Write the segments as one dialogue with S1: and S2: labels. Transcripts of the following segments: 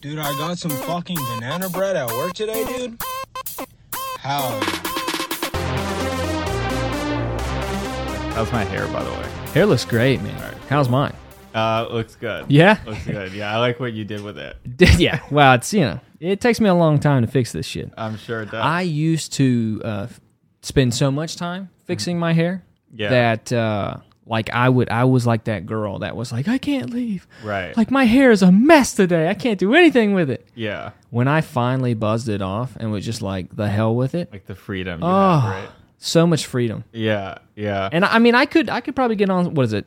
S1: Dude, I got some fucking banana bread at work today, dude. How?
S2: How's my hair, by the way?
S3: Hair looks great, man. How's mine?
S2: Uh, it looks good.
S3: Yeah?
S2: looks good. Yeah, I like what you did with it.
S3: yeah. Wow. It's you know, it takes me a long time to fix this shit.
S2: I'm sure it does.
S3: I used to uh, f- spend so much time fixing my hair
S2: Mm-hmm. Yeah.
S3: that uh, like I would I was like that girl that was like I can't leave.
S2: right.
S3: Like my hair is a mess today. I can't do anything with it.
S2: yeah,
S3: When I finally buzzed it off and was just like the hell with it.
S2: like the freedom. You
S3: Oh,
S2: have, right?
S3: so much freedom.
S2: Yeah, yeah.
S3: And I I mean, I could I could probably get on what is it?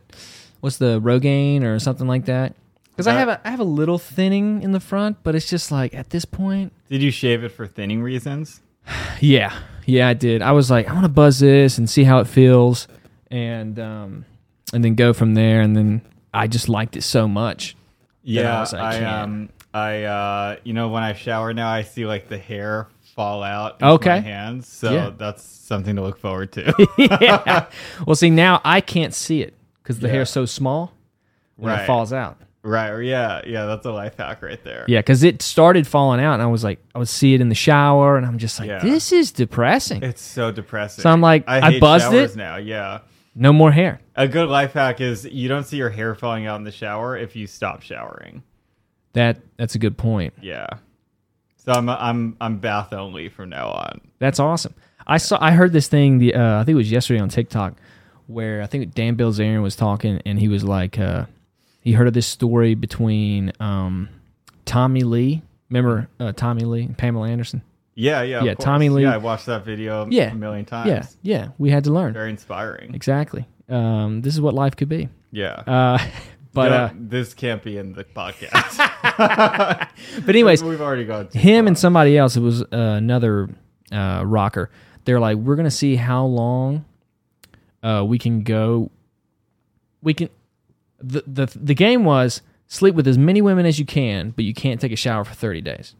S3: What's the Rogaine or something like that? Because I
S2: Uh,
S3: have a I have a little thinning in the front, but it's just like at this point.
S2: Did you shave it for thinning reasons?
S3: Yeah, yeah, I did. I was like, I want to buzz this and see how it feels, and um, and then go from there. And then I just liked it so much. I
S2: Yeah,
S3: was like,
S2: I,
S3: "Can't."
S2: um, I, uh, you know, when I shower now, I see like the hair fall out. into
S3: Okay.
S2: My hands. So
S3: Yeah.
S2: that's something to look forward to.
S3: yeah. Well, see now I can't see it because the hair's so small when
S2: Right.
S3: it falls out.
S2: right. Yeah. Yeah. That's a life hack right there.
S3: Yeah, because it started falling out, and I was like, I would see it in the shower, and I'm just like,
S2: Yeah.
S3: this is depressing.
S2: It's so depressing.
S3: So I'm like, I
S2: hate
S3: buzzed
S2: showers
S3: it?
S2: now. Yeah.
S3: No more hair.
S2: A good life hack is you don't see your hair falling out in the shower if you stop showering.
S3: That that's a good point.
S2: Yeah. So I'm I'm I'm bath only from now on.
S3: That's awesome. I saw I heard this thing the uh, I think it was yesterday on TikTok where I think Dan Bilzerian was talking and he was like uh, he heard of this story between um, Tommy Lee, remember uh, Tommy Lee and Pamela Anderson?
S2: Yeah, yeah. of
S3: Yeah,
S2: course.
S3: Tommy Lee.
S2: Yeah, I watched that video
S3: Yeah.
S2: a million times.
S3: Yeah, yeah, we had to learn.
S2: Very inspiring.
S3: Exactly. Um, this is what life could be.
S2: Yeah.
S3: Uh, but uh,
S2: Don't- this can't be in the podcast.
S3: but anyways,
S2: We've already gone. too
S3: him
S2: far.
S3: and somebody else it was uh, another uh, rocker they're like we're gonna see how long uh, we can go we can the, the the game was sleep with as many women as you can but you can't take a shower for 30 days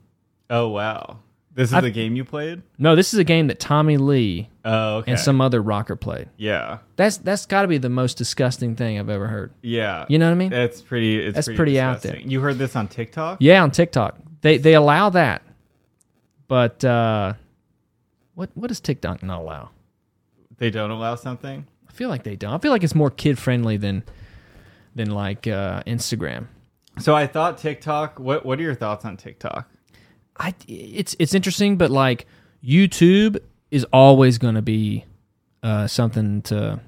S2: Oh wow. This is the game you played?
S3: no this is a game that tommy lee
S2: Oh, okay.
S3: and some other rocker played
S2: yeah.
S3: that's that's gotta be the most disgusting thing i've ever heard
S2: Yeah.
S3: you know what i mean
S2: That's pretty it's
S3: That's pretty out
S2: disgusting. You heard this on TikTok?
S3: yeah on tiktok they they allow that but uh what what does tiktok not allow
S2: They don't allow something?
S3: I feel like they don't. I feel like it's more kid friendly than than like uh, Instagram.
S2: So I thought TikTok what what are your thoughts on TikTok?
S3: I it's it's interesting, but like YouTube is always going to be uh, something to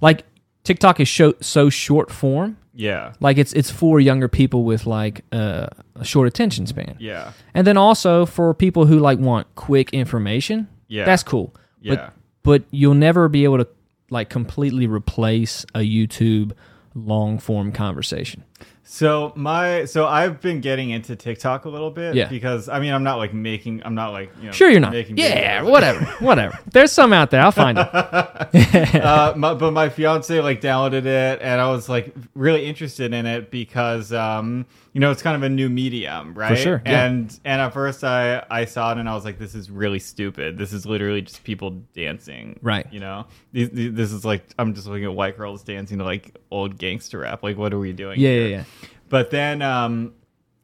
S3: like. TikTok is show, so short form.
S2: Yeah.
S3: Like it's it's for younger people with like uh, a short attention span,
S2: Yeah.
S3: and then also for people who like want quick information.
S2: Yeah.
S3: that's cool.
S2: Yeah.
S3: But but you'll never be able to like completely replace a YouTube long form conversation.
S2: So my so I've been getting into TikTok a little bit
S3: Yeah.
S2: because I mean I'm not like making I'm not like you know
S3: Sure, you're not.
S2: making
S3: Yeah,
S2: videos.
S3: whatever, whatever. There's some out there. I'll find it.
S2: uh, my, but my fiance like downloaded it and I was like really interested in it because um you know it's kind of a new medium right
S3: sure, yeah.
S2: and and at first I I saw it and I was like this is really stupid this is literally just people dancing
S3: Right.
S2: you know these, these, this is like I'm just looking at white girls dancing to like old gangster rap like what are we doing
S3: Yeah,
S2: here?
S3: yeah, yeah.
S2: but then um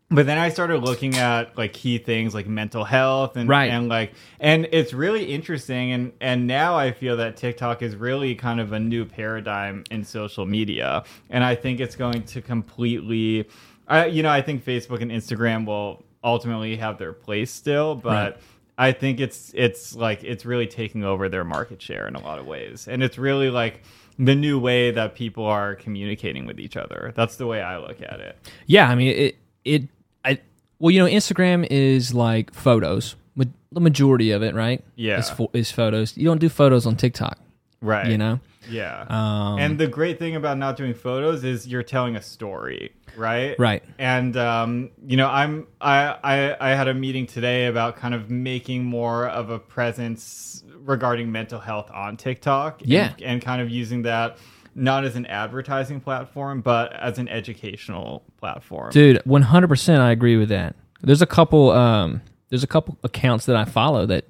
S2: but then I started looking at like key things like mental health and
S3: Right.
S2: and like and it's really interesting and and now I feel that TikTok is really kind of a new paradigm in social media and I think it's going to completely I you know I think Facebook and Instagram will ultimately have their place still but
S3: Right.
S2: I think it's it's like it's really taking over their market share in a lot of ways, and it's really like the new way that people are communicating with each other. That's the way I look at it.
S3: Yeah, I mean it. It. I. Well, you know, Instagram is like photos. Ma- The majority of it, right?
S2: Yeah.
S3: is, fo- is photos. You don't do photos on TikTok.
S2: Right.
S3: You know.
S2: Yeah.
S3: Um,
S2: and the great thing about not doing photos is you're telling a story, right?
S3: Right.
S2: And um, you know, I'm I, I I had a meeting today about kind of making more of a presence regarding mental health on TikTok. and-
S3: Yeah.
S2: And, kind of using that not as an advertising platform, but as an educational platform.
S3: Dude, one hundred percent, I agree with that. There's a couple. Um, there's a couple accounts that I follow that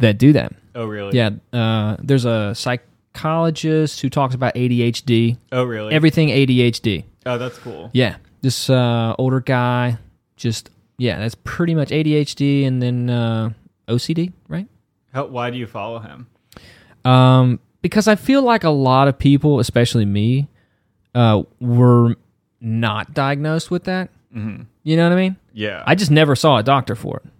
S3: that do that.
S2: Oh really?
S3: Yeah. Uh, there's a psychologist who talks about ADHD.
S2: Oh really?
S3: Everything ADHD.
S2: oh that's cool.
S3: Yeah, this uh, older guy, just yeah, that's pretty much ADHD and then uh, OCD, right?
S2: How, why do you follow him?
S3: Um, because I feel like a lot of people, especially me, uh, were not diagnosed with that. You know what I mean?
S2: Yeah.
S3: I just never saw a doctor for it.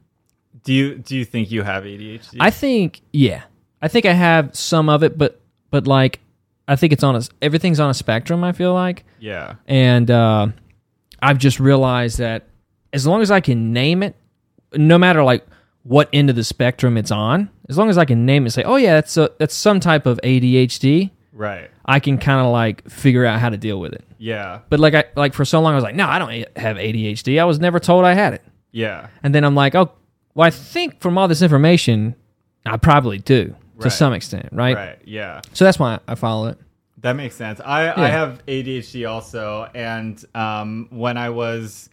S2: do you do you think you have ADHD?
S3: I think, yeah, I think I have some of it, but but like, I think it's on a s- everything's on a spectrum. I feel like,
S2: yeah.
S3: and uh, I've just realized that as long as I can name it, no matter like what end of the spectrum it's on, as long as I can name it, and say, oh yeah, that's a, that's some type of ADHD.
S2: Right.
S3: I can kind of like figure out how to deal with it.
S2: Yeah.
S3: But like I like for so long I was like, no, I don't a- have ADHD. I was never told I had it.
S2: Yeah.
S3: And then I'm like, oh, well, I think from all this information, I probably do to
S2: Right.
S3: some extent, right?
S2: Right. Yeah.
S3: So that's why I follow it.
S2: That makes sense. I, I
S3: Yeah.
S2: have ADHD also, and um, when I was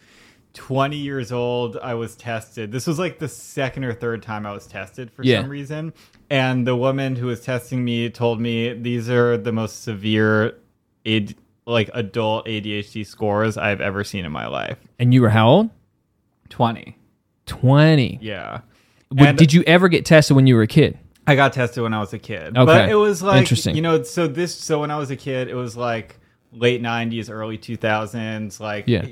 S2: 20 years old, I was tested. This was like the second or third time I was tested for
S3: Yeah.
S2: some reason, and the woman who was testing me told me these are the most severe, AD, like adult ADHD scores I've ever seen in my life.
S3: And you were how old?
S2: 20.
S3: Twenty.
S2: Yeah.
S3: Would-
S2: And-
S3: Did you ever get tested when you were a kid?
S2: I got tested when I was a kid. But
S3: Okay.
S2: it was like
S3: Interesting.
S2: you know, so this so when I was a kid, it was like late 90s, early 2000s like
S3: Yeah.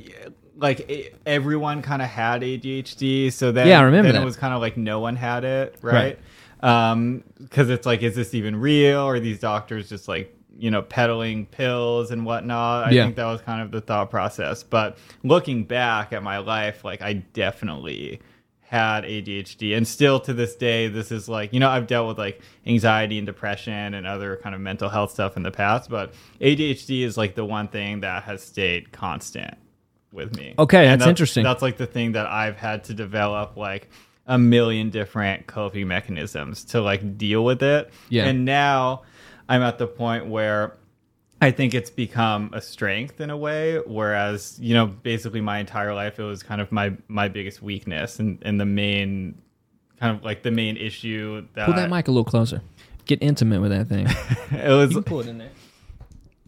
S2: like e- everyone kind of had ADHD, so then
S3: Yeah, I remember
S2: then it
S3: that.
S2: was kind of like no one had it, right? Um cuz it's like is this even real or are these doctors just like you know, peddling pills and whatnot. I
S3: Yeah.
S2: think that was kind of the thought process. But looking back at my life, like I definitely had ADHD and still to this day this is like you know I've dealt with like anxiety and depression and other kind of mental health stuff in the past but ADHD is like the one thing that has stayed constant with me.
S3: Okay,
S2: And
S3: that's interesting.
S2: That's like the thing that I've had to develop like a million different coping mechanisms to like deal with it.
S3: Yeah.
S2: And now I'm at the point where I think it's become a strength in a way, whereas you know, basically my entire life it was kind of my my biggest weakness and and the main kind of like the main issue that,
S3: Pull that mic a little closer. Get intimate with that thing.
S2: it was
S3: pull it in there.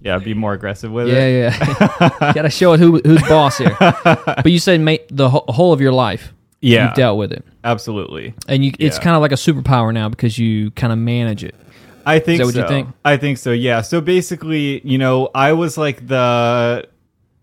S2: yeah be more aggressive with
S3: Yeah,
S2: it
S3: yeah. Gotta show it who who's boss here. But you said mate, the whole, whole of your life,
S2: yeah
S3: you've dealt with it,
S2: absolutely
S3: and you it's
S2: Yeah.
S3: kind of like a superpower now because you kind of manage it.
S2: I think
S3: that what
S2: so.
S3: you think?
S2: I think so. Yeah. So basically, you know, I was like the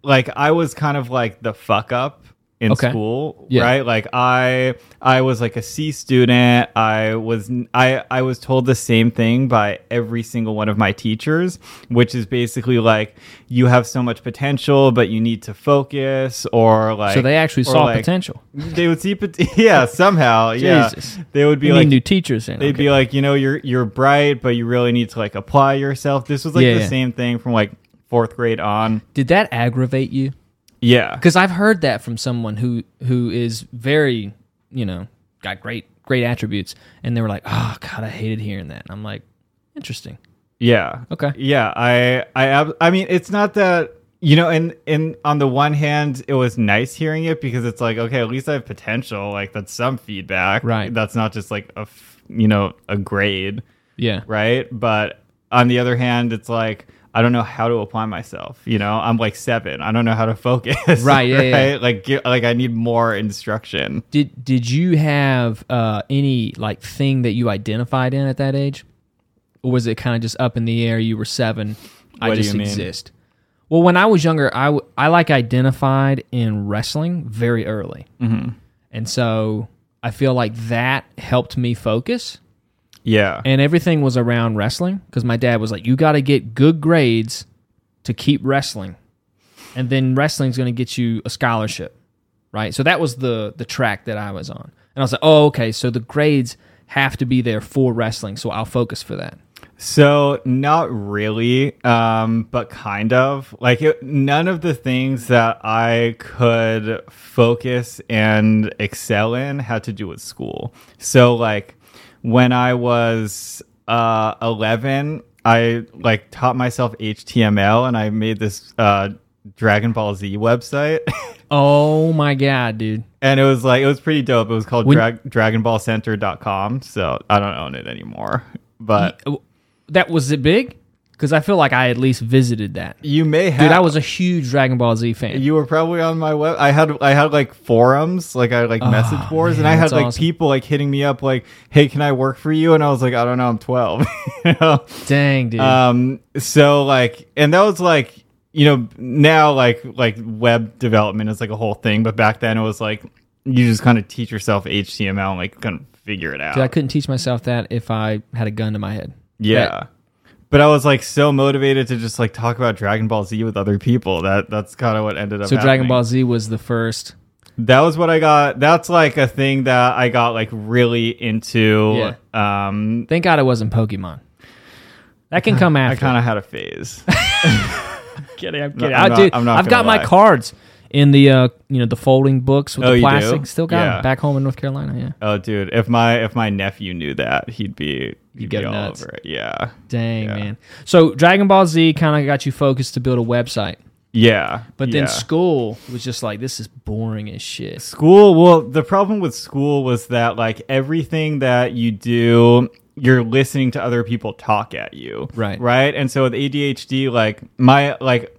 S2: like I was kind of like the fuck up in
S3: Okay.
S2: school,
S3: Yeah.
S2: right? Like I I was like a C student. I was I I was told the same thing by every single one of my teachers, which is basically like you have so much potential, but you need to focus or like
S3: so they actually
S2: or,
S3: saw
S2: like,
S3: potential.
S2: They would see pot- yeah, somehow. Yeah.
S3: Jesus.
S2: They would be
S3: You
S2: like
S3: need new teachers. In.
S2: They'd
S3: Okay.
S2: be like, you know, you're you're bright, but you really need to like apply yourself. This was like
S3: Yeah,
S2: the
S3: yeah.
S2: same thing from like fourth grade on.
S3: Did that aggravate you?
S2: Yeah,
S3: Because I've heard that from someone who who is very, you know, got great great attributes, and they were like, "Oh God, I hated hearing that." And I'm like, "Interesting.
S2: yeah,
S3: Okay.
S2: yeah. I I ab- I mean, it's not that you know, and and on the one hand, it was nice hearing it because it's like, okay, at least I have potential. Like that's some feedback,
S3: Right.
S2: That's not just like a f- you know a grade,
S3: Yeah.
S2: right? But on the other hand, it's like. I don't know how to apply myself. You know, I'm like seven. I don't know how to focus.
S3: Right, yeah, yeah.
S2: Like, gi- like I need more instruction.
S3: Did Did you have uh, any like thing that you identified in at that age, or was it kind of just up in the air? You were seven. I
S2: What do
S3: just
S2: you mean?
S3: exist. Well, when I was younger, I w- I like identified in wrestling very early, mm-hmm. and so I feel like that helped me focus.
S2: Yeah.
S3: and everything was around wrestling because my dad was like, "You got to get good grades to keep wrestling, and then wrestling's going to get you a scholarship, right?" So that was the the track that I was on, and I was like, "Oh, okay, so the grades have to be there for wrestling, so I'll focus for that."
S2: So not really, um, but kind of. Like it, none of the things that I could focus and excel in had to do with school. So like when I was uh, eleven, I like taught myself HTML and I made this uh, Dragon Ball Z website,
S3: Oh my god, dude!
S2: and it was like it was pretty dope. It was called
S3: When-
S2: Drag- DragonBallCenter.com. So I don't own it anymore, but
S3: That Uh, was it big. because I feel like I at least visited that.
S2: You may have.
S3: Dude, I was a huge Dragon Ball Z fan.
S2: You were probably on my web. I had I had like forums, like I like message boards, and
S3: Ah, man,
S2: I had
S3: that's
S2: like
S3: awesome.
S2: people like hitting me up, like, "Hey, can I work for you?" And I was like, "I don't know, I'm 12." you know?
S3: Dang, dude.
S2: Um, so like, and that was like, you know, now like like web development is like a whole thing, but back then it was like you just kind of teach yourself HTML and like kind of figure it out.
S3: Dude, I couldn't teach myself that if I had a gun to my head.
S2: yeah. But I was like so motivated to just like talk about Dragon Ball Z with other people. That that's kind of what ended up.
S3: So Dragon
S2: happening.
S3: Ball Z was the first.
S2: That was what I got. That's like a thing that I got like really into. Um,
S3: Thank God it wasn't Pokemon. That can come
S2: I
S3: after.
S2: kind of had a phase.
S3: kidding. I'm
S2: kidding.
S3: i
S2: I'm
S3: dude,
S2: not- I'm not
S3: I've got
S2: gonna
S3: my
S2: lie.
S3: cards in the uh, you know the folding books with
S2: Oh,
S3: the
S2: you do?
S3: plastic. Still got 'em
S2: Yeah.
S3: back home in North Carolina. Yeah.
S2: oh, dude, if my if my nephew knew that, he'd be he'd
S3: go
S2: be all
S3: nuts.
S2: over it. Yeah,
S3: Dang man. So Dragon Ball Z kind of got you focused to build a website,
S2: yeah.
S3: but then
S2: yeah.
S3: school was just like this is boring as shit.
S2: school. Well, the problem with school was that like everything that you do, you're listening to other people talk at you.
S3: Right.
S2: Right. And so with ADHD, like my like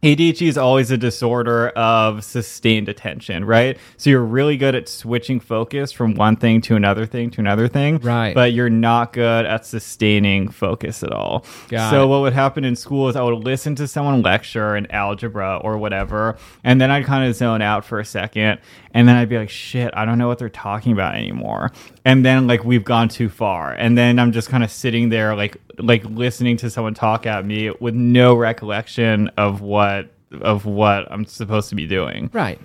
S2: ADHD is always a disorder of sustained attention, right? So you're really good at switching focus from one thing to another thing to another thing,
S3: Right.
S2: But you're not good at sustaining focus at all.
S3: Got
S2: so
S3: it.
S2: what would happen in school is I would listen to someone lecture in algebra or whatever, and then I'd kind of zone out for a second, and then I'd be like, "Shit, I don't know what they're talking about anymore." And then like we've gone too far, and then I'm just kind of sitting there like like listening to someone talk at me with no recollection of what of what I'm supposed to be doing.
S3: Right.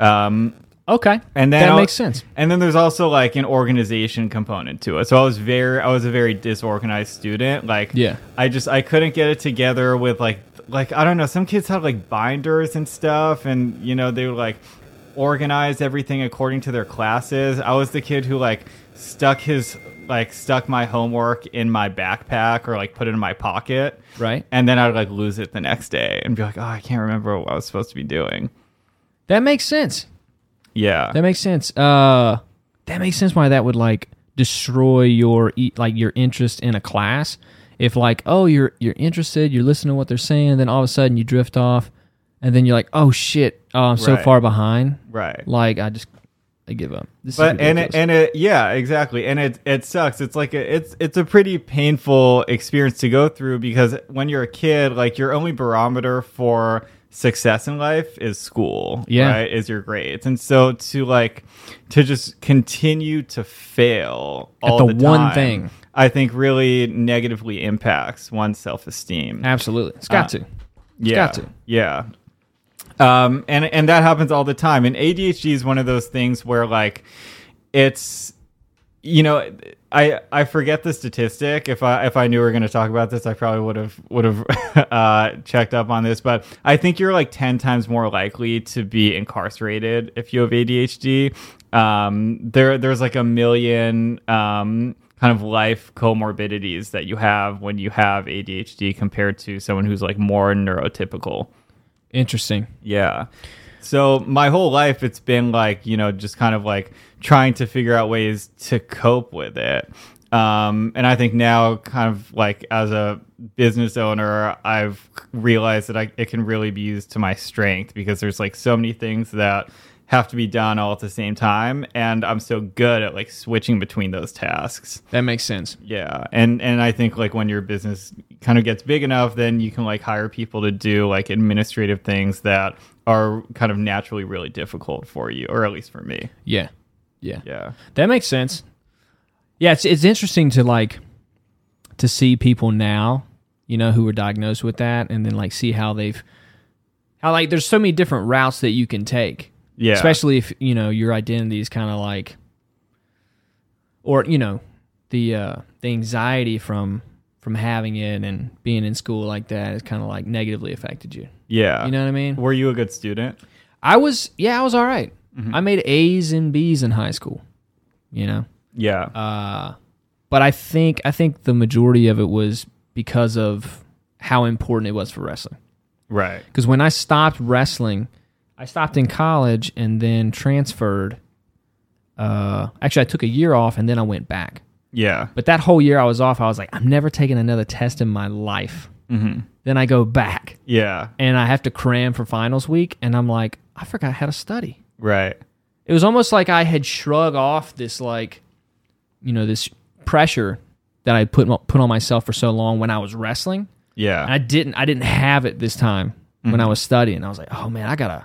S2: Um,
S3: Okay.
S2: and then
S3: that
S2: I'll-
S3: makes sense.
S2: And then there's also like an organization component to it. So I was very, I was a very disorganized student. Like,
S3: Yeah.
S2: I just I couldn't get it together with like, like I don't know. Some kids had like binders and stuff, and you know they were like organized everything according to their classes. I was the kid who like stuck his like stuck my homework in my backpack or like put it in my pocket.
S3: Right.
S2: And then I would like lose it the next day and be like, oh, I can't remember what I was supposed to be doing.
S3: That makes sense.
S2: Yeah.
S3: That makes sense. Uh, that makes sense why that would like destroy your e- like your interest in a class. If like, oh, you're you're interested, you're listening to what they're saying, then all of a sudden you drift off, and then you're like, oh shit, oh, I'm so
S2: Right.
S3: far behind.
S2: right.
S3: Like I just I give up. This
S2: but
S3: is
S2: and it,
S3: ridiculous.
S2: and it yeah exactly and it it sucks it's like a, it's it's a pretty painful experience to go through because when you're a kid like your only barometer for success in life is school
S3: Yeah.
S2: right is your grades and so to like to just continue to fail all
S3: the
S2: the
S3: one
S2: time,
S3: thing.
S2: i think really negatively impacts one's self-esteem
S3: absolutely, Ah. it's got to.
S2: yeah.
S3: got to.
S2: Yeah. Um, and and that happens all the time. And ADHD is one of those things where like it's you know I I forget the statistic. If I if I knew we were going to talk about this, I probably would have would have uh, checked up on this. But I think you're like ten times more likely to be incarcerated if you have ADHD. Um, there there's like a million um, kind of life comorbidities that you have when you have ADHD compared to someone who's like more neurotypical.
S3: Interesting.
S2: Yeah. So my whole life, it's been like you know, just kind of like trying to figure out ways to cope with it. Um, and I think now, kind of like as a business owner, I've realized that I, it can really be used to my strength because there's like so many things that have to be done all at the same time, and I'm so good at like switching between those tasks.
S3: That makes sense.
S2: Yeah, and and I think like when your business kind of gets big enough, then you can like hire people to do like administrative things that are kind of naturally really difficult for you, or at least for me.
S3: Yeah, yeah.
S2: Yeah,
S3: That makes sense. Yeah, it's it's interesting to like to see people now, you know, who were diagnosed with that and then like see how they've how like there's so many different routes that you can take.
S2: yeah,
S3: Especially if, you know, your identity is kind of like or, you know, the uh the anxiety from from having it and being in school like that has kind of like negatively affected you.
S2: yeah.
S3: You know what I mean?
S2: were you a good student?
S3: I was yeah, I was all right. I made A's and B's in high school, you know.
S2: Yeah,
S3: Uh, but I think I think the majority of it was because of how important it was for wrestling.
S2: right.
S3: Because when I stopped wrestling, I stopped in college and then transferred. Uh, actually, I took a year off and then I went back.
S2: Yeah.
S3: But that whole year I was off, I was like, I'm never taking another test in my life.
S2: Mm-hmm.
S3: Then I go back
S2: Yeah.
S3: and I have to cram for finals week, and I'm like, I forgot how to study.
S2: Right.
S3: It was almost like I had shrugged off this like, you know, this pressure that I put put on myself for so long when I was wrestling. And I
S2: Yeah.
S3: didn't I didn't have it this time when
S2: Mm-hmm.
S3: I was studying. I was like, oh man, I gotta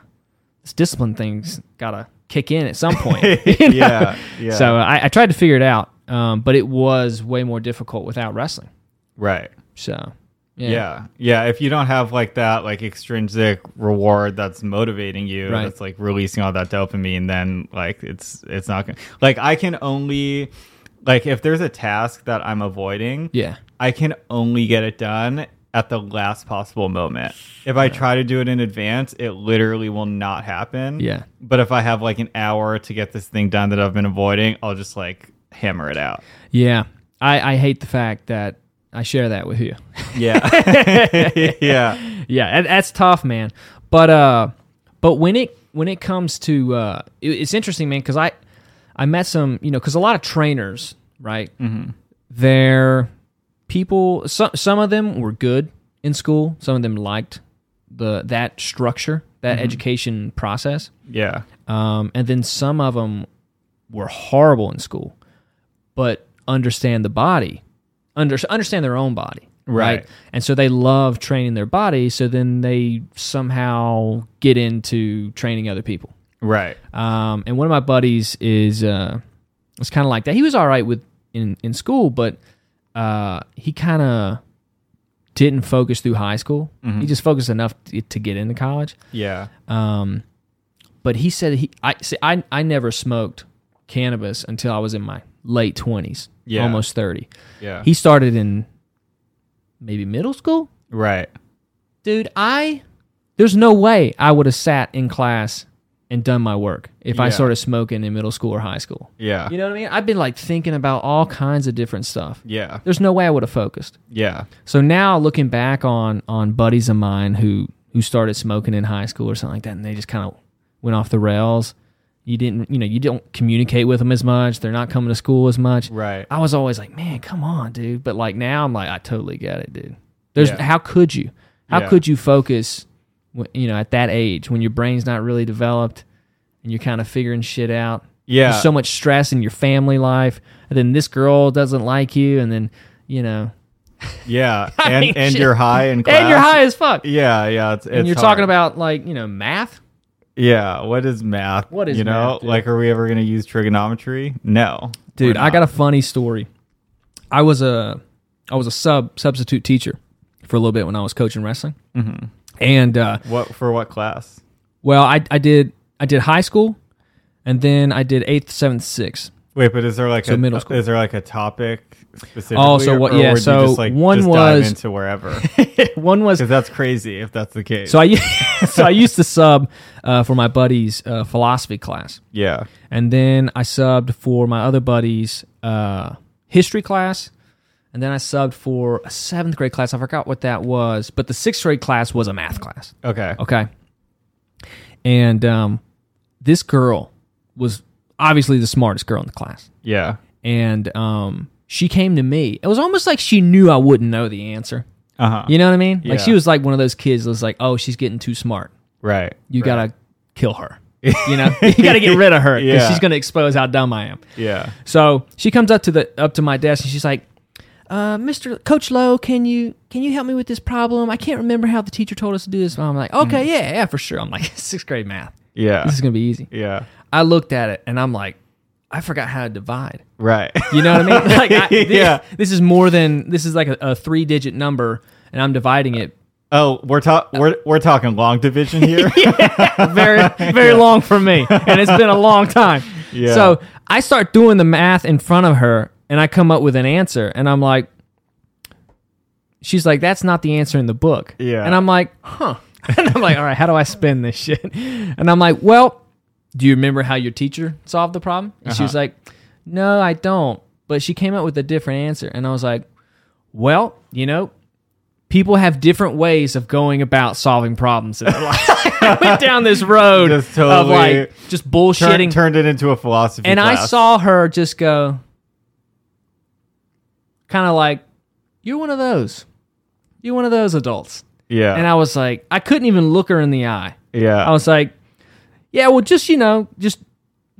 S3: this discipline thing's gotta kick in at some point. You know?
S2: yeah. Yeah.
S3: So I, I tried to figure it out, um, but it was way more difficult without wrestling.
S2: right.
S3: So
S2: Yeah. Yeah. If you don't have like that like extrinsic reward that's motivating you,
S3: Right.
S2: that's like releasing all that dopamine, then like it's it's not gonna like I can only like if there's a task that I'm avoiding,
S3: yeah,
S2: I can only get it done at the last possible moment. If I try to do it in advance, it literally will not happen.
S3: Yeah.
S2: But if I have like an hour to get this thing done that I've been avoiding, I'll just like hammer it out.
S3: yeah. I, I hate the fact that I share that with you.
S2: Yeah. yeah.
S3: yeah, that, that's tough, man. But uh, but when it when it comes to uh, it- it's interesting, man, because I I met some, you know, because a lot of trainers, right? Mm-hmm. They're people. Some some of them were good in school. Some of them liked the that structure, that education process.
S2: Yeah.
S3: um, and then some of them were horrible in school, but understand the body, under, understand their own body,
S2: Right.
S3: And so they love training their body. So then they somehow get into training other people.
S2: Right.
S3: Um, and one of my buddies is uh, was kind of like that. He was all right with in in school, but uh, he kind of didn't focus through high school. He just focused enough t- to get into college.
S2: Yeah.
S3: Um, but he said he I see I I never smoked cannabis until I was in my late twenties,
S2: Yeah. Uh-huh.
S3: almost thirty.
S2: Yeah.
S3: He started in maybe middle school,
S2: right.
S3: dude. I there's no way I would have sat in class and done my work if I
S2: Yeah. Ah.
S3: started smoking in middle school or high school.
S2: Yeah.
S3: You know what I mean? I've been like thinking about all kinds of different stuff.
S2: Yeah.
S3: There's no way I would have focused.
S2: Yeah.
S3: So now looking back on on buddies of mine who who started smoking in high school or something like that, and they just kind of went off the rails. You didn't, you know, you don't communicate with them as much. They're not coming to school as much.
S2: Right.
S3: I was always like, man, come on, dude. But like now, I'm like, I totally get it, dude. There's
S2: Yeah.
S3: how could you? How
S2: Yeah.
S3: could you focus? wh- You know, at that age when your brain's not really developed and you're kind of figuring shit out
S2: Yeah.
S3: there's so much stress in your family life and then this girl doesn't like you and then you know
S2: yeah.
S3: I
S2: And
S3: mean,
S2: and
S3: shit.
S2: you're high in class.
S3: and you're high as fuck
S2: Yeah. Yeah. It's,
S3: and
S2: it's
S3: you're talking
S2: hard.
S3: about like you know math
S2: yeah. What is math?
S3: What is
S2: you know
S3: math, dude?
S2: like are we ever gonna use trigonometry? No,
S3: dude
S2: We're
S3: i
S2: not.
S3: got a funny story i was a i was a sub substitute teacher for a little bit when i was coaching wrestling mm-hmm. and uh,
S2: what for what class?
S3: well I, I did i did high school and then i did eighth seventh sixth
S2: Wait, but is there like
S3: So
S2: a
S3: middle school. Oh,
S2: Is there like a topic specifically?
S3: so what-
S2: or
S3: yeah,
S2: would you
S3: so
S2: just, like,
S3: one
S2: just
S3: was-
S2: dive into wherever
S3: one was
S2: because that's crazy if that's the case.
S3: so i so i used to sub uh, for my buddy's uh, philosophy class
S2: yeah,
S3: and then I subbed for my other buddy's uh, history class, and then I subbed for a seventh grade class. I forgot what that was, but the sixth grade class was a math class.
S2: okay,
S3: Okay, and um, this girl was obviously the smartest girl in the class,
S2: yeah,
S3: and um, she came to me. It was almost like she knew I wouldn't know the answer.
S2: uh huh,
S3: You know what I mean? Like
S2: Yeah.
S3: she was like one of those kids that was like, "Oh, she's getting too smart."
S2: right.
S3: you
S2: right.
S3: gotta kill her. You know, you gotta get rid of her because
S2: Yeah.
S3: she's gonna expose how dumb I am.
S2: yeah,
S3: So she comes up to the up to my desk and she's like, uh, "Mr. Coach Lowe, can you can you help me with this problem? I can't remember how the teacher told us to do this." I'm like, "Okay, yeah, yeah, for sure." I'm like, sixth grade math.
S2: Mm. yeah,
S3: This is gonna be easy."
S2: yeah,
S3: I looked at it and I'm like, "I forgot how to divide."
S2: right,
S3: You know what I mean? Like, I, thi-
S2: Yeah.
S3: this, is more than this is like a, a three digit number, and I'm dividing it
S2: Oh, we're
S3: Uh,
S2: talking we're we're talking long division here.
S3: very very long for me and it's been a long time
S2: Yeah.
S3: so i start doing the math in front of her and i come up with an answer and i'm like she's like that's not the answer in the book
S2: Yeah.
S3: and i'm like huh and i'm like all right how do i spin this shit and i'm like well do you remember how your teacher solved the problem and she was
S2: Uh-huh.
S3: like no i don't but she came up with a different answer and i was like well you know people have different ways of going about solving problems in their life. I went down this road
S2: Just
S3: of
S2: totally
S3: like just
S2: Turn,
S3: bullshitting,
S2: turned it into a philosophy.
S3: and I
S2: class.
S3: saw her just go, kind of like, "You're one of those. You're one of those adults."
S2: Yeah.
S3: And I was like, I couldn't even look her in the eye.
S2: yeah.
S3: I was like, "Yeah, well, just you know, just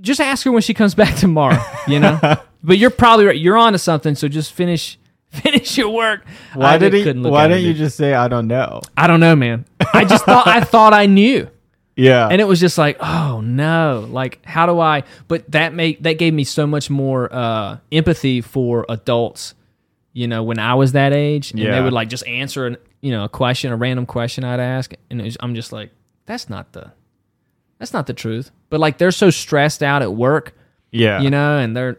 S3: just ask her when she comes back tomorrow, you know." but you're probably right. You're onto something. So just finish finish your work.
S2: why
S3: I
S2: did he,
S3: couldn't look
S2: Why
S3: at her,
S2: didn't you
S3: dude.
S2: just say I don't know?
S3: I don't know, man. I just thought I thought I knew.
S2: Yeah.
S3: And it was just like, oh no, like how do I but that made that gave me so much more uh empathy for adults, you know, when I was that age and
S2: Yeah.
S3: they would like just answer an you know, a question, a random question I'd ask and it was, I'm just like, that's not the that's not the truth. But like they're so stressed out at work,
S2: yeah.
S3: you know, and they're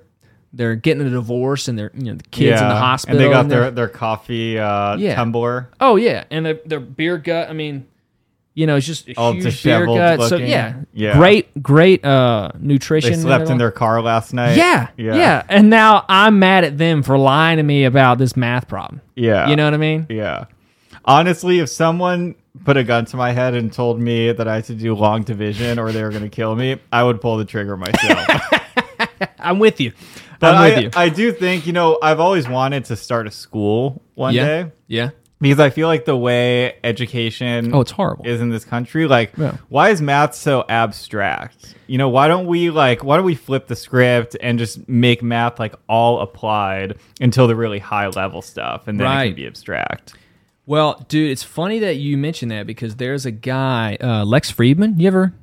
S3: they're getting a divorce and they're you know, the kids
S2: yeah.
S3: in the hospital
S2: And they got
S3: they're-
S2: their, their coffee uh,
S3: Yeah.
S2: tumbler.
S3: Oh yeah, and their their beer gut. I mean, you know, it's just a
S2: All
S3: huge beer
S2: disheveled
S3: gut. So
S2: looking.
S3: yeah,
S2: Yeah.
S3: great, great uh, nutrition.
S2: They
S3: and
S2: slept in
S3: everything.
S2: their car last night.
S3: yeah, yeah, And now I'm mad at them for lying to me about this math problem.
S2: Yeah.
S3: You know what I mean?
S2: Yeah. Honestly, if someone put a gun to my head and told me that I had to do long division or they were going to kill me, I would pull the trigger myself.
S3: I'm with you.
S2: but
S3: I'm
S2: I,
S3: with you.
S2: I do think, you know, I've always wanted to start a school one
S3: yeah,
S2: day
S3: yeah.
S2: because I feel like the way education
S3: Oh, it's horrible.
S2: is in this country, like,
S3: Yeah.
S2: why is math so abstract? You know, why don't we like, why don't we flip the script and just make math like all applied until the really high level stuff, and then it
S3: Right.
S2: can be abstract.
S3: Well, dude, it's funny that you mentioned that because there's a guy, uh, Lex Friedman. You ever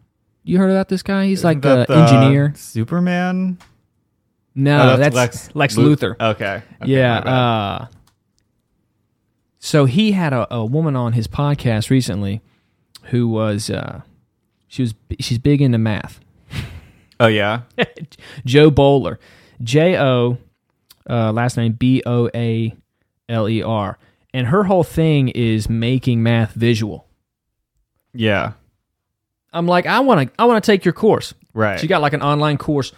S3: you heard about this guy? He's like an
S2: That the
S3: engineer.
S2: Superman.
S3: No,
S2: Oh,
S3: that's, Lex,
S2: Lu-
S3: Luthor.
S2: Okay. Okay,
S3: yeah.
S2: my bad.
S3: Uh, so he had a, a woman on his podcast recently who was uh, she was she's big into math.
S2: oh yeah.
S3: Joe Bowler, J O, uh, last name B O A L E R, and her whole thing is making math visual.
S2: Yeah.
S3: I'm like, I want to I want to take your course.
S2: Right.
S3: She got like an online course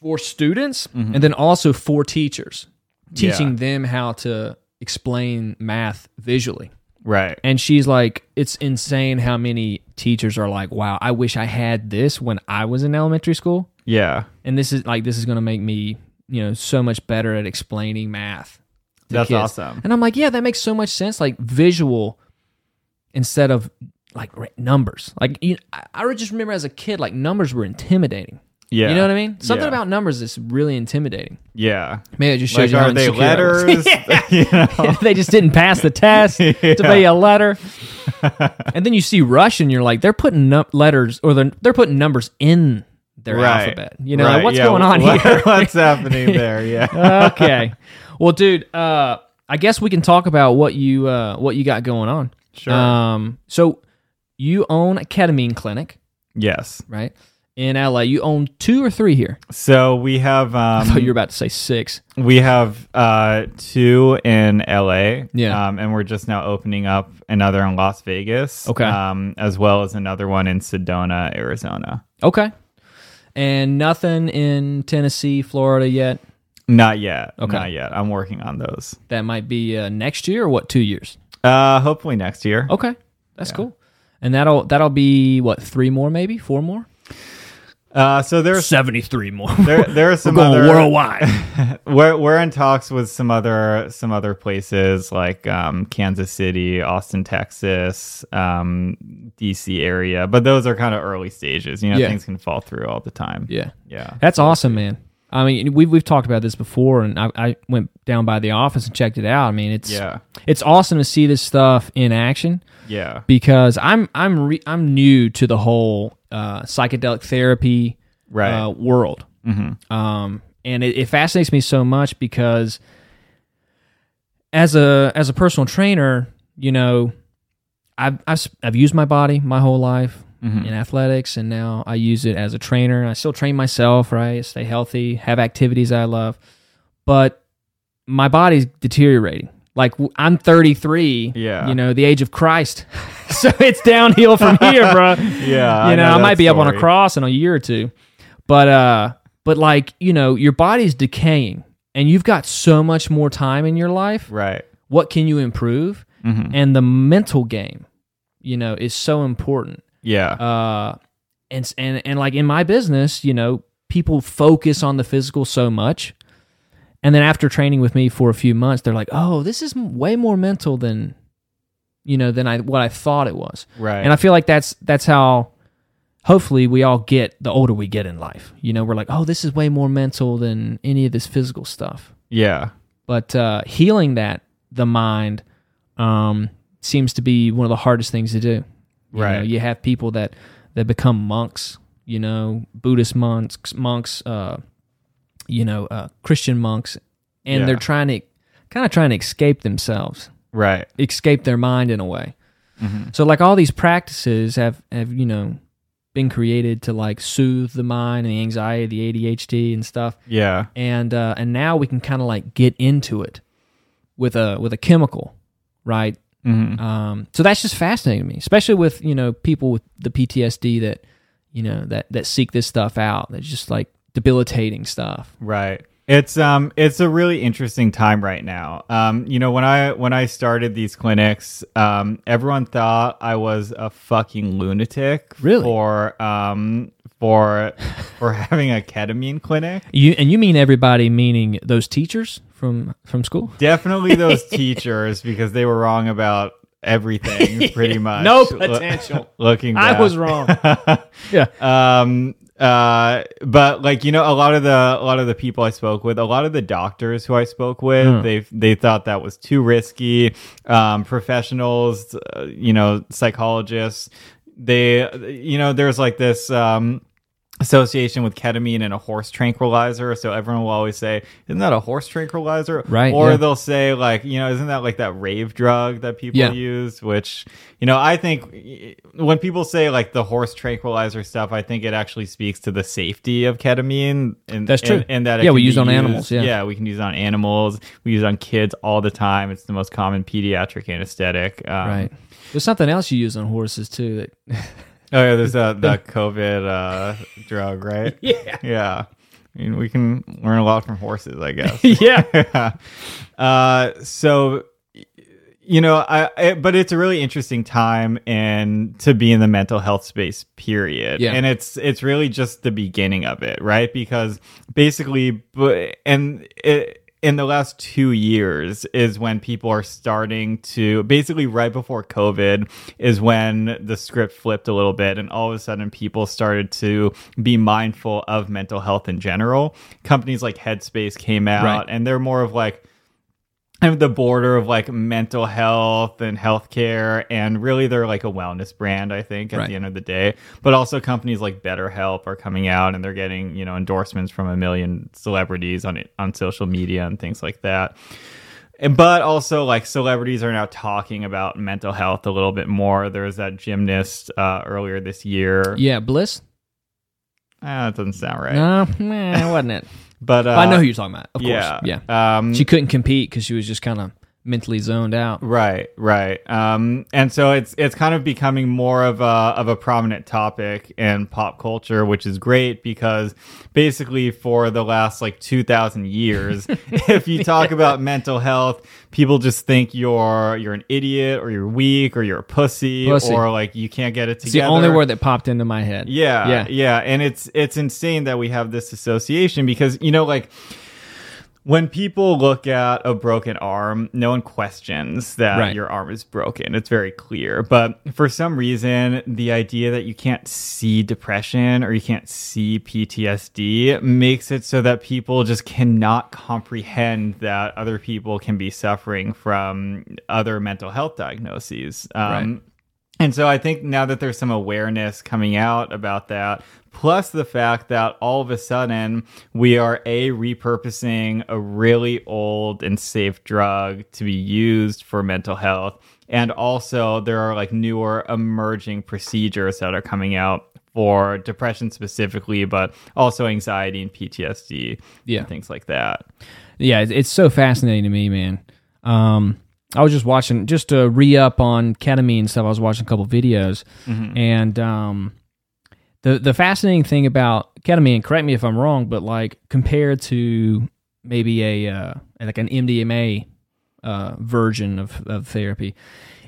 S3: for students and then also for teachers, teaching
S2: Mm-hmm. Yeah.
S3: them how to explain math visually.
S2: right.
S3: And she's like, it's insane how many teachers are like, wow, I wish I had this when I was in elementary school.
S2: Yeah.
S3: And this is like, this is going to make me, you know, so much better at explaining math. to
S2: That's
S3: kids.
S2: awesome.
S3: And I'm like, yeah, that makes so much sense. Like visual instead of like ra- numbers. Like, you, I, I just remember as a kid, like numbers were intimidating.
S2: Yeah.
S3: You know what I mean? Something
S2: Yeah.
S3: about numbers is really intimidating.
S2: Yeah.
S3: Maybe it just
S2: Like,
S3: shows you how
S2: are they
S3: insecure I was.
S2: letters? You know?
S3: they just didn't pass the test to be a letter. and then you see Russian, you're like, they're putting num- letters or they're, they're putting numbers in their
S2: Right.
S3: alphabet. You know,
S2: Right,
S3: like, what's
S2: yeah,
S3: going on
S2: what-
S3: here?
S2: What's happening there? Yeah.
S3: okay. Well, dude, uh, I guess we can talk about what you uh, what you got going on.
S2: Sure.
S3: Um, so you own a ketamine clinic,
S2: yes.
S3: right? In LA, you own two or three here.
S2: So we have
S3: I thought you were
S2: um,
S3: about to say six.
S2: we have uh, two in LA.
S3: Yeah.
S2: Um, and we're just now opening up another in Las Vegas.
S3: Okay.
S2: Um, as well as another one in Sedona, Arizona.
S3: Okay. And nothing in Tennessee, Florida yet.
S2: Not yet.
S3: Okay.
S2: Not yet. I'm working on those.
S3: That might be uh, next year or what? Two years.
S2: Uh, hopefully next year.
S3: Okay, that's cool. And that'll that'll be what three more, maybe four more,
S2: Uh, so there's
S3: seventy three more.
S2: there there are some other
S3: worldwide.
S2: We're we're in talks with some other some other places like um, Kansas City, Austin, Texas, um, DC area, but those are kind of early stages. You know,
S3: Yeah.
S2: things can fall through all the time.
S3: yeah,
S2: yeah,
S3: that's awesome, man. I mean, we've we've talked about this before, and I, I went down by the office and checked it out. I mean, it's
S2: yeah,
S3: it's awesome to see this stuff in action
S2: yeah,
S3: because I'm I'm re- I'm new to the whole uh, psychedelic therapy
S2: right,
S3: uh, world.
S2: Mm-hmm.
S3: Um, and it, it fascinates me so much because as a as a personal trainer, you know, I've I've, s- I've used my body my whole life in athletics, and now I use it as a trainer. I still train myself, right? Stay healthy, have activities I love, but my body's deteriorating. Like w- I'm 33,
S2: Yeah.
S3: you know, the age of Christ, so it's downhill from here, bro
S2: yeah.
S3: you know, I
S2: that
S3: might be up on a
S2: story.
S3: cross in a year or two, but uh, but like you know, your body's decaying, and you've got so much more time in your life.
S2: right? Mm-hmm.
S3: What can you improve? And the mental game, you know, is so important.
S2: Yeah,
S3: Uh, and s- and and like in my business, you know, people focus on the physical so much, And then after training with me for a few months, they're like, "Oh, this is m- way more mental than, you know, than I what I thought it was."
S2: Right.
S3: And I feel like that's that's how, hopefully, we all get the older we get in life. You know, we're like, "Oh, this is way more mental than any of this physical stuff."
S2: yeah.
S3: But uh, healing that the mind um, seems to be one of the hardest things to do. You
S2: Right.
S3: know, you have people that that become monks. You know, Buddhist monks, monks. Uh, you know, uh, Christian monks, and
S2: Yeah.
S3: they're trying to kind of trying to escape themselves,
S2: Right.
S3: escape their mind in a way. So, like all these practices have have you know been created to like soothe the mind and the anxiety, the ADHD, and stuff
S2: Yeah.
S3: and uh, and now we can kind of like get into it with a with a chemical, right?
S2: Mhm.
S3: Um, so that's just fascinating to me, especially with you know people with the PTSD that you know that that seek this stuff out. That's just like debilitating stuff.
S2: Right. It's um it's a really interesting time right now. Um you know when I when I started these clinics, um everyone thought I was a fucking lunatic
S3: Really?
S2: for um for for having a ketamine clinic.
S3: You and you mean everybody, meaning those teachers from from school?
S2: Definitely those teachers because they were wrong about everything pretty much.
S3: No
S2: Lo-
S3: potential.
S2: looking back.
S3: wrong.
S2: um uh but like you know a lot of the a lot of the people i spoke with a lot of the doctors who i spoke with
S3: Hmm.
S2: they they thought that was too risky um professionals uh, you know psychologists they you know there's like this um association with ketamine and a horse tranquilizer so everyone will always say isn't that a horse tranquilizer
S3: Right,
S2: or
S3: yeah.
S2: they'll say like you know isn't that like that rave drug that people
S3: Yeah.
S2: use use, which you know, I think eh, when people say like the horse tranquilizer stuff, I think it actually speaks to the safety of ketamine. And
S3: That's true.
S2: And, and that it
S3: Yeah, we
S2: can
S3: use
S2: be
S3: it on animals, yeah.
S2: yeah, we can use it on animals. We use it on kids all the time. It's the most common pediatric anesthetic. Um,
S3: right. There's something else you use on horses too. That
S2: Oh yeah, there's that that COVID uh, drug, right?
S3: Yeah.
S2: Yeah. I mean, we can learn a lot from horses, I guess.
S3: yeah.
S2: uh, so y- you know, I, I but it's a really interesting time and to be in the mental health space, period.
S3: Yeah.
S2: And it's it's really just the beginning of it, right? Because basically, bu- and it, in the last two years is when people are starting to basically right before COVID is when the script flipped a little bit, and all of a sudden people started to be mindful of mental health in general. Companies like Headspace came out,
S3: Right.
S2: and they're more of like kind of the border of like mental health and healthcare and really they're like a wellness brand i think at
S3: Right.
S2: the end of the day but also companies like betterhelp are coming out and they're getting you know endorsements from a million celebrities on it on social media and things like that and but also like celebrities are now talking about mental health a little bit more there was that gymnast uh, earlier this year
S3: Yeah. Bliss.
S2: ah, that doesn't sound right
S3: No, nah, wasn't it?
S2: but uh,
S3: I know who you're talking about. Of
S2: yeah
S3: course. Yeah.
S2: um,
S3: She couldn't compete because she was just kind of mentally zoned out.
S2: Right, right. Um, and so it's it's kind of becoming more of a of a prominent topic in pop culture, which is great because basically for the last like two thousand years, if you talk about mental health, people just think you're you're an idiot or you're weak or you're a pussy,
S3: Pussy.
S2: or like you can't get it
S3: It's
S2: together.
S3: the only word that popped into my head.
S2: Yeah,
S3: Yeah.
S2: yeah, yeah. And it's it's insane that we have this association because you know, like when people look at a broken arm, no one questions that
S3: Right.
S2: your arm is broken. It's very clear. But for some reason, the idea that you can't see depression or you can't see PTSD makes it so that people just cannot comprehend that other people can be suffering from other mental health diagnoses. Um,
S3: Right.
S2: and so I think now that there's some awareness coming out about that, plus the fact that all of a sudden we are a repurposing a really old and safe drug to be used for mental health, and also there are like newer emerging procedures that are coming out for depression specifically, but also anxiety and PTSD,
S3: Yeah.
S2: and things like that.
S3: yeah, it- it's so fascinating to me, man. Um, I was just watching, just to re up on ketamine and stuff. I was watching a couple videos, and um, the the fascinating thing about ketamine. and Correct me if I'm wrong, but like compared to maybe a uh, like an MDMA uh, version of, of therapy,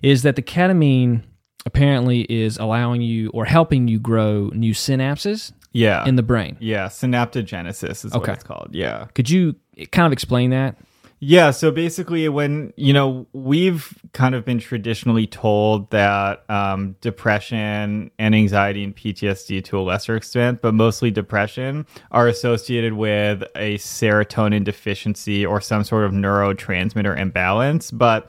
S3: is that the ketamine apparently is allowing you or helping you grow new synapses
S2: yeah
S3: in the brain.
S2: yeah synaptogenesis is what
S3: Okay.
S2: it's called yeah
S3: Could you kind of explain that?
S2: Yeah, so basically, when you know, we've kind of been traditionally told that um, depression and anxiety and PTSD to a lesser extent, but mostly depression, are associated with a serotonin deficiency or some sort of neurotransmitter imbalance. But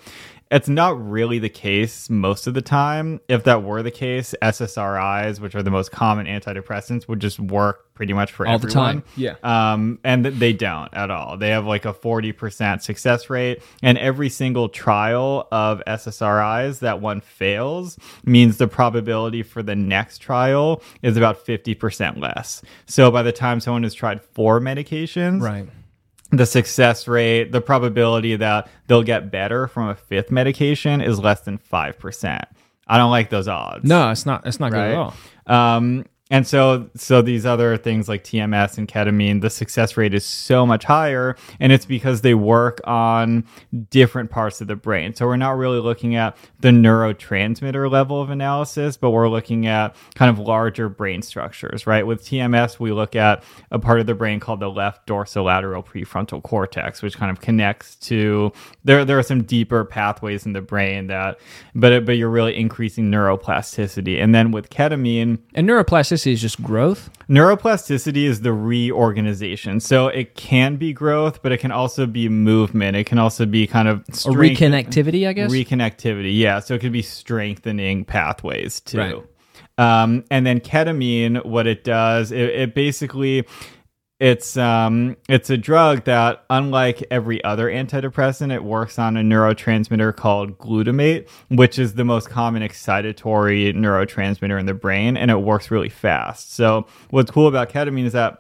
S2: it's not really the case most of the time. If that were the case, SSRIs, which are the most common antidepressants, would just work pretty much for
S3: All the
S2: everyone
S3: time. Yeah.
S2: um, and th- they don't at all. They have like a 40% success rate, and every single trial of SSRIs that one fails means the probability for the next trial is about 50% less. So by the time someone has tried four medications, the success rate, the probability that they'll get better from a fifth medication is less than 5%. I don't like those odds
S3: No, it's not. It's not good
S2: right?
S3: at all.
S2: Um, and so, so these other things like TMS and ketamine, the success rate is so much higher, and it's because they work on different parts of the brain. So we're not really looking at the neurotransmitter level of analysis, but we're looking at kind of larger brain structures, right? With TMS, we look at a part of the brain called the left dorsolateral prefrontal cortex, which kind of connects to there. There are some deeper pathways in the brain that, but but you're really increasing neuroplasticity, and then with ketamine.
S3: And neuroplasticity is just growth.
S2: Neuroplasticity is the reorganization. So it can be growth, but it can also be movement. It can also be kind of
S3: or
S2: strength-
S3: reconnectivity, I guess.
S2: reconnectivity. Yeah. So it could be strengthening pathways too.
S3: Right.
S2: Um, and then ketamine, what it does, it, it basically it's um it's a drug that unlike every other antidepressant it works on a neurotransmitter called glutamate which is the most common excitatory neurotransmitter in the brain and it works really fast so what's cool about ketamine is that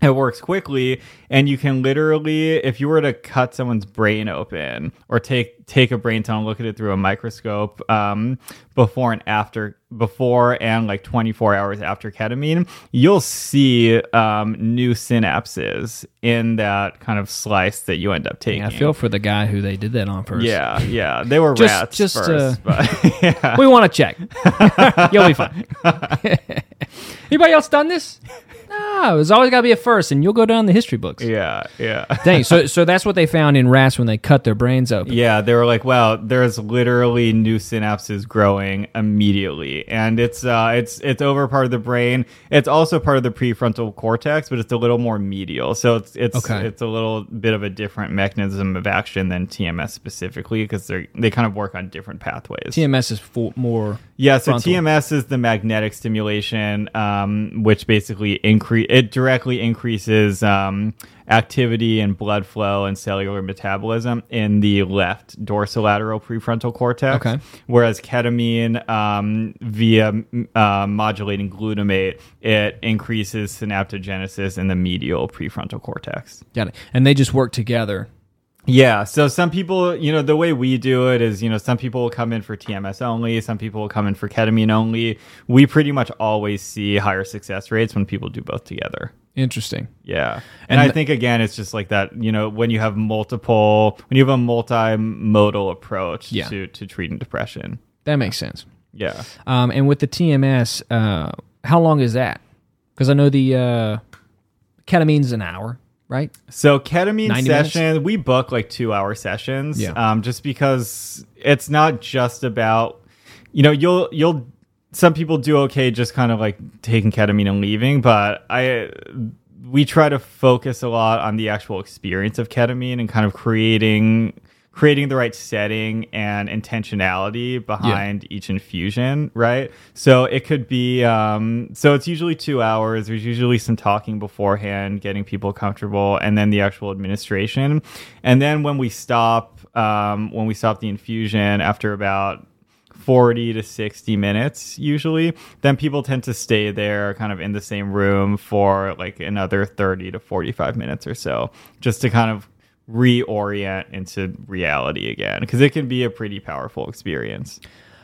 S2: it works quickly and you can literally if you were to cut someone's brain open or take take a brain tunnel look at it through a microscope um, before and after before and like 24 hours after ketamine you'll see um, new synapses in that kind of slice that you end up taking
S3: I feel for the guy who they did that on first.
S2: yeah yeah they were
S3: Just-
S2: rats
S3: just, uh,
S2: first but yeah
S3: We want to check. You'll be fine. Anybody else done this? No, there's always got to be a first, and you'll go down the history books.
S2: yeah yeah
S3: Dang. So, so that's what they found in rats when they cut their brains open.
S2: Yeah, they were like, "Wow, there's literally new synapses growing immediately," and it's uh, it's it's over part of the brain. It's also part of the prefrontal cortex, but it's a little more medial, so it's it's
S3: Okay.
S2: it's a little bit of a different mechanism of action than TMS specifically because they they kind of work on different pathways.
S3: TMS is for more.
S2: Yeah, so
S3: Frontal.
S2: TMS is the magnetic stimulation, um, which basically increase it directly increases um, activity and blood flow and cellular metabolism in the left dorsolateral prefrontal cortex.
S3: Okay.
S2: Whereas ketamine, um, via m- uh, modulating glutamate, it increases synaptogenesis in the medial prefrontal cortex.
S3: Got it. And they just work together.
S2: Yeah. So some people, you know, the way we do it is, you know, some people will come in for TMS only, some people will come in for ketamine only. We pretty much always see higher success rates when people do both together.
S3: Interesting.
S2: Yeah. And, I think again it's just like that, you know, when you have multiple when you have a multimodal approach
S3: Yeah.
S2: to to treating depression.
S3: That makes sense.
S2: Yeah.
S3: Um, and with the TMS, uh, how long is that? Because I know the uh, ketamine's an hour, right?
S2: So ketamine
S3: 90 minutes?
S2: sessions, we book like two hour sessions.
S3: Yeah.
S2: Um, just because it's not just about you know, you'll you'll some people do okay just kind of like taking ketamine and leaving, but I we try to focus a lot on the actual experience of ketamine and kind of creating creating the right setting and intentionality behind each infusion right so it could be um, so it's usually two hours there's usually some talking beforehand getting people comfortable and then the actual administration and then when we stop um, when we stop the infusion after about 40 to 60 minutes usually then people tend to stay there kind of in the same room for like another 30 to 45 minutes or so just to kind of reorient into reality again because it can be a pretty powerful experience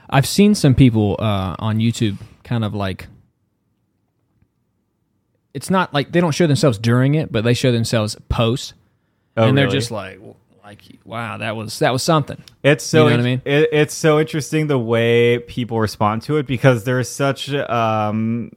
S3: I've seen some people uh, on YouTube kind of like it's not like they don't show themselves during it, but they show themselves post,
S2: Oh,
S3: and they're
S2: really?
S3: just like, w- like, wow, that was that was something.
S2: It's so
S3: You know what I
S2: int- it- it's so interesting the way people respond to it because there's such um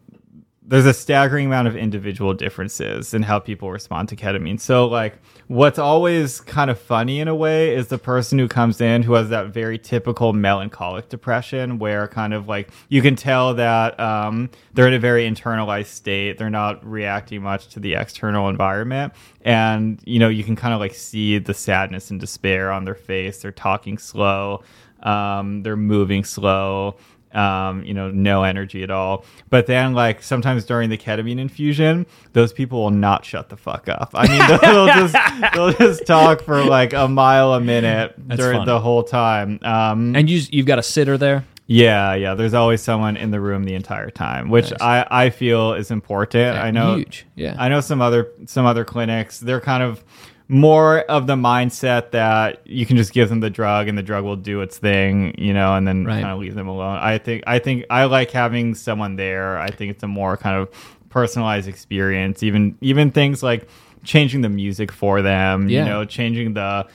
S2: there's a staggering amount of individual differences in how people respond to ketamine. So like what's always kind of funny in a way is the person who comes in who has that very typical melancholic depression where kind of like you can tell that um, they're in a very internalized state. They're not reacting much to the external environment and you know you can kind of like see the sadness and despair on their face. They're talking slow. Um, they're moving slow um, you know, no energy at all. But then, like, sometimes during the ketamine infusion, those people will not shut the fuck up. I mean, they'll, just they'll just talk for like a mile a minute during
S3: fun.
S2: the whole time. Um,
S3: And you you've got a sitter there.
S2: yeah, yeah. There's always someone in the room the entire time, which I, I feel is important. I know
S3: Huge. Yeah.
S2: I know some other some other clinics. They're kind of more of the mindset that you can just give them the drug and the drug will do its thing, you know, and then
S3: Right.
S2: kind of leave them alone. I think I think I like having someone there. I think it's a more kind of personalized experience. Even even things like changing the music for them,
S3: Yeah.
S2: you know, changing the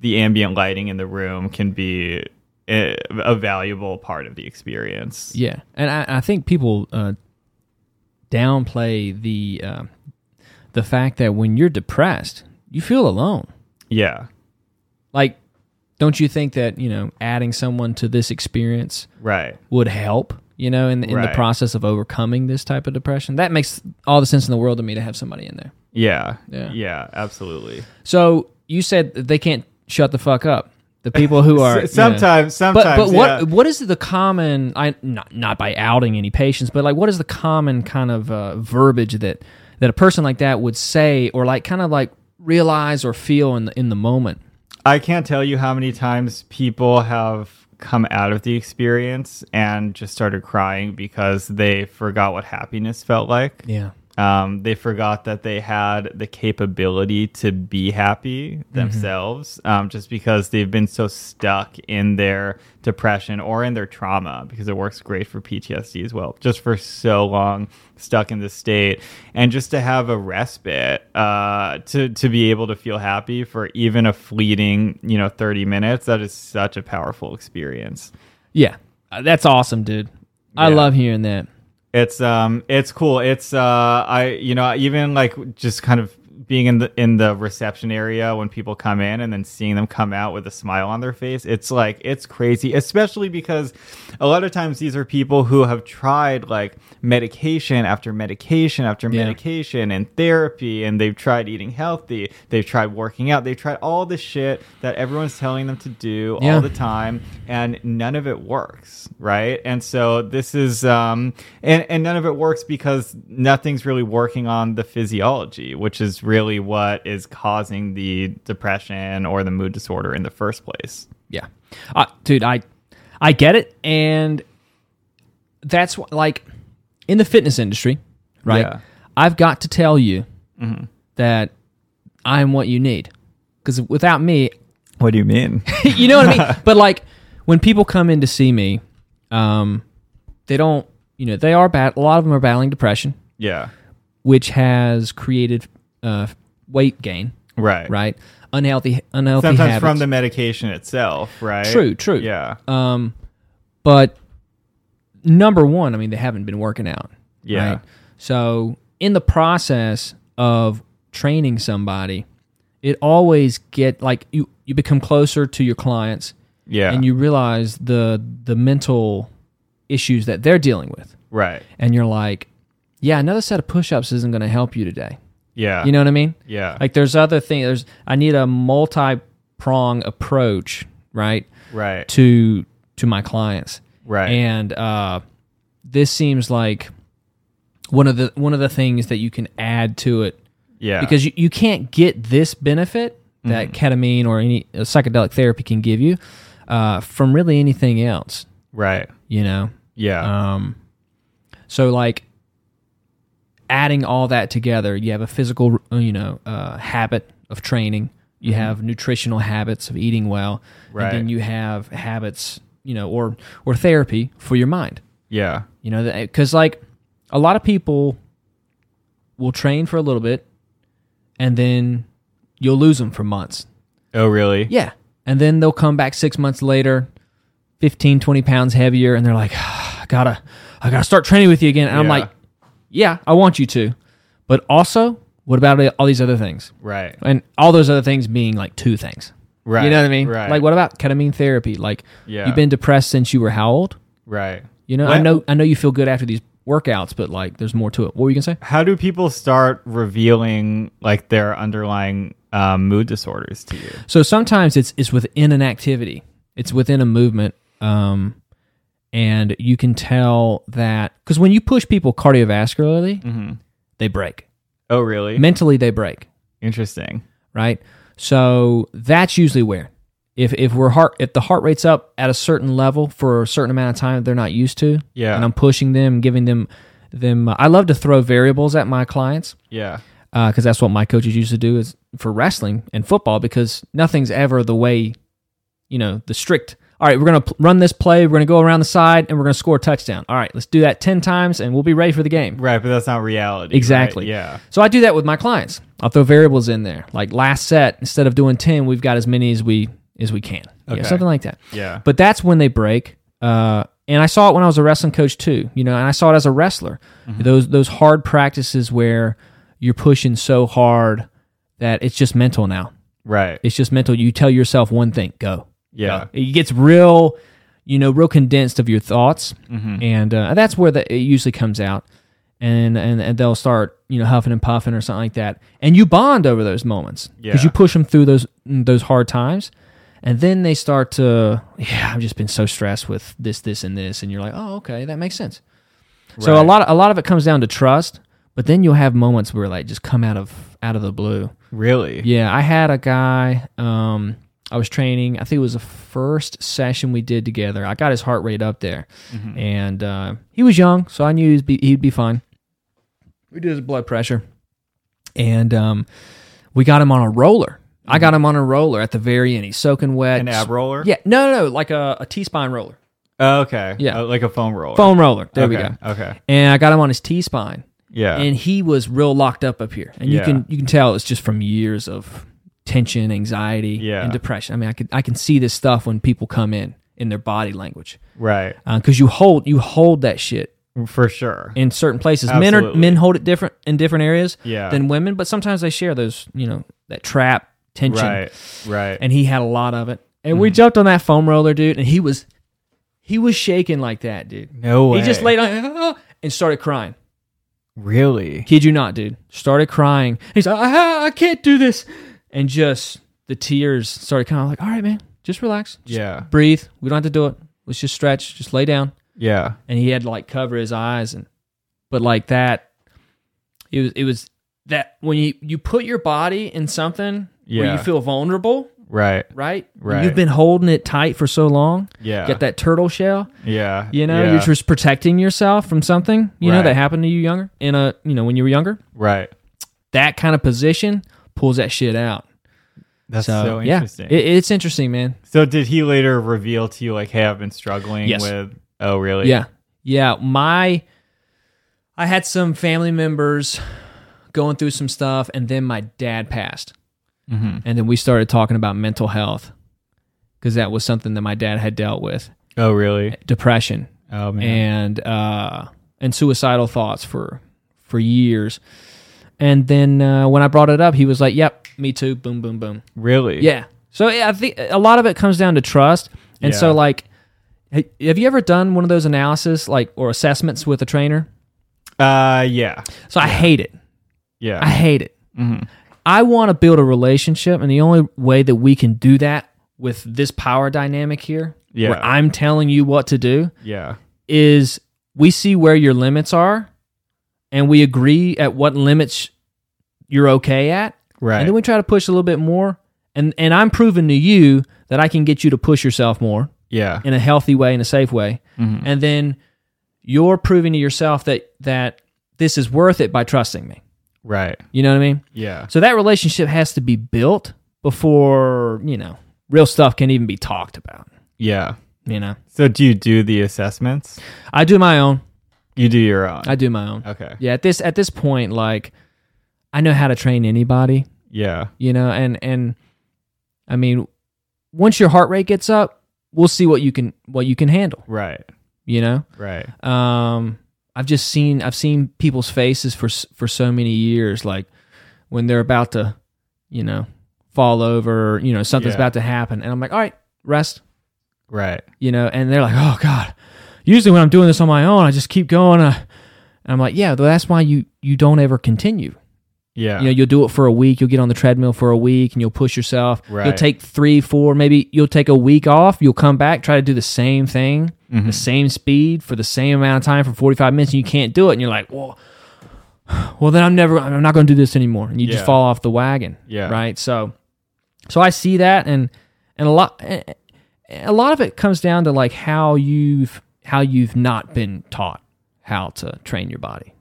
S2: the ambient lighting in the room can be a, a valuable part of the experience.
S3: Yeah, and I, I think people uh, downplay the uh, the fact that when you're depressed, you feel alone.
S2: yeah.
S3: Like, don't you think that you know adding someone to this experience
S2: Right.
S3: would help? You know, in, in the
S2: Right.
S3: process of overcoming this type of depression, that makes all the sense in the world to me to have somebody in there.
S2: Yeah.
S3: Yeah.
S2: Yeah, absolutely.
S3: So you said that they can't shut the fuck up. The people who are
S2: S-
S3: you know-
S2: sometimes-
S3: But but
S2: sometimes,
S3: what
S2: yeah.
S3: what is the common? I not not by outing any patients, but like what is the common kind of uh, verbiage that that a person like that would say or like kind of like realize or feel in the, in the moment?
S2: I can't tell you how many times people have come out of the experience and just started crying because they forgot what happiness felt like.
S3: Yeah.
S2: Um, they forgot that they had the capability to be happy themselves um, just because they've been so stuck in their depression or in their trauma, because it works great for PTSD as well, just for so long stuck in this state. And just to have a respite uh, to, to be able to feel happy for even a fleeting, you know, 30 minutes, that is such a powerful experience.
S3: Yeah, Uh, that's awesome, dude. I
S2: Yeah.
S3: love hearing that.
S2: it's um it's cool it's uh i you know even like just kind of being in the in the reception area when people come in and then seeing them come out with a smile on their face it's like it's crazy especially because a lot of times these are people who have tried like medication after medication after
S3: Yeah.
S2: medication and therapy and they've tried eating healthy they've tried working out they've tried all the shit that everyone's telling them to do
S3: Yeah.
S2: all the time and none of it works right and so this is um and and none of it works because nothing's really working on the physiology which is really what is causing the depression or the mood disorder in the first place
S3: Yeah, uh, dude, I I get it, and that's wh- like in the fitness industry, right?
S2: Yeah. Mm-hmm.
S3: I've got to tell you that I am what you need, because without me,
S2: what do you mean
S3: you know what I mean. but like when people come in to see me, um, they don't, you know, they are bad. A lot of them are battling depression,
S2: yeah
S3: which has created uh, weight gain,
S2: right
S3: right? Unhealthy, unhealthy
S2: sometimes
S3: habits.
S2: from the medication itself right
S3: True, true.
S2: yeah
S3: Um, but number one, I mean, they haven't been working out.
S2: Yeah.
S3: So in the process of training somebody, it always get like you you become closer to your clients,
S2: yeah
S3: and you realize the the mental issues that they're dealing with,
S2: right
S3: and you're like, yeah, another set of push-ups isn't going to help you today.
S2: yeah
S3: You know what I mean?
S2: yeah
S3: Like there's other things. There's I need a multi prong approach, right?
S2: right
S3: to to my clients
S2: Right.
S3: and uh, this seems like one of the one of the things that you can add to it
S2: yeah Mm-hmm.
S3: because you, you can't get this benefit that ketamine or any uh, psychedelic therapy can give you uh, from really anything else
S2: right
S3: you know
S2: yeah
S3: um, so like adding all that together, you have a physical, uh, you know, uh, habit of training. You have nutritional habits of eating well,
S2: Right.
S3: and then you have habits, you know, or or therapy for your mind.
S2: yeah
S3: You know, because like a lot of people will train for a little bit, and then you'll lose them for months.
S2: oh really
S3: Yeah. And then they'll come back six months later, 15, 20 pounds heavier, and they're like, "Ah, I gotta, I gotta start training with you again. And I'm
S2: Yeah.
S3: like, Yeah, I want you to. But also, what about all these other things?
S2: Right.
S3: And all those other things being like two things.
S2: Right.
S3: You know what I mean?
S2: Right.
S3: Like what about ketamine therapy? Like
S2: Yeah.
S3: you've been depressed since you were how old?
S2: Right.
S3: You know, I
S2: What-
S3: know I know you feel good after these workouts, but like there's more to it. What were you gonna say?
S2: How do people start revealing like their underlying um, mood disorders to you?
S3: So sometimes it's it's within an activity, it's within a movement, um, and you can tell that because when you push people cardiovascularly, they break
S2: Oh, really?
S3: mentally, they break
S2: Interesting.
S3: right. So that's usually where if if we're heart if the heart rate's up at a certain level for a certain amount of time that they're not used to,
S2: Yeah.
S3: and I'm pushing them, giving them them. uh, I love to throw variables at my clients
S2: Yeah.
S3: because Uh, that's what my coaches used to do is for wrestling and football because nothing's ever the way, you know, the strict. All right, we're gonna pl- run this play. We're gonna go around the side and we're gonna score a touchdown. All right, let's do that ten times and we'll be ready for the game.
S2: Right, but that's not reality. right?
S3: Exactly.
S2: Yeah.
S3: So I do that with my clients. I'll throw variables in there, like last set instead of doing ten, we've got as many as we as we can, Yeah,
S2: Okay.
S3: something like that.
S2: Yeah.
S3: But that's when they break. Uh, and I saw it when I was a wrestling coach too, you know, and I saw it as a wrestler. Those those hard practices where you're pushing so hard that it's just mental now.
S2: Right.
S3: It's just mental. You tell yourself one thing, go.
S2: Yeah.
S3: It gets real, you know, real condensed of your thoughts,
S2: Mm-hmm.
S3: and uh, that's where the, it usually comes out. And, and and they'll start you know huffing and puffing or something like that, and you bond over those moments
S2: Yeah.
S3: because you push them through those mm, those hard times, and then they start to yeah I've just been so stressed with this this and this, and you're like oh okay that makes sense. So a
S2: Right.
S3: lot of, a lot of it comes down to trust, but then you'll have moments where like just come out of out of the blue,
S2: Really?
S3: yeah, I had a guy. Um, I was training. I think it was the first session we did together. I got his heart rate up there,
S2: Mm-hmm.
S3: and uh, he was young, so I knew he'd be, he'd be fine. We did his blood pressure, and um, we got him on a roller. I got him on a roller at the very end. He's soaking wet.
S2: Mm-hmm. An ab roller?
S3: Yeah, no, no, no, like a, a T spine roller,
S2: Oh, okay.
S3: Yeah.
S2: Oh, like a foam roller.
S3: foam roller. There we
S2: Okay.
S3: go.
S2: Okay.
S3: And I got him on his T spine,
S2: Yeah.
S3: and he was real locked up up here and you
S2: Yeah.
S3: can you can tell it's just from years of tension anxiety
S2: Yeah.
S3: and depression i mean i can i can see this stuff when people come in in their body language
S2: right.
S3: because you hold you hold that shit
S2: For sure.
S3: in certain places men are
S2: Absolutely.
S3: men hold it different in different areas
S2: Yeah.
S3: than women but sometimes they share those you know that trap tension
S2: right. Mm. Right.
S3: and he had a lot of it and we jumped on that foam roller dude and he was he was shaking like that dude
S2: no way.
S3: he just laid on and started crying
S2: Really?
S3: Kid you not, dude. Started crying. He's like, ah, I can't do this. And just the tears started kind of like, all right, man, just relax. Just
S2: Yeah.
S3: breathe. We don't have to do it. Let's just stretch. Just lay down.
S2: Yeah.
S3: And he had to like cover his eyes and but like that it was it was that when you you put your body in something where
S2: Yeah.
S3: you feel vulnerable,
S2: Right.
S3: right? And
S2: Right.
S3: You've been holding it tight for so long.
S2: Yeah.
S3: Get that turtle shell.
S2: Yeah.
S3: You know,
S2: Yeah.
S3: you're just protecting yourself from something, you know,
S2: Right.
S3: that happened to you younger in a you know, when you were younger
S2: right.
S3: that kind of position pulls that shit out.
S2: That's
S3: So,
S2: so,
S3: yeah,
S2: interesting.
S3: It, it's interesting, man.
S2: so did he later reveal to you like, hey, I've been struggling
S3: Yes.
S2: with Oh really?
S3: Yeah, yeah. My, I had some family members going through some stuff, and then my dad passed,
S2: Mm-hmm.
S3: and then we started talking about mental health because that was something that my dad had dealt with
S2: Oh really?
S3: depression
S2: Oh man.
S3: and uh, and suicidal thoughts for for years. And then uh, when I brought it up, he was like, "Yep, me too." Boom, boom, boom.
S2: really?
S3: Yeah. So yeah, I think a lot of it comes down to trust. And so
S2: Yeah.
S3: like ha- have you ever done one of those analysis like or assessments with a trainer?
S2: Uh yeah. Mm-hmm.
S3: So I hate it.
S2: Yeah.
S3: I hate it. I want to build a relationship and the only way that we can do that with this power dynamic here
S2: Yeah.
S3: where I'm telling you what to do
S2: yeah.
S3: is we see where your limits are and we agree at what limits you're okay at
S2: Right.
S3: and then we try to push a little bit more and and i'm proving to you that i can get you to push yourself more
S2: yeah.
S3: in a healthy way in a safe way
S2: Mm-hmm.
S3: and then you're proving to yourself that that this is worth it by trusting me
S2: right.
S3: you know what i mean
S2: Yeah.
S3: so that relationship has to be built before you know real stuff can even be talked about
S2: Yeah.
S3: you know
S2: So do you do the assessments?
S3: i do my own
S2: You do your own.
S3: i do my own
S2: okay.
S3: yeah at this at this point like i know how to train anybody
S2: Yeah.
S3: you know and and i mean once your heart rate gets up we'll see what you can what you can handle
S2: Right.
S3: you know
S2: Right.
S3: um I've just seen I've seen people's faces for s- for so many years, like when they're about to, you know, fall over, or, you know, something's
S2: Yeah.
S3: about to happen, and I'm like, all right, rest,
S2: Right.
S3: you know, and they're like, oh god. Usually when I'm doing this on my own, I just keep going. Uh, and I'm like, yeah, that's why you you don't ever continue.
S2: Yeah.
S3: You know, you'll do it for a week. You'll get on the treadmill for a week, and you'll push yourself. You'll
S2: Right.
S3: take three, four, maybe you'll take a week off. You'll come back, try to do the same thing,
S2: Mm-hmm.
S3: the same speed for the same amount of time for forty-five minutes, and you can't do it. And you're like, well, well, then I'm never, I'm not going to do this anymore. And you just
S2: Yeah.
S3: fall off the wagon.
S2: Yeah.
S3: Right. So, so I see that, and and a lot, a lot of it comes down to like how you've how you've not been taught how to train your body.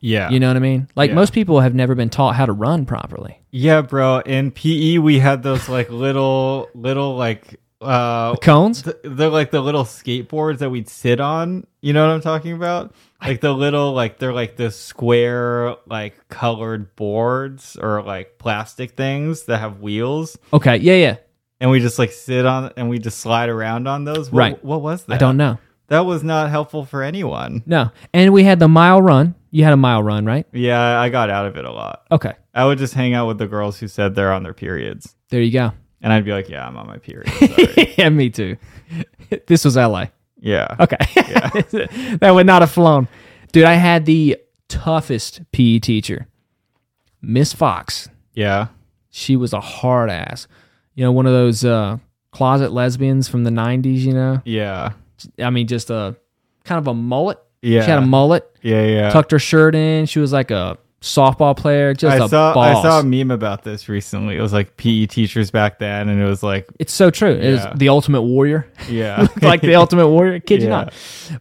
S2: yeah.
S3: You know what I mean? Like
S2: Yeah.
S3: most people have never been taught how to run properly.
S2: Yeah, bro. In PE, we had those like little, little like uh,
S3: Cones?
S2: th- they're like the little skateboards that we'd sit on. You know what I'm talking about? Like the little, like they're like the square, like colored boards or like plastic things that have wheels,
S3: Okay, yeah, yeah.
S2: and we just like sit on and we just slide around on those. What,
S3: Right.
S2: What was that?
S3: I don't know.
S2: That was not helpful for anyone.
S3: No. And we had the mile run. You had a mile run, right?
S2: Yeah, I got out of it a lot.
S3: Okay.
S2: I would just hang out with the girls who said they're on their periods,
S3: There you go.
S2: and I'd be like, "Yeah, I'm on my period." sorry."
S3: yeah, me too. this was LA.
S2: yeah.
S3: Okay. that would not have flown. Dude, I had the toughest PE teacher, Miss Fox.
S2: Yeah.
S3: She was a hard ass. You know, one of those uh, closet lesbians from the 90s, you know?
S2: Yeah.
S3: I mean, just a kind of a mullet.
S2: Yeah.
S3: She had a mullet.
S2: Yeah, yeah.
S3: tucked her shirt in. She was like a softball player, just a
S2: I saw
S3: boss.
S2: I saw a meme about this recently. It was like PE teachers back then and it was like
S3: it's so true. It was
S2: Yeah.
S3: the ultimate warrior,
S2: yeah.
S3: like the ultimate warrior. Kid you
S2: Yeah.
S3: not.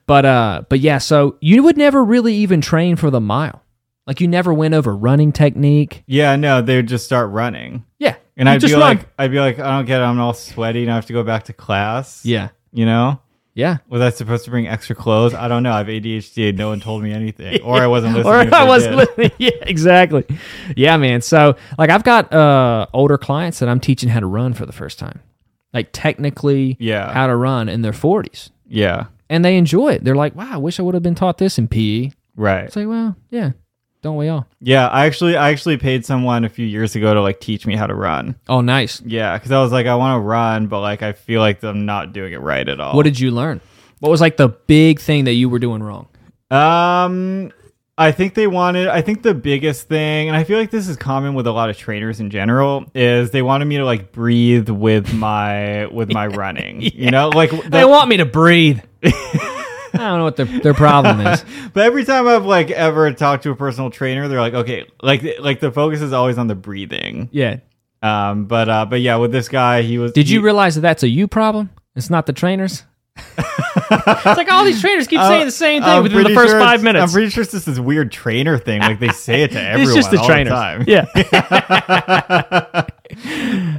S3: But uh, but yeah. So you would never really even train for the mile. Like you never went over running technique.
S2: yeah, no, they would just start running.
S3: Yeah,
S2: And
S3: You
S2: I'd be
S3: just run.
S2: like I'd be like, I don't get it, I'm all sweaty and I have to go back to class.
S3: yeah,
S2: You know?
S3: yeah.
S2: Was I supposed to bring extra clothes? I don't know. I have ADHD and no one told me anything. Or I wasn't listening.
S3: Or
S2: if
S3: I
S2: they
S3: wasn't
S2: did.
S3: listening. Yeah, exactly. Yeah, man. So like I've got uh older clients that I'm teaching how to run for the first time, like technically,
S2: Yeah.
S3: how to run in their 40s,
S2: Yeah.
S3: and they enjoy it. They're like, wow, I wish I would have been taught this in PE.
S2: Right.
S3: It's like, well, yeah, don't we all?
S2: Yeah. I actually I actually paid someone a few years ago to like teach me how to run.
S3: Oh, nice.
S2: Yeah. Cause I was like, I want to run, but like I feel like I'm not doing it right at all.
S3: What did you learn? What was like the big thing that you were doing wrong?
S2: Um, I think they wanted. I think the biggest thing, and I feel like this is common with a lot of trainers in general, is they wanted me to like breathe with my with my running. You know, like
S3: They
S2: the-
S3: want me to breathe. I don't know what their their problem is.
S2: but every time I've like ever talked to a personal trainer, they're like, okay, like like the focus is always on the breathing.
S3: Yeah.
S2: Um, but uh, but yeah, with this guy, he was.
S3: Did you
S2: he-
S3: realize that that's a you problem? It's not the trainers. it's like all these trainers keep saying the same thing
S2: I'm
S3: within the
S2: pretty
S3: first
S2: sure
S3: five
S2: it's-
S3: minutes.
S2: I'm pretty sure it's just this weird trainer thing. Like they say it to everyone.
S3: it's just the
S2: all
S3: trainers.
S2: time.
S3: Yeah.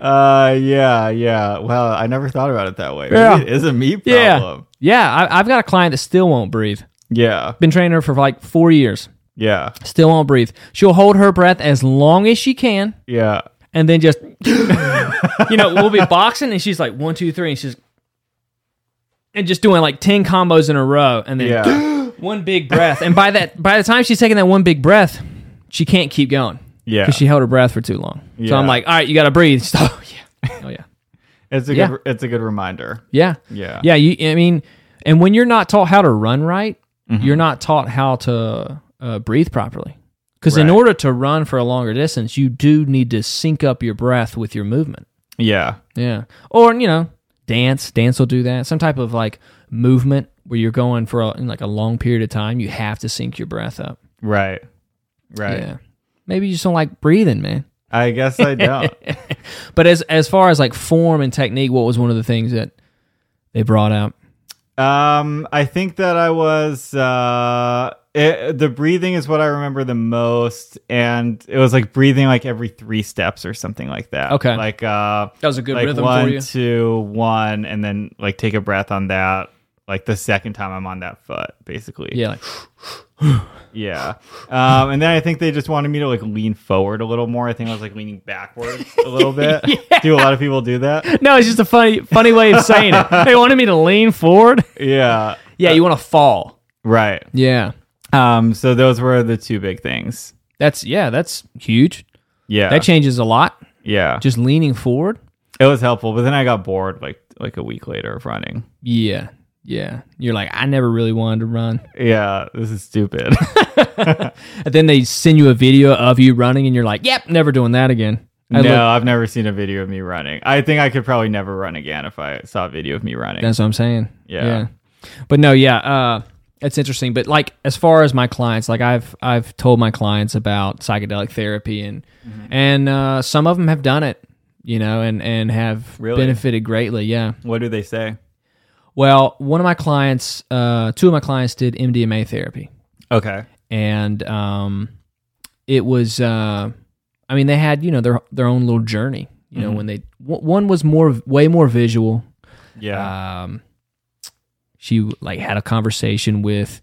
S2: Uh, yeah, yeah. Well, I never thought about it that way. Maybe
S3: Yeah.
S2: it is a me
S3: yeah.
S2: problem.
S3: Yeah. I, I've got a client that still won't breathe.
S2: Yeah,
S3: Been training her for like four years.
S2: yeah,
S3: Still won't breathe. She'll hold her breath as long as she can.
S2: yeah,
S3: and then just you know we'll be boxing and she's like one two three and she's and just doing like 10 combos in a row and then
S2: yeah,
S3: one big breath and by that by the time she's taking that one big breath she can't keep going
S2: yeah.
S3: because she held her breath for too long so
S2: Yeah.
S3: i'm like all right you gotta breathe so yeah oh yeah
S2: It's a
S3: Yeah.
S2: good. It's a good reminder.
S3: yeah
S2: Yeah.
S3: yeah you i mean and when you're not taught how to run right you're not taught how to uh, breathe properly because in
S2: Right.
S3: order to run for a longer distance you do need to sync up your breath with your movement
S2: yeah,
S3: Yeah. Or, you know, dance. Dance will do that. Some type of like movement where you're going for a, in like a long period of time. You have to sync your breath up.
S2: Right, right.
S3: Yeah. Maybe you just don't like breathing, man.
S2: I guess I don't.
S3: But as as far as like form and technique, what was one of the things that they brought out?
S2: um, I think that I was. Uh, it, the breathing is what I remember the most, and it was like breathing like every three steps or something like that.
S3: Okay.
S2: like uh,
S3: That was a good
S2: like
S3: rhythm
S2: one,
S3: for you.
S2: two, one, and then like take a breath on that. Like the second time I'm on that foot, basically.
S3: Yeah, like
S2: Yeah. Um, and then I think they just wanted me to like lean forward a little more. I think I was like leaning backwards a little bit. Do a lot of people do that?
S3: no, it's just a funny funny way of saying it. They wanted me to lean forward.
S2: Yeah. Uh,
S3: Yeah, you want to fall.
S2: Right.
S3: Yeah,
S2: Um, so those were the two big things.
S3: That's yeah, that's huge.
S2: Yeah,
S3: That changes a lot.
S2: yeah,
S3: Just leaning forward.
S2: it was helpful. But then I got bored like like a week later of running.
S3: Yeah. Yeah. You're like, I never really wanted to run.
S2: Yeah, this is stupid.
S3: And then they send you a video of you running and you're like, Yep, never doing that again. I
S2: no,
S3: look-
S2: I've never seen a video of me running. I think I could probably never run again if I saw a video of me running.
S3: That's what I'm saying.
S2: Yeah.
S3: But no, yeah, uh, that's interesting. But like as far as my clients, like I've I've told my clients about psychedelic therapy and
S2: Mm-hmm.
S3: and uh, some of them have done it, you know, and and have
S2: Really?
S3: benefited greatly. Yeah.
S2: what do they say?
S3: Well, one of my clients, uh, two of my clients did MDMA therapy,
S2: Okay.
S3: and um, it was, uh, I mean, they had you know their their own little journey. You
S2: Mm-hmm.
S3: know, when they w- one was more way more visual,
S2: Yeah.
S3: um, she like had a conversation with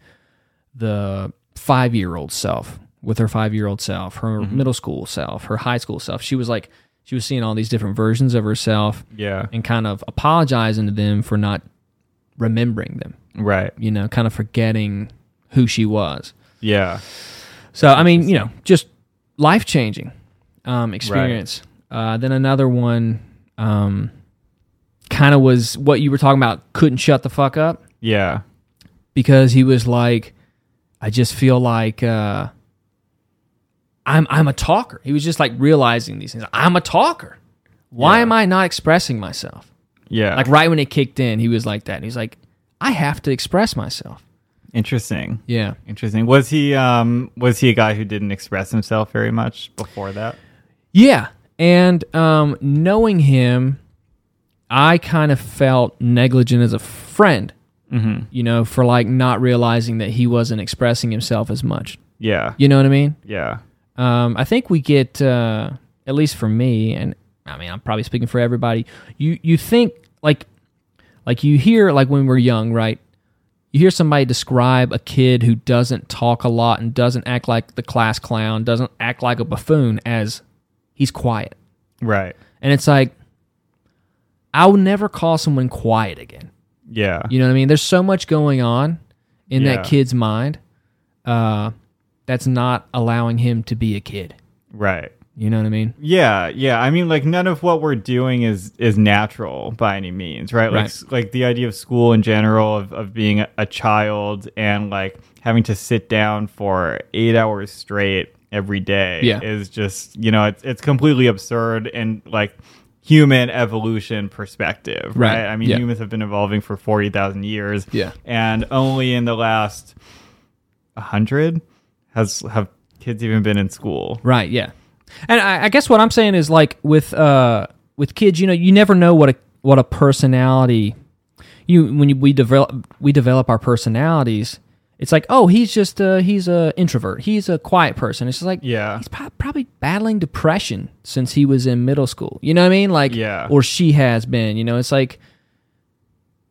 S3: the five year old self, with her five year old self, her middle school self, her high school self. She was like, she was seeing all these different versions of herself
S2: yeah.
S3: and kind of apologizing to them for not remembering them,
S2: Right.
S3: you know, kind of forgetting who she was.
S2: Yeah.
S3: So, I mean, you know, just life changing um, experience. Uh, then another one um, kind of was what you were talking about, couldn't shut the fuck up
S2: Yeah.
S3: because he was like, I just feel like uh, I'm I'm a talker. He was just like realizing these things. I'm a talker. Why am I not expressing myself?
S2: Yeah.
S3: Like right when it kicked in, he was like that. And he's like, I have to express myself.
S2: Interesting.
S3: Yeah.
S2: Interesting. Was he um was he a guy who didn't express himself very much before that?
S3: Yeah. And um, knowing him, I kind of felt negligent as a friend, mm-hmm. you know, for like not realizing that he wasn't expressing himself as much.
S2: Yeah.
S3: You know what I mean?
S2: Yeah.
S3: Um, I think we get, uh, at least for me, and I mean, I'm probably speaking for everybody. You you think like like you hear like when we're young, right? You hear somebody describe a kid who doesn't talk a lot and doesn't act like the class clown, doesn't act like a buffoon, as he's quiet,
S2: Right.
S3: and it's like I will never call someone quiet again.
S2: Yeah.
S3: You know what I mean? There's so much going on in
S2: Yeah.
S3: that kid's mind uh, that's not allowing him to be a kid.
S2: Right.
S3: You know what I mean?
S2: Yeah, yeah. I mean, like none of what we're doing is is natural by any means, right? Like
S3: Right.
S2: s- like the idea of school in general, of of being a, a child and like having to sit down for eight hours straight every day
S3: Yeah.
S2: is just you know it's it's completely absurd and like human evolution perspective, right?
S3: Right.
S2: I mean,
S3: Yeah.
S2: humans have been evolving for forty thousand years,
S3: Yeah.
S2: and only in the last hundred has have kids even been in school.
S3: Right. Yeah. And I, I guess what I'm saying is like with uh with kids, you know, you never know what a what a personality you when you, we develop we develop our personalities. It's like, oh, he's just uh he's a introvert. He's a quiet person. It's just like,
S2: Yeah.
S3: he's prob- probably battling depression since he was in middle school. You know what I mean? Like,
S2: Yeah.
S3: or she has been. You know, it's like,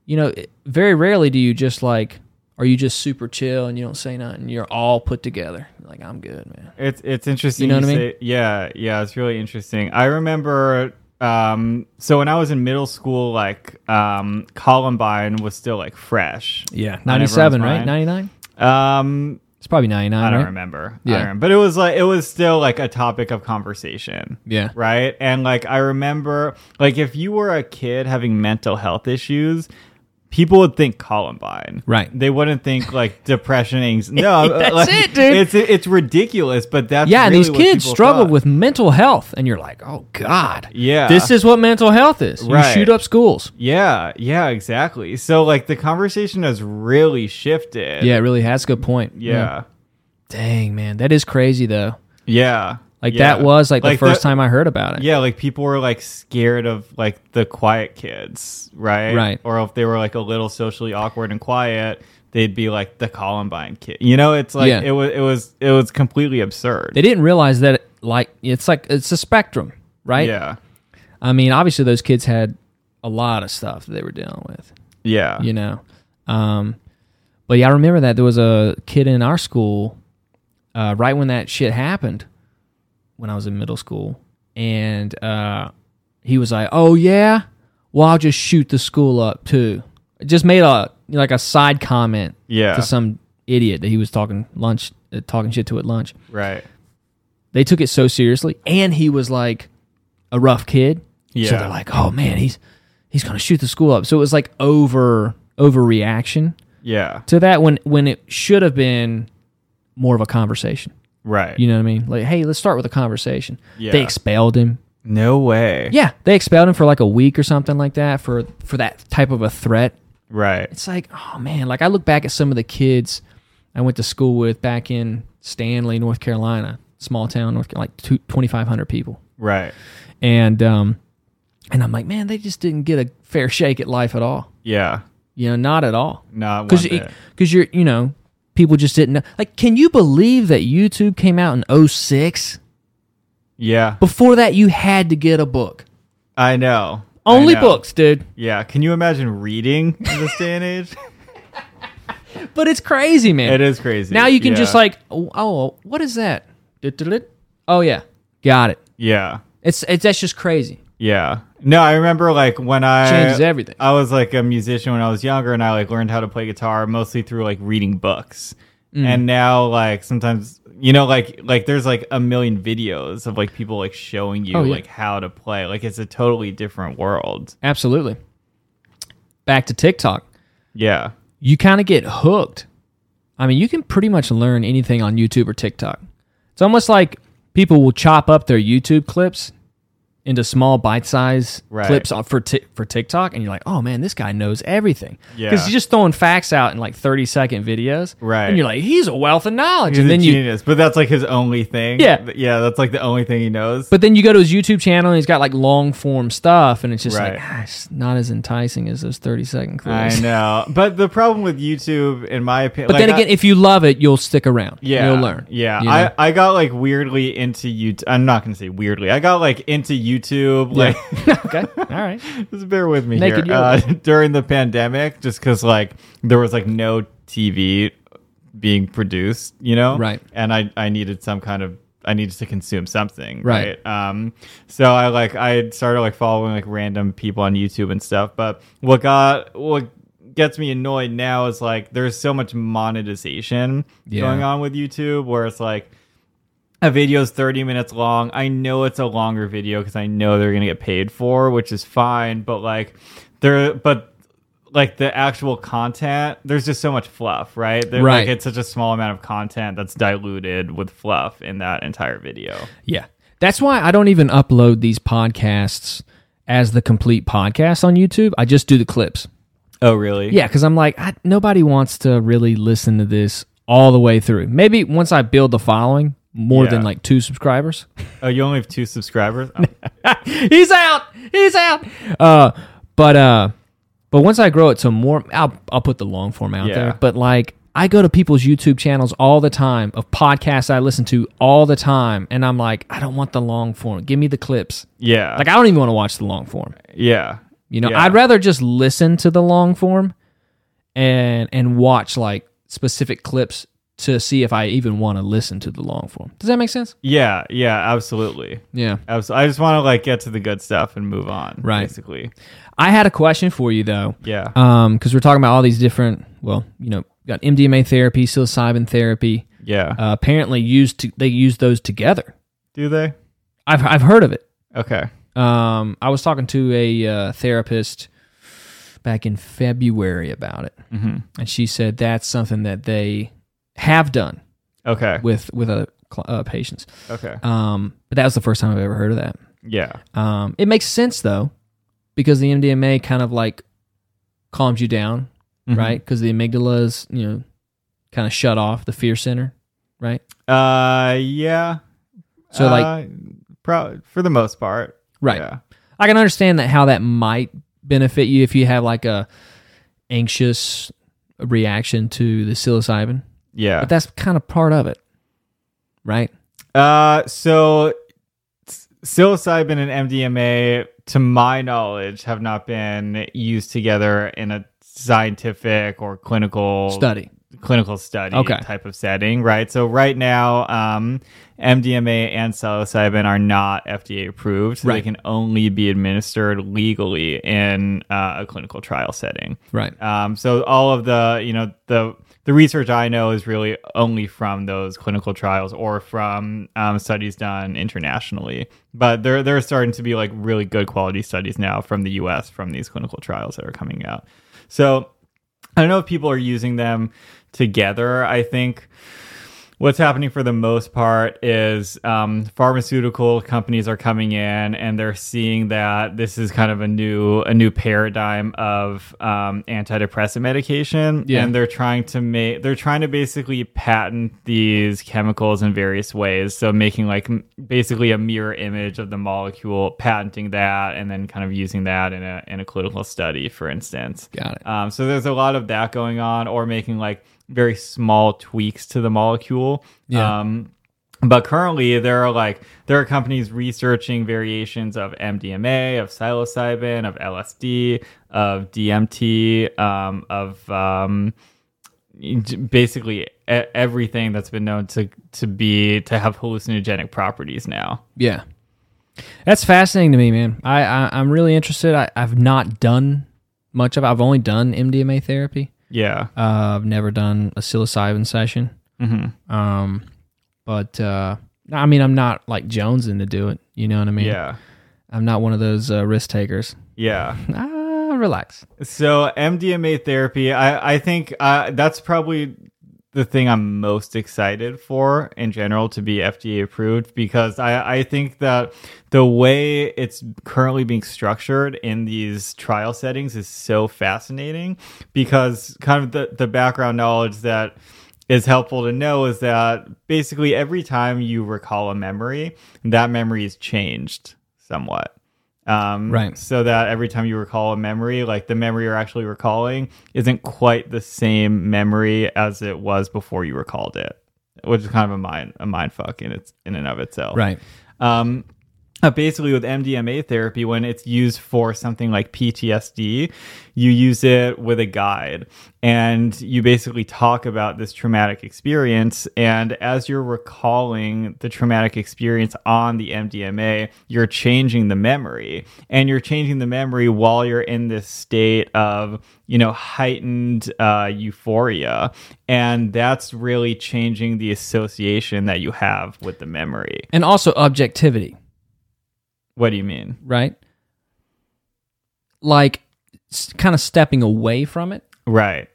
S3: you know, it- very rarely do you just like, are you just super chill and you don't say nothing? You're all put together. Like, I'm good, man.
S2: It's it's interesting.
S3: You know what I
S2: you
S3: mean?
S2: say- yeah, yeah. It's really interesting. I remember. Um, so when I was in middle school, like um, Columbine was still like fresh.
S3: Yeah,
S2: on everyone's
S3: 97,
S2: mind.
S3: right? 99?
S2: Um,
S3: It's probably 99,
S2: I don't
S3: right?
S2: remember. I
S3: Yeah.
S2: don't remember. But it was like it was still like a topic of conversation.
S3: Yeah.
S2: Right? And like I remember like if you were a kid having mental health issues, people would think Columbine.
S3: Right.
S2: They wouldn't think like depression anx- No, uh,
S3: That's
S2: like,
S3: it, dude.
S2: It's it's ridiculous, but that's
S3: Yeah, and
S2: really
S3: these
S2: what
S3: kids
S2: people
S3: struggle
S2: thought.
S3: with mental health and you're like, "Oh god."
S2: Yeah.
S3: This is what mental health is. You
S2: Right.
S3: shoot up schools.
S2: Yeah, yeah, exactly. So like the conversation has really shifted.
S3: Yeah, it really has a good point.
S2: Yeah.
S3: Dang, man. That is crazy though.
S2: Yeah.
S3: Like
S2: yeah.
S3: that was like, the first
S2: that-
S3: time I heard about it.
S2: Yeah, like people were like scared of like the quiet kids, right?
S3: Right.
S2: Or if they were like a little socially awkward and quiet, they'd be like the Columbine kid. You know, it's like
S3: Yeah.
S2: it was it was it was completely absurd.
S3: They didn't realize that it, like it's like it's a spectrum, right?
S2: yeah.
S3: I mean, obviously those kids had a lot of stuff that they were dealing with.
S2: Yeah.
S3: you know. Um, but yeah, I remember that there was a kid in our school, uh, right when that shit happened, when I was in middle school, and uh, he was like, "Oh yeah, well I'll just shoot the school up too." Just made a like a side comment
S2: Yeah.
S3: to some idiot that he was talking lunch, uh, talking shit to at lunch.
S2: Right.
S3: They took it so seriously, and he was like a rough kid. So
S2: Yeah.
S3: they're like, oh man, he's he's gonna shoot the school up. So it was like over overreaction
S2: Yeah.
S3: to that when when it should have been more of a conversation.
S2: Right.
S3: You know what I mean? Like, hey, let's start with a conversation.
S2: Yeah.
S3: They expelled him.
S2: no way.
S3: Yeah, they expelled him for like a week or something like that for for that type of a threat.
S2: Right.
S3: It's like, oh man, like I look back at some of the kids I went to school with back in Stanley, North Carolina, small town, North Carolina, like two- 2,500 people,
S2: Right.
S3: and um, and I'm like, man, they just didn't get a fair shake at life at all.
S2: Yeah.
S3: You know, not at all.
S2: Not one
S3: Because
S2: bit.
S3: because you're you know people just didn't know. Like, can you believe that YouTube came out in 06?
S2: Yeah.
S3: Before that, you had to get a book.
S2: I know. I
S3: Only
S2: know.
S3: books, dude.
S2: Yeah. Can you imagine reading in this day and age?
S3: But it's crazy, man.
S2: it is crazy.
S3: Now you can
S2: Yeah.
S3: just like, oh, oh, what is that? Dit-dit-dit. Oh yeah, got it.
S2: Yeah.
S3: It's, it's that's just crazy.
S2: Yeah. No, I remember like when I
S3: Changes everything.
S2: I was like a musician when I was younger and I like learned how to play guitar mostly through like reading books.
S3: Mm.
S2: And now like sometimes you know like like there's like a million videos of like people like showing you
S3: Oh, yeah.
S2: like how to play. Like it's a totally different world.
S3: Absolutely. Back to TikTok,
S2: Yeah.
S3: you kind of get hooked. I mean, you can pretty much learn anything on YouTube or TikTok. It's almost like people will chop up their YouTube clips into small bite-sized
S2: Right.
S3: clips on- for ti- for TikTok, and you're like, "Oh man, this guy knows everything."
S2: Yeah.
S3: because he's just throwing facts out in like 30-second videos,
S2: Right.
S3: And you're like, "He's a wealth of knowledge,"
S2: He's
S3: and
S2: a
S3: then you
S2: genius, but that's like his only thing.
S3: Yeah.
S2: Yeah, that's like the only thing he knows.
S3: But then you go to his YouTube channel and he's got like long form stuff, and it's just
S2: Right.
S3: like ah, it's not as enticing as those thirty second clips.
S2: I know. But the problem with YouTube in my opinion
S3: But then again, if you love it, you'll stick around.
S2: Yeah,
S3: you'll learn.
S2: Yeah,
S3: you know?
S2: I, I got like weirdly into YouTube. I'm not gonna say weirdly. I got like into YouTube. Like,
S3: okay, all right.
S2: just bear with me
S3: Naked
S2: here. Uh, during the pandemic, just because like there was like no TV being produced, you know,
S3: Right.
S2: And I I needed some kind of I needed to consume something,
S3: Right.
S2: Um, so I like I started like following like random people on YouTube and stuff. But what got what gets me annoyed now is like there's so much monetization
S3: Yeah.
S2: going on with YouTube where it's like a video is 30 minutes long. I know it's a longer video because I know they're going to get paid for, which is fine. But like, there, but like the actual content, there's just so much fluff, right? They're,
S3: Right.
S2: Like, it's such a small amount of content that's diluted with fluff in that entire video.
S3: Yeah, that's why I don't even upload these podcasts as the complete podcast on YouTube. I just do the clips.
S2: Oh, really?
S3: Yeah, because I'm like, I, nobody wants to really listen to this all the way through. Maybe once I build the following, more
S2: Yeah.
S3: than like two subscribers.
S2: Oh, you only have two subscribers? Oh,
S3: he's out he's out uh but uh but once i grow it to more i'll i'll put the long form out
S2: Yeah.
S3: there but like i go to people's youtube channels all the time of podcasts i listen to all the time and i'm like i don't want the long form give me the clips
S2: yeah.
S3: like i don't even want to watch the long form
S2: yeah.
S3: you know
S2: Yeah.
S3: i'd rather just listen to the long form and and watch like specific clips to see if i even want to listen to the long form does that make sense
S2: Yeah. Yeah. Absolutely.
S3: yeah
S2: Abso- I just want to like get to the good stuff and move on.
S3: Right.
S2: Basically.
S3: i had a question for you though
S2: Yeah.
S3: um because we're talking about all these different well you know got mdma therapy psilocybin therapy
S2: yeah.
S3: uh, apparently used to they use those together
S2: Do they?
S3: i've i've heard of it
S2: Okay.
S3: um i was talking to a uh, therapist back in february about it
S2: hmm
S3: and she said that's something that they have done
S2: Okay.
S3: with with other cl- uh, patients
S2: Okay.
S3: um but that was the first time i've ever heard of that
S2: Yeah.
S3: um it makes sense though because the mdma kind of like calms you down
S2: Mhm.
S3: right? Because the amygdala is, you know, kind of shut off the fear center, right?
S2: Uh, yeah.
S3: So, like-
S2: Uh, pro- for the most part,
S3: Right.
S2: Yeah.
S3: I can understand that how that might benefit you if you have like a anxious reaction to the psilocybin,
S2: Yeah.
S3: but that's kind of part of it, right?
S2: uh, so s- psilocybin and MDMA, to my knowledge, have not been used together in a scientific or clinical
S3: Study,
S2: clinical study
S3: Okay.
S2: type of setting, right? So right now, um, MDMA and psilocybin are not FDA approved. So They
S3: Right.
S2: can only be administered legally in uh, a clinical trial setting.
S3: Right.
S2: Um, so all of the, you know, the the research I know is really only from those clinical trials or from um, studies done internationally. But there there are starting to be like really good quality studies now from the U.S. from these clinical trials that are coming out. So I don't know if people are using them together. I think what's happening for the most part is um, pharmaceutical companies are coming in and they're seeing that this is kind of a new a new paradigm of um, antidepressant medication
S3: Yeah.
S2: and they're trying to make they're trying to basically patent these chemicals in various ways so making like m- basically a mirror image of the molecule patenting that and then kind of using that in a, in a clinical study for instance
S3: Got it.
S2: um, so there's a lot of that going on, or making like very small tweaks to the molecule.
S3: Yeah.
S2: Um, but currently, there are like there are companies researching variations of MDMA, of psilocybin, of LSD, of DMT, um, of um, basically e- everything that's been known to to be to have hallucinogenic properties now.
S3: Yeah, that's fascinating to me, man. I, I I'm really interested. I, I've not done much of. it. I've only done MDMA therapy.
S2: Yeah.
S3: Uh, I've never done a psilocybin session.
S2: Mm-hmm.
S3: Um, but uh, I mean, I'm not like jonesing to do it. You know what I mean?
S2: Yeah.
S3: I'm not one of those uh, risk takers.
S2: Yeah.
S3: Ah, relax.
S2: So MDMA therapy, I I think uh, that's probably the thing I'm most excited for in general to be FDA approved because I I think that the way it's currently being structured in these trial settings is so fascinating because kind of the the background knowledge that is helpful to know is that basically every time you recall a memory, that memory is changed somewhat. Um,
S3: Right.
S2: So that every time you recall a memory, like the memory you're actually recalling isn't quite the same memory as it was before you recalled it, which is kind of a mind a mind fuck in its in and of itself.
S3: Right.
S2: Um, uh, basically, with MDMA therapy, when it's used for something like PTSD, you use it with a guide and you basically talk about this traumatic experience. And as you're recalling the traumatic experience on the MDMA, you're changing the memory and you're changing the memory while you're in this state of, you know, heightened uh, euphoria. And that's really changing the association that you have with the memory.
S3: And also objectivity,
S2: What do you mean?
S3: right? Like, s- kind of stepping away from it,
S2: Right.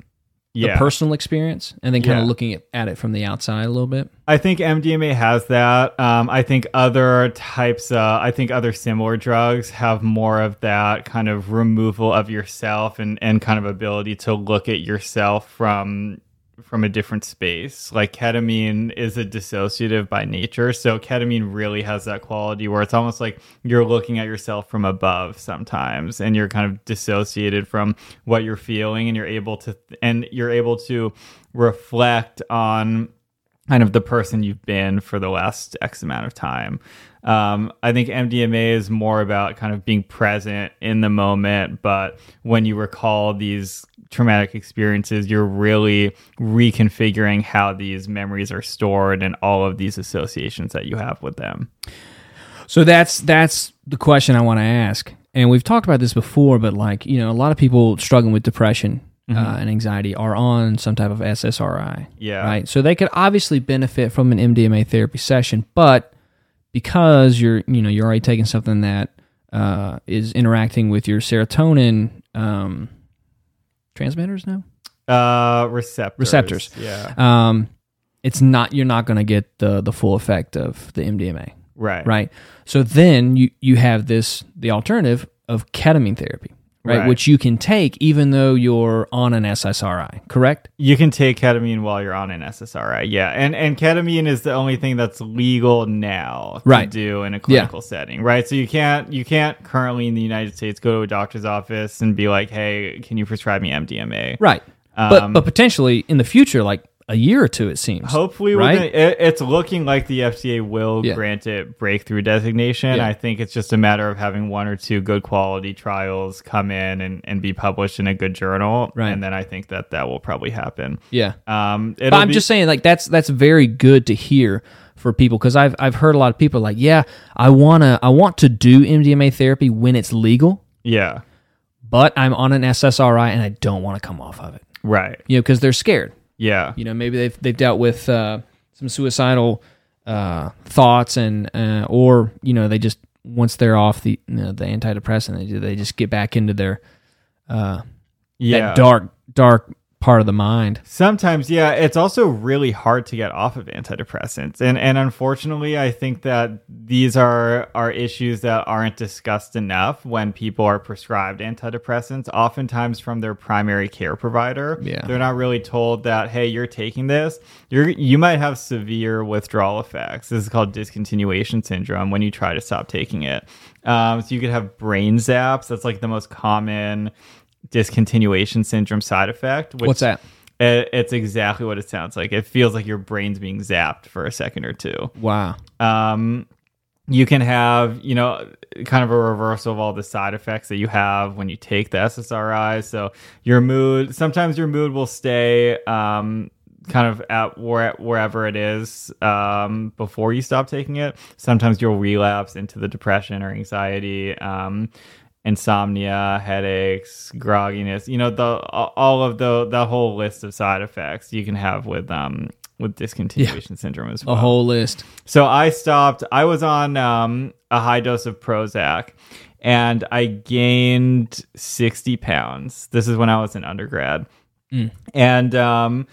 S3: the
S2: Yeah.
S3: personal experience, and then kind
S2: Yeah.
S3: of looking at, at it from the outside a little bit.
S2: I think MDMA has that. Um, I think other types, uh, I think other similar drugs have more of that kind of removal of yourself and, and kind of ability to look at yourself from from a different space. Like ketamine is a dissociative by nature. So ketamine really has that quality where it's almost like you're looking at yourself from above sometimes and you're kind of dissociated from what you're feeling and you're able to and you're able to reflect on kind of the person you've been for the last X amount of time. Um, I think MDMA is more about kind of being present in the moment, but when you recall these traumatic experiences, you're really reconfiguring how these memories are stored and all of these associations that you have with them.
S3: So that's that's the question I want to ask. And we've talked about this before, but like you know, a lot of people struggling with depression uh, and anxiety are on some type of SSRI.
S2: Yeah.
S3: Right. So they could obviously benefit from an MDMA therapy session, but because you're you know you're already taking something that uh, is interacting with your serotonin um, transmitters now,
S2: Uh, receptors.
S3: Receptors.
S2: Yeah.
S3: um, it's not you're not going to get the the full effect of the MDMA.
S2: Right.
S3: right? So then you you have this the alternative of ketamine therapy, right?
S2: Right.
S3: Which you can take even though you're on an SSRI, correct?
S2: You can take ketamine while you're on an SSRI. Yeah. And and ketamine is the only thing that's legal now to
S3: Right.
S2: do in a
S3: Yeah.
S2: clinical setting. Right. So you can't you can't currently in the United States go to a doctor's office and be like, Hey, can you prescribe me MDMA? Um,
S3: Right. but but potentially in the future, like a year or two. It seems.
S2: Hopefully, we're
S3: Right?
S2: gonna, it, it's looking like the FDA will
S3: Yeah.
S2: grant it breakthrough designation.
S3: Yeah.
S2: I think it's just a matter of having one or two good quality trials come in and, and be published in a good journal,
S3: Right.
S2: and then I think that that will probably happen.
S3: Yeah.
S2: Um, it'll
S3: But I'm
S2: be-
S3: just saying, like that's that's very good to hear for people because I've I've heard a lot of people like, yeah, I wanna I want to do MDMA therapy when it's legal,
S2: yeah,
S3: but I'm on an SSRI and I don't want to come off of it,
S2: right,
S3: you know, because they're scared.
S2: yeah,
S3: You know, maybe they've they've dealt with uh, some suicidal uh, thoughts and uh, or you know they just once they're off the you know, the antidepressant, they ju- they just get back into their
S2: yeah.
S3: that dark dark part of the mind.
S2: Sometimes, yeah, it's also really hard to get off of antidepressants, and and unfortunately, I think that these are are issues that aren't discussed enough when people are prescribed antidepressants. Oftentimes, from their primary care provider,
S3: Yeah.
S2: they're not really told that hey, you're taking this, you're you might have severe withdrawal effects. This is called discontinuation syndrome when you try to stop taking it. Um, so you could have brain zaps. That's like the most common discontinuation syndrome side effect. Which
S3: What's that?
S2: it, it's exactly what it sounds like. It feels like your brain's being zapped for a second or two.
S3: Wow.
S2: Um, you can have, you know, kind of a reversal of all the side effects that you have when you take the SSRI. So your mood, sometimes your mood will stay um, kind of at where, wherever it is um, before you stop taking it. Sometimes you'll relapse into the depression or anxiety. Um, insomnia, headaches, grogginess, you know, the all of the the whole list of side effects you can have with um with discontinuation syndrome as
S3: A
S2: well.
S3: whole list.
S2: So I stopped. I was on um, a high dose of Prozac, and I gained sixty pounds. This is when I was an undergrad, and um,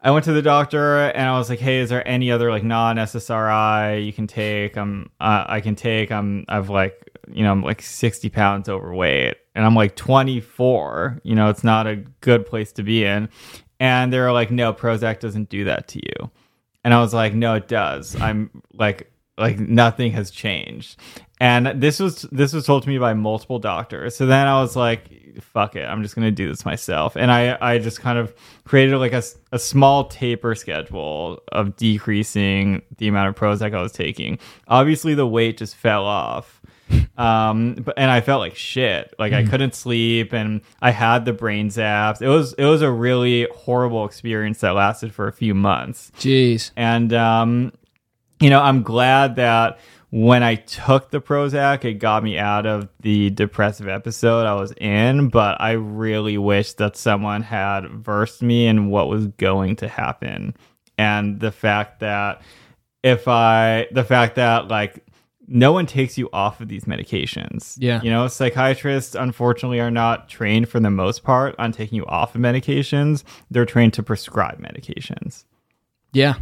S2: I went to the doctor and I was like, "Hey, is there any other like non SSRI you can take? I'm uh, I can take. I'm I've like you know I'm like sixty pounds overweight, and I'm like twenty four. You know, it's not a good place to be in." And they were like, "No, Prozac doesn't do that to you." And I was like, no, it does. I'm like, like nothing has changed. And this was this was told to me by multiple doctors. So then I was like, fuck it, I'm just gonna do this myself. And I I just kind of created like a, s- a small taper schedule of decreasing the amount of Prozac I was taking. Obviously, the weight just fell off um but and i felt like shit like i couldn't sleep and i had the brain zaps it was it was a really horrible experience that lasted for a few months
S3: Jeez.
S2: and um you know i'm glad that when i took the prozac it got me out of the depressive episode i was in but i really wish that someone had versed me in what was going to happen and the fact that if i the fact that like no one takes you off of these medications
S3: Yeah.
S2: you know psychiatrists unfortunately are not trained for the most part on taking you off of medications they're trained to prescribe medications
S3: Yeah.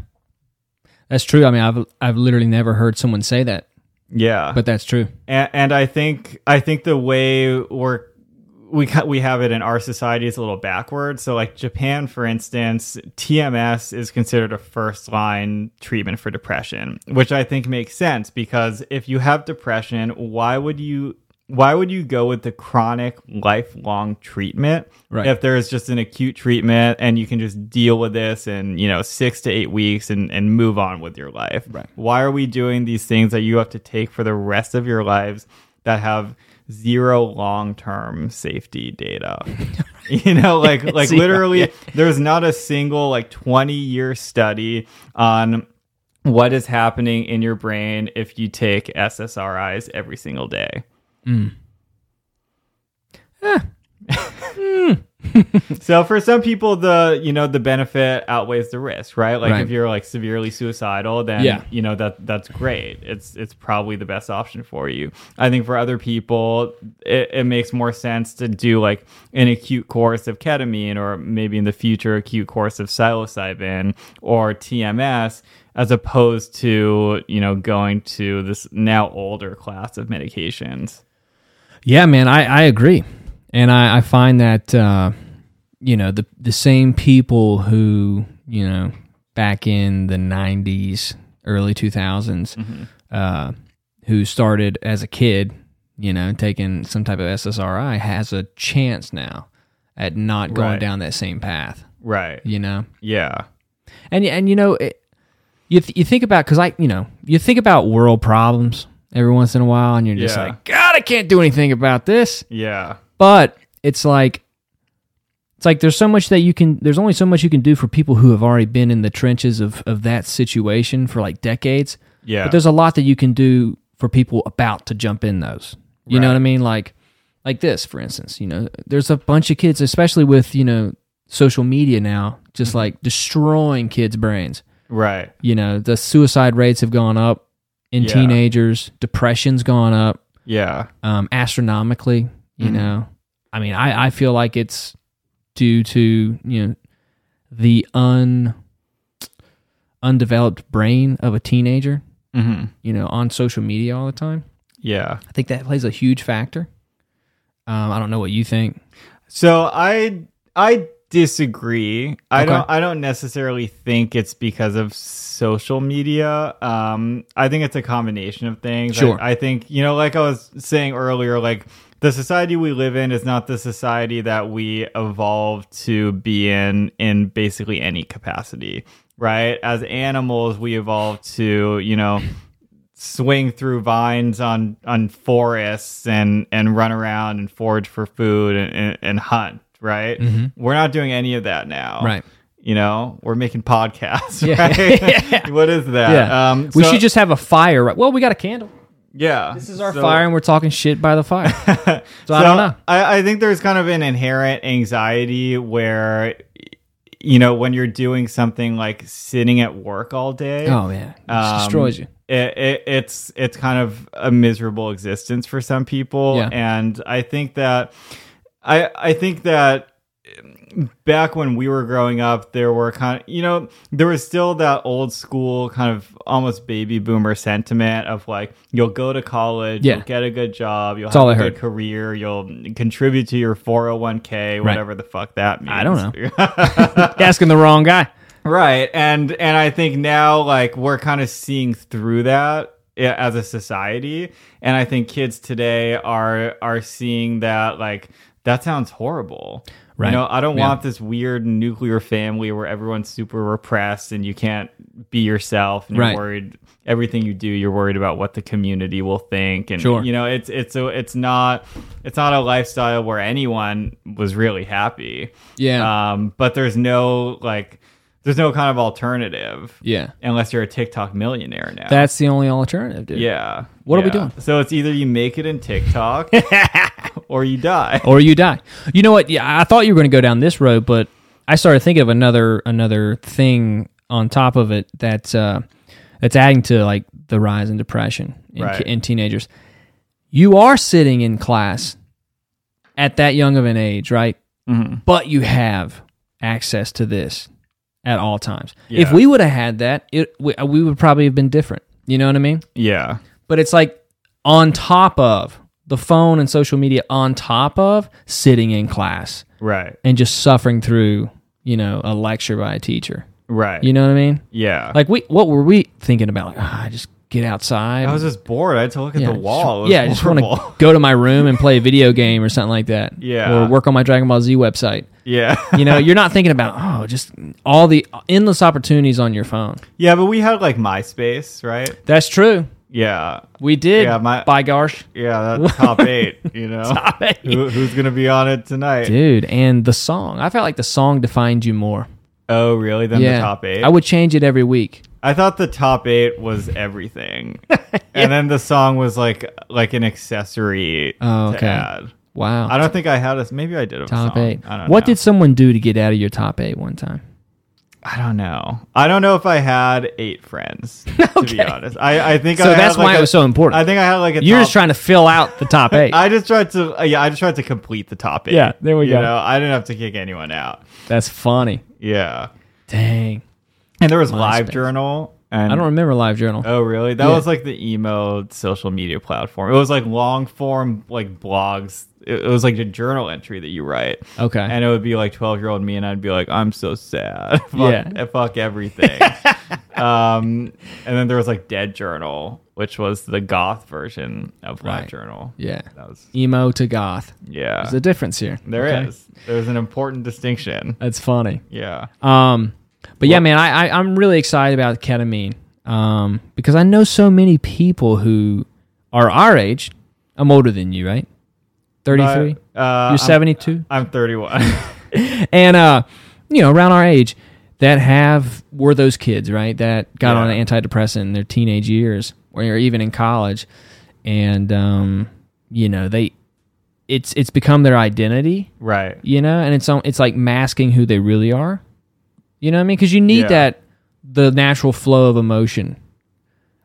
S3: That's true. I mean, I've I've literally never heard someone say that,
S2: yeah
S3: but that's true.
S2: and, and I think I think the way we're we ca- we have it in our society is a little backwards. So like Japan, for instance, TMS is considered a first line treatment for depression, which I think makes sense because if you have depression, why would you why would you go with the chronic lifelong treatment
S3: Right.
S2: if there is just an acute treatment and you can just deal with this in you know six to eight weeks and, and move on with your life
S3: Right.
S2: why are we doing these things that you have to take for the rest of your lives that have zero long-term safety data you know like like
S3: Zero,
S2: literally
S3: yeah.
S2: there's not a single like 20 year study on what is happening in your brain if you take ssris every single day So for some people, the you know the benefit outweighs the risk, right? Like
S3: Right.
S2: if you're like severely suicidal, then
S3: Yeah.
S2: you know that that's great. It's it's probably the best option for you. I think for other people, it, it makes more sense to do like an acute course of ketamine, or maybe in the future, acute course of psilocybin or TMS, as opposed to you know going to this now older class of medications.
S3: Yeah, man, I, I agree, and I, I find that uh, you know the the same people who you know back in the '90s, early 2000s,
S2: Mm-hmm.
S3: uh, who started as a kid, you know, taking some type of SSRI, has a chance now at not going
S2: Right.
S3: down that same path.
S2: Right.
S3: You know,
S2: Yeah.
S3: And and you know, it, you th- you think about because I you know you think about world problems every once in a while, and you're just
S2: Yeah.
S3: like, God, I can't do anything about this.
S2: Yeah.
S3: But it's like it's like there's so much that you can. There's only so much you can do for people who have already been in the trenches of of that situation for like decades.
S2: Yeah.
S3: But there's a lot that you can do for people about to jump in those. You know
S2: Right.
S3: what I mean? Like like this, for instance, you know, there's a bunch of kids, especially with, you know, social media now, just
S2: Mm-hmm.
S3: like destroying kids' brains.
S2: right.
S3: You know, the suicide rates have gone up in
S2: Yeah.
S3: teenagers, depression's gone up
S2: Yeah.
S3: um, astronomically. You
S2: Mm-hmm.
S3: know, I mean, I, I feel like it's due to you know the un undeveloped brain of a teenager.
S2: hmm
S3: You know, on social media all the time.
S2: Yeah.
S3: I think that plays a huge factor. Um, I don't know what you think.
S2: So I I disagree. I
S3: Okay.
S2: don't I don't necessarily think it's because of social media. Um, I think it's a combination of things. I-
S3: Sure.
S2: I, think you know, like I was saying earlier, like the society we live in is not the society that we evolved to be in in basically any capacity, right? As animals, we evolved to you know swing through vines on on forests and and run around and forage for food and and, and hunt right we're not doing any of that now
S3: Mm-hmm. Right.
S2: you know we're making podcasts
S3: Yeah.
S2: right? what is that
S3: Yeah,
S2: um
S3: we
S2: so-
S3: should just have a fire. Right? Well, we got a candle.
S2: yeah
S3: This is our fire, and we're talking shit by the fire. so, I
S2: so
S3: don't know.
S2: I, I think there's kind of an inherent anxiety where you know when you're doing something like sitting at work all day
S3: Oh yeah, it just
S2: um,
S3: destroys you.
S2: It, it, it's it's kind of a miserable existence for some people,
S3: Yeah.
S2: and I think that I I think that back when we were growing up, there were kind of you know there was still that old school kind of almost baby boomer sentiment of like you'll go to college,
S3: Yeah.
S2: you'll get a good job, you'll
S3: all
S2: have a
S3: I
S2: good
S3: heard.
S2: career, you'll contribute to your four hundred one k, whatever the fuck that means.
S3: I don't
S2: know.
S3: Asking the wrong guy.
S2: right and and i think now like we're kind of seeing through that i- as a society and i think kids today are are seeing that like that sounds horrible
S3: Right.
S2: you know i don't
S3: Yeah.
S2: want this weird nuclear family where everyone's super repressed and you can't be yourself and you're
S3: Right.
S2: worried everything you do you're worried about what the community will think and
S3: Sure.
S2: you know it's it's a it's not it's not a lifestyle where anyone was really happy
S3: Yeah,
S2: um, but there's no like, there's no kind of alternative
S3: yeah.
S2: unless you're a TikTok millionaire now.
S3: That's the only alternative, dude.
S2: yeah.
S3: What are we
S2: Yeah.
S3: doing?
S2: So it's either you make it in TikTok or you die.
S3: or you die. You know what? Yeah, I thought you were going to go down this road, but I started thinking of another another thing on top of it that's uh, that's adding to like the rise in depression in,
S2: Right.
S3: in teenagers. You are sitting in class at that young of an age, right?
S2: Mm-hmm.
S3: But you have access to this at all times. If
S2: Yeah.
S3: we would have had that, it we, we would probably have been different. You know what I mean?
S2: Yeah.
S3: but it's like on top of the phone and social media on top of sitting in class
S2: Right.
S3: and just suffering through you know a lecture by a teacher
S2: Right.
S3: you know what i mean
S2: yeah.
S3: like we what were we thinking about like ah, just get outside
S2: I was just bored. I had to look at
S3: yeah,
S2: the wall.
S3: just, yeah, I just want to go to my room and play a video game or something like that
S2: Yeah.
S3: or work on my dragon ball z website
S2: yeah.
S3: you know you're not thinking about oh just all the endless opportunities on your phone
S2: yeah. But we had like MySpace, right?
S3: that's true
S2: Yeah.
S3: we did
S2: Yeah, my-
S3: by gosh
S2: Yeah. That's top eight, you know? Who, who's going to be on it tonight?
S3: dude and the song i felt like the song defined you more
S2: Oh, really? Then the top eight?
S3: i would change it every week
S2: I thought the top eight was everything, and then the song was like like an accessory
S3: Oh,
S2: to
S3: okay.
S2: add.
S3: wow
S2: I don't think I had a. Maybe I did have a
S3: top
S2: song.
S3: eight
S2: I don't
S3: what
S2: know.
S3: did someone do to get out of your top eight one time
S2: I don't know. I don't know if I had eight friends. To be
S3: Okay.
S2: honest, I, I think
S3: So
S2: I had,
S3: that's
S2: like,
S3: why it
S2: a-
S3: was so important.
S2: I think I had like a.
S3: you're
S2: top,
S3: just trying to fill out the top eight
S2: I just tried to. uh, Yeah, I just tried to complete the top eight.
S3: Yeah, there we
S2: you
S3: go.
S2: Know? I didn't have to kick anyone out.
S3: that's funny
S2: Yeah,
S3: dang
S2: and there was Live
S3: MySpace.
S2: Journal. And
S3: i don't remember live journal
S2: Oh, really? That
S3: Yeah.
S2: was like the emo social media platform. It was like long form, like blogs. It, it was like a journal entry that you write.
S3: okay
S2: And it would be like 12 year old me, and I'd be like, I'm so sad. fuck, eh,
S3: Yeah.
S2: Fuck everything. um, and then there was like Dead Journal, which was the goth version of Live
S3: Right.
S2: Journal.
S3: yeah
S2: That was,
S3: emo to goth
S2: yeah.
S3: there's a difference here
S2: There is.
S3: okay? Uh,
S2: There's an important distinction.
S3: that's funny
S2: Yeah.
S3: um But yeah, man, I, I I'm really excited about ketamine um, because I know so many people who are our age. I'm older than you, right? Thirty three.
S2: Uh, uh, I'm-
S3: You're 72?
S2: I'm 31.
S3: and uh, you know, around our age, that have were those kids, right? That got
S2: Yeah.
S3: on an antidepressant in their teenage years, or even in college, and um, you know, they it's it's become their identity,
S2: right.
S3: you know, and it's on it's like masking who they really are. You know what I mean? Because you need
S2: Yeah.
S3: that the natural flow of emotion,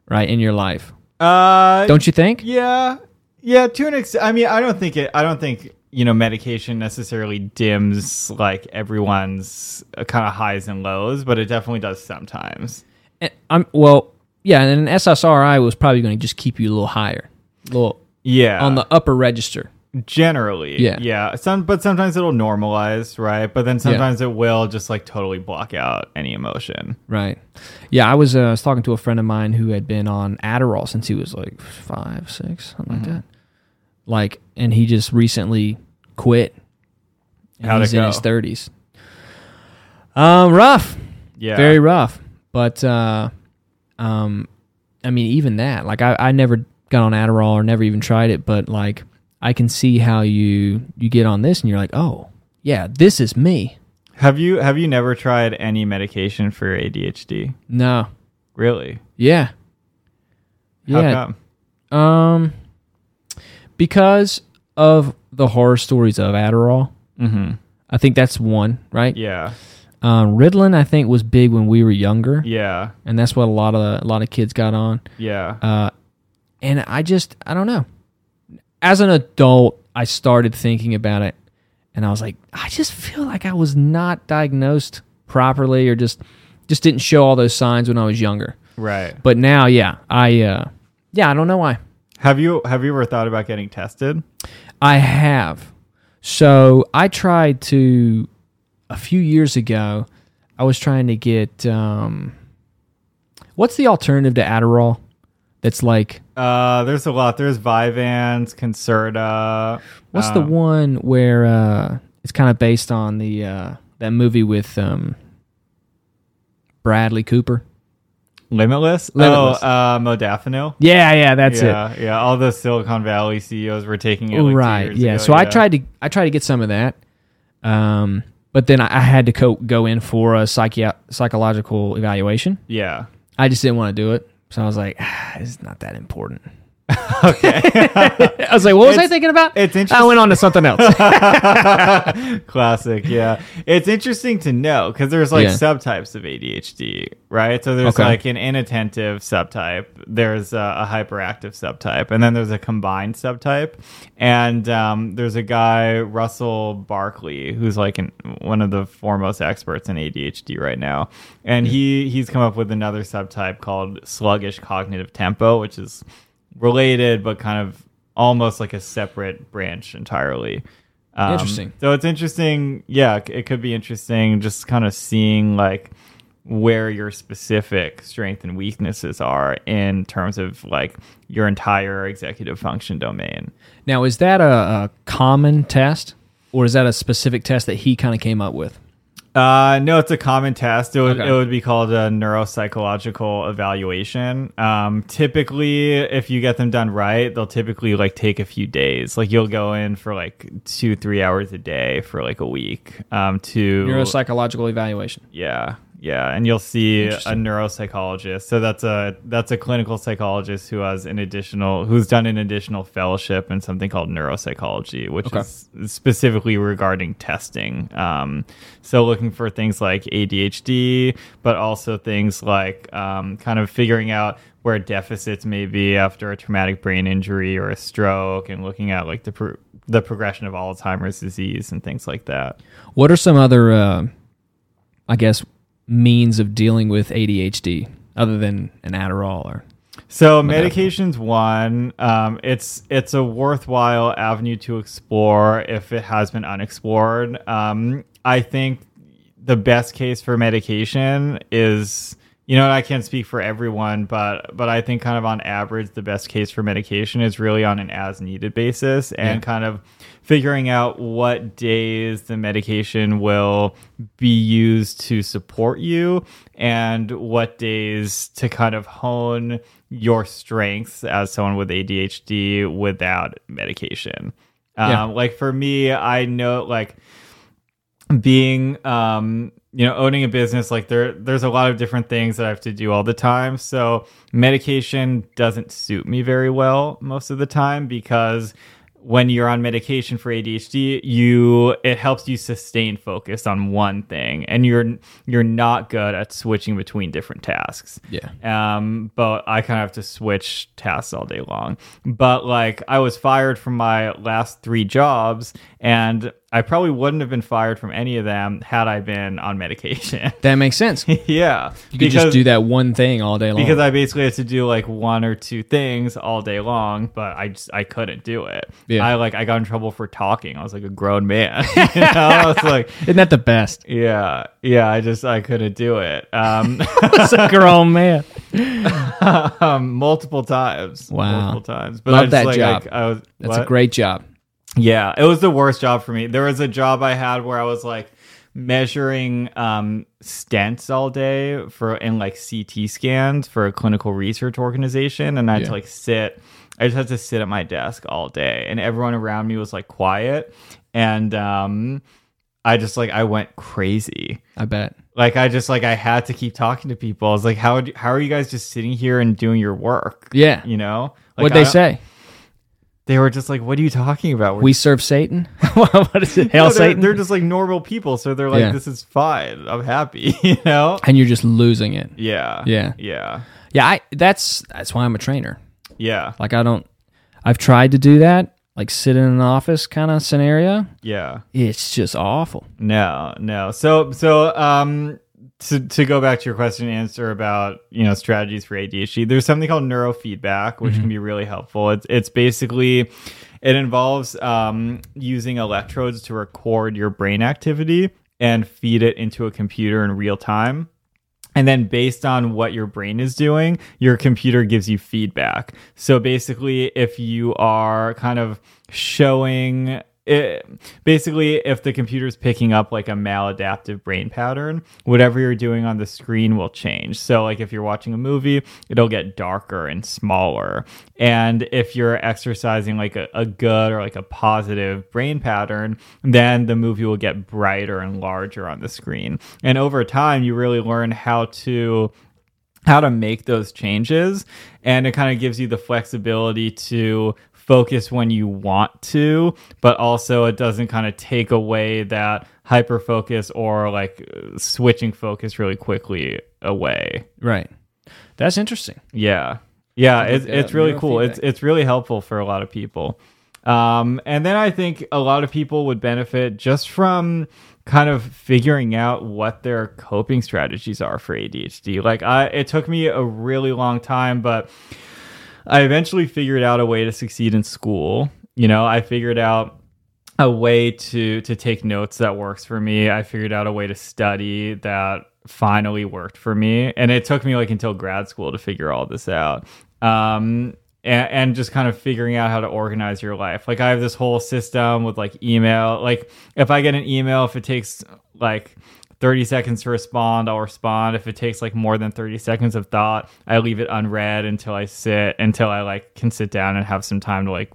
S3: right, in your life,
S2: Uh,
S3: don't you think?
S2: Yeah, yeah. To an extent, I mean, I don't think it. I don't think you know medication necessarily dims like everyone's uh, kind of highs and lows, but it definitely does sometimes.
S3: And I'm well, yeah, and an SSRI was probably going to just keep you a little higher, a little
S2: Yeah,
S3: on the upper register.
S2: generally,
S3: Yeah.
S2: yeah. Some, but sometimes it'll normalize, right? But then sometimes it will just like totally block out any emotion.
S3: Right. Yeah, I was, uh, I was talking to a friend of mine who had been on Adderall since he was like five, six, something
S2: Mm-hmm.
S3: like that. Like, and he just recently quit. And
S2: How'd it
S3: he's in
S2: go?
S3: his thirties. Um, rough,
S2: Yeah,
S3: very rough. But, uh, um, I mean, even that, like, I, I never got on Adderall or never even tried it, but like, I can see how you you get on this and you're like, oh yeah, this is me.
S2: Have you have you never tried any medication for ADHD?
S3: No,
S2: Really?
S3: yeah,
S2: How
S3: yeah.
S2: come?
S3: Um, because of the horror stories of Adderall,
S2: Mm-hmm.
S3: I think that's one, right?
S2: Yeah,
S3: Um, Ritalin, I think, was big when we were younger,
S2: yeah,
S3: and that's what a lot of a lot of kids got on.
S2: yeah.
S3: Uh, and I just, I don't know. As an adult, I started thinking about it, and I was like, I just feel like I was not diagnosed properly, or just just didn't show all those signs when I was younger.
S2: right.
S3: But now, yeah, I uh, yeah, I don't know why.
S2: Have you have you ever thought about getting tested?
S3: I have. So I tried to a few years ago. I was trying to get um, what's the alternative to Adderall? That's like
S2: Uh, there's a lot. There's Vyvanse, Concerta.
S3: what's
S2: uh,
S3: the one where uh, it's kind of based on the uh, that movie with um, Bradley Cooper.
S2: Limitless?
S3: Limitless.
S2: Oh, uh, Modafinil.
S3: Yeah, yeah, that's
S2: yeah, yeah. All the Silicon Valley CEOs were taking it. Like
S3: right.
S2: Two years
S3: yeah.
S2: ago,
S3: So I tried to I tried to get some of that, um, but then I, I had to co- go in for a psychi- psychological evaluation.
S2: Yeah.
S3: I just didn't want to do it. So I was like, ah, it's not that important. okay. I was like, what was I
S2: It's-
S3: thinking about?
S2: it's
S3: I
S2: interesting.
S3: went on to something else.
S2: Classic. Yeah. It's interesting to know because there's like
S3: Yeah.
S2: subtypes of ADHD, right? So there's
S3: Okay.
S2: like an inattentive subtype, there's a, a hyperactive subtype, and then there's a combined subtype. And um, there's a guy, Russell Barkley, who's like an, one of the foremost experts in ADHD right now. And he he's come up with another subtype called sluggish cognitive tempo, which is related but kind of almost like a separate branch entirely. Um,
S3: Interesting.
S2: So it's interesting. Yeah, c- it could be interesting just kind of seeing like where your specific strength and weaknesses are in terms of like your entire executive function domain.
S3: now, is that a, a common test or is that a specific test that he kind of came up with?
S2: Uh, no, it's a common test. It would,
S3: Okay.
S2: it would be called a neuropsychological evaluation. Um, typically, if you get them done right, they'll typically like take a few days. Like you'll go in for like two, three hours a day for like a week. Um, to
S3: Neuropsychological evaluation.
S2: yeah, yeah, and you'll see a
S3: Interesting.
S2: neuropsychologist. So that's a that's a clinical psychologist who has an additional who's done an additional fellowship in something called neuropsychology, which
S3: Okay.
S2: is specifically regarding testing. Um, so looking for things like ADHD, but also things like um, kind of figuring out where deficits may be after a traumatic brain injury or a stroke, and looking at like the pro- the progression of Alzheimer's disease and things like that.
S3: What are some other, uh, I guess, means of dealing with ADHD other than an Adderall or.
S2: So medication's one. Um, it's it's a worthwhile avenue to explore if it has been unexplored. Um, I think the best case for medication is you you know, and I can't speak for everyone, but but I think kind of on average, the best case for medication is really on an as needed basis, and kind of figuring out what days the medication will be used to support you, and what days to kind of hone your strengths as someone with ADHD without medication. Um,
S3: Yeah.
S2: Like for me, I know like being um you know owning a business like there there's a lot of different things that i have to do all the time so medication doesn't suit me very well most of the time because when you're on medication for ADHD you it helps you sustain focus on one thing and you're you're not good at switching between different tasks
S3: Yeah.
S2: um, but I kind of have to switch tasks all day long. But like, I was fired from my last three jobs, and I probably wouldn't have been fired from any of them had I been on medication.
S3: That makes sense. You
S2: yeah,
S3: could just do that one thing all day long.
S2: because I basically had to do like one or two things all day long, but I just I couldn't do it.
S3: Yeah.
S2: I like I got in trouble for talking. I was like a grown man. you know? I was like,
S3: Isn't that the best?
S2: yeah, yeah. I just I couldn't do it. Um,
S3: It's a grown oh, man.
S2: um, multiple times.
S3: Wow.
S2: multiple times. But
S3: Love
S2: I just,
S3: that
S2: like,
S3: job.
S2: I, I was,
S3: That's a
S2: what?
S3: great job.
S2: Yeah, it was the worst job for me. There was a job I had where I was like measuring um, stents all day for and like CT scans for a clinical research organization, and I had
S3: Yeah.
S2: to like sit. I just had to sit at my desk all day, and everyone around me was like quiet, and um, I just like I went crazy
S3: I bet.
S2: like I just like I had to keep talking to people. I was like, how would- how are you guys just sitting here and doing your work?
S3: Yeah.
S2: you know like,
S3: What'd
S2: I
S3: they
S2: don't-
S3: say?
S2: They were just like, what are you talking about? We're
S3: We serve Satan. what is it? Hail
S2: No, they're,
S3: Satan.
S2: they're just like normal people, so they're like,
S3: Yeah.
S2: this is fine. I'm happy, you know.
S3: and you're just losing it.
S2: Yeah,
S3: Yeah.
S2: yeah,
S3: Yeah, I, that's that's why I'm a trainer.
S2: yeah,
S3: Like I don't. I've tried to do that, like sit in an office kind of scenario.
S2: yeah.
S3: It's just awful.
S2: No, no. So, so um, to to go back to your question and answer about you know strategies for ADHD, there's something called neurofeedback, which
S3: Mm-hmm.
S2: can be really helpful. It's it's basically it involves um, using electrodes to record your brain activity and feed it into a computer in real time. And then based on what your brain is doing, your computer gives you feedback. So basically, if you are kind of showing it, basically, if the computer's picking up like a maladaptive brain pattern, whatever you're doing on the screen will change. So, like if you're watching a movie, it'll get darker and smaller. And if you're exercising like a, a good or like a positive brain pattern, then the movie will get brighter and larger on the screen. And over time, you really learn how to how to make those changes and it kind of gives you the flexibility to focus when you want to but also it doesn't kind of take away that hyper focus or like uh, switching focus really quickly away
S3: Right. That's interesting.
S2: yeah yeah it's,
S3: that
S2: it's
S3: up.
S2: really
S3: Neurofeedback.
S2: cool it's it's really helpful for a lot of people um and then i think a lot of people would benefit just from kind of figuring out what their coping strategies are for adhd like i it took me a really long time but I eventually figured out a way to succeed in school. You know, I figured out a way to to take notes that works for me. I figured out a way to study that finally worked for me, and it took me like until grad school to figure all this out. Um, and, and just kind of figuring out how to organize your life. Like I have this whole system with like email. Like if I get an email, if it takes like 30 seconds to respond, I'll respond. If it takes like more than 30 seconds of thought, I leave it unread until I sit, until I like can sit down and have some time to like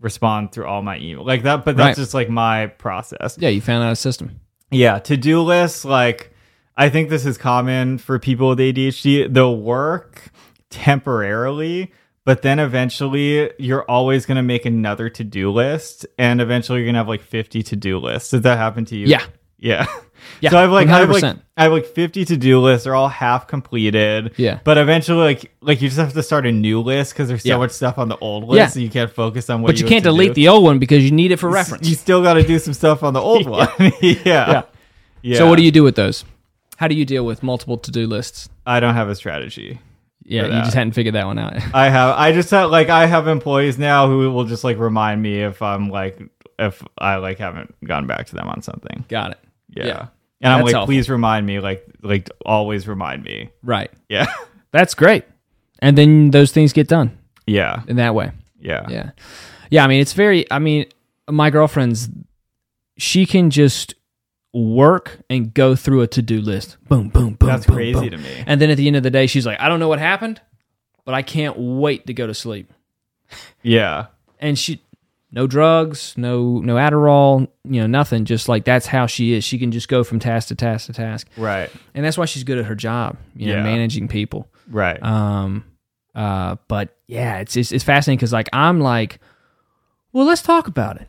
S2: respond through all my email like that. But that's
S3: Right.
S2: just like my process.
S3: Yeah, you found out a system.
S2: Yeah. To do lists, like I think this is common for people with ADHD. They'll work temporarily, but then eventually you're always going to make another to do list. And eventually you're going to have like 50 to do lists. Did that happen to you?
S3: Yeah.
S2: Yeah.
S3: Yeah,
S2: So I've like I have like
S3: 100%.
S2: I have like 50 to-do lists. They're all half completed.
S3: Yeah.
S2: But eventually, like like you just have to start a new list because there's so
S3: Yeah.
S2: much stuff on the old list,
S3: Yeah.
S2: so you can't focus on what.
S3: But you can't delete the old one because you need it for reference.
S2: You still got to do some stuff on the old one. yeah. yeah.
S3: So what do you do with those? How do you deal with multiple to-do lists?
S2: I don't have a strategy.
S3: Yeah, you
S2: that.
S3: just hadn't figured that one out.
S2: I have. I just have like I have employees now who will just like remind me if I'm like if I like haven't gone back to them on something.
S3: Got it.
S2: Yeah. And I'm
S3: That's
S2: like,
S3: awful.
S2: please remind me, like, like always remind me.
S3: Right.
S2: Yeah,
S3: That's great. And then those things get done
S2: yeah,
S3: in that way.
S2: yeah,
S3: Yeah. Yeah. I mean, it's very, I mean, my girlfriend's, she can just work and go through a to do list. Boom, boom, boom.
S2: That's
S3: boom,
S2: crazy
S3: boom.
S2: to me.
S3: And then at the end of the day, she's like, I don't know what happened, but I can't wait to go to sleep.
S2: yeah.
S3: And she, no drugs, no no Adderall, you know, nothing. Just like that's how she is. She can just go from task to task to task,
S2: Right,
S3: and that's why she's good at her job. You know,
S2: Yeah.
S3: managing people.
S2: right,
S3: Um, uh, but yeah, it's it's, it's fascinating because like I'm like, well, let's talk about it.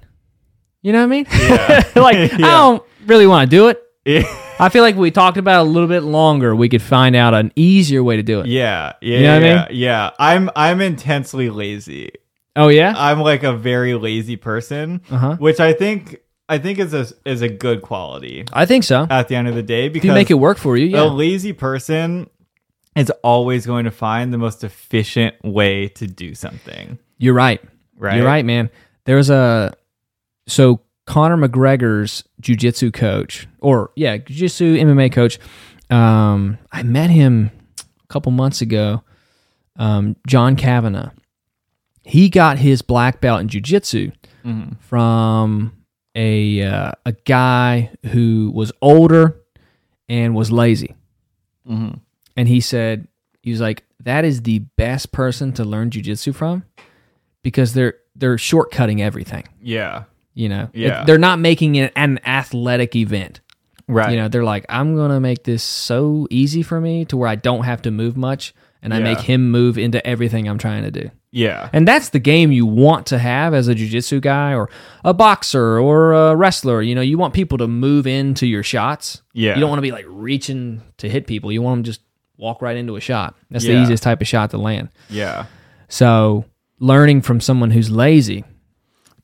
S3: You know what I mean? like I
S2: Yeah.
S3: don't really want to do it.
S2: yeah,
S3: I feel like if we talked about it a little bit longer, we could find out an easier way to do it.
S2: yeah, yeah.
S3: know what I
S2: yeah, yeah. I'm I'm intensely lazy.
S3: Oh yeah,
S2: I'm like a very lazy person,
S3: Uh-huh.
S2: which I think I think is a is a good quality
S3: I think so.
S2: at the end of the day
S3: If
S2: because
S3: you make it work for you,
S2: a
S3: yeah,
S2: lazy person is always going to find the most efficient way to do something.
S3: you're right.
S2: Right.
S3: You're right, man. There's a so Conor McGregor's jujitsu coach, or yeah, jujitsu MMA coach. Um, I met him a couple months ago. Um, John Kavanaugh. He got his black belt in jujitsu from a uh, a guy who was older and was lazy. And he said he was like, "That is the best person to learn jujitsu from." because they're they're shortcutting everything.
S2: Yeah.
S3: You know,
S2: Yeah.
S3: It- they're not making it an athletic event.
S2: Right.
S3: You know, they're like, I'm gonna make this so easy for me to where I don't have to move much, and I
S2: Yeah.
S3: make him move into everything I'm trying to do.
S2: yeah.
S3: And that's the game you want to have as a jujitsu guy or a boxer or a wrestler. You know, you want people to move into your shots.
S2: Yeah.
S3: You don't want to be like reaching to hit people. You want them to just walk right into a shot. That's the
S2: Yeah.
S3: easiest type of shot to land.
S2: yeah.
S3: So learning from someone who's lazy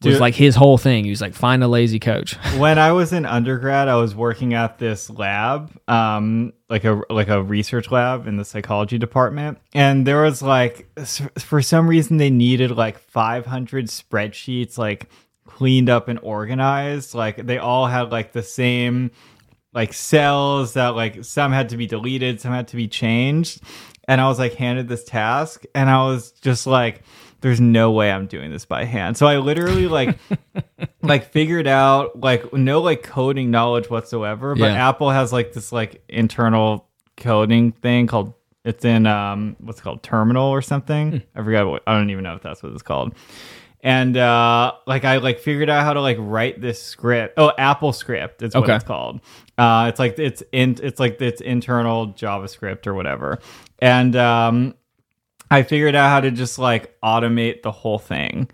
S3: was
S2: Dude.
S3: like his whole thing. He was like, find a lazy coach.
S2: When I was in undergrad, I was working at this lab, um, like a like a research lab in the psychology department, and there was like s- for some reason they needed like 500 spreadsheets, like cleaned up and organized. Like they all had like the same like cells that like some had to be deleted, some had to be changed. And I was like handed this task and I was just like, there's no way I'm doing this by hand. So I literally like like figured out like no like coding knowledge whatsoever. But
S3: Yeah.
S2: Apple has like this like internal coding thing called it's in um what's it called terminal or something. I forgot what I don't even know if that's what it's called and uh like i like figured out how to like write this script oh apple script it's what
S3: Okay.
S2: it's called uh it's like it's in it's like it's internal javascript or whatever and um i figured out how to just like automate the whole thing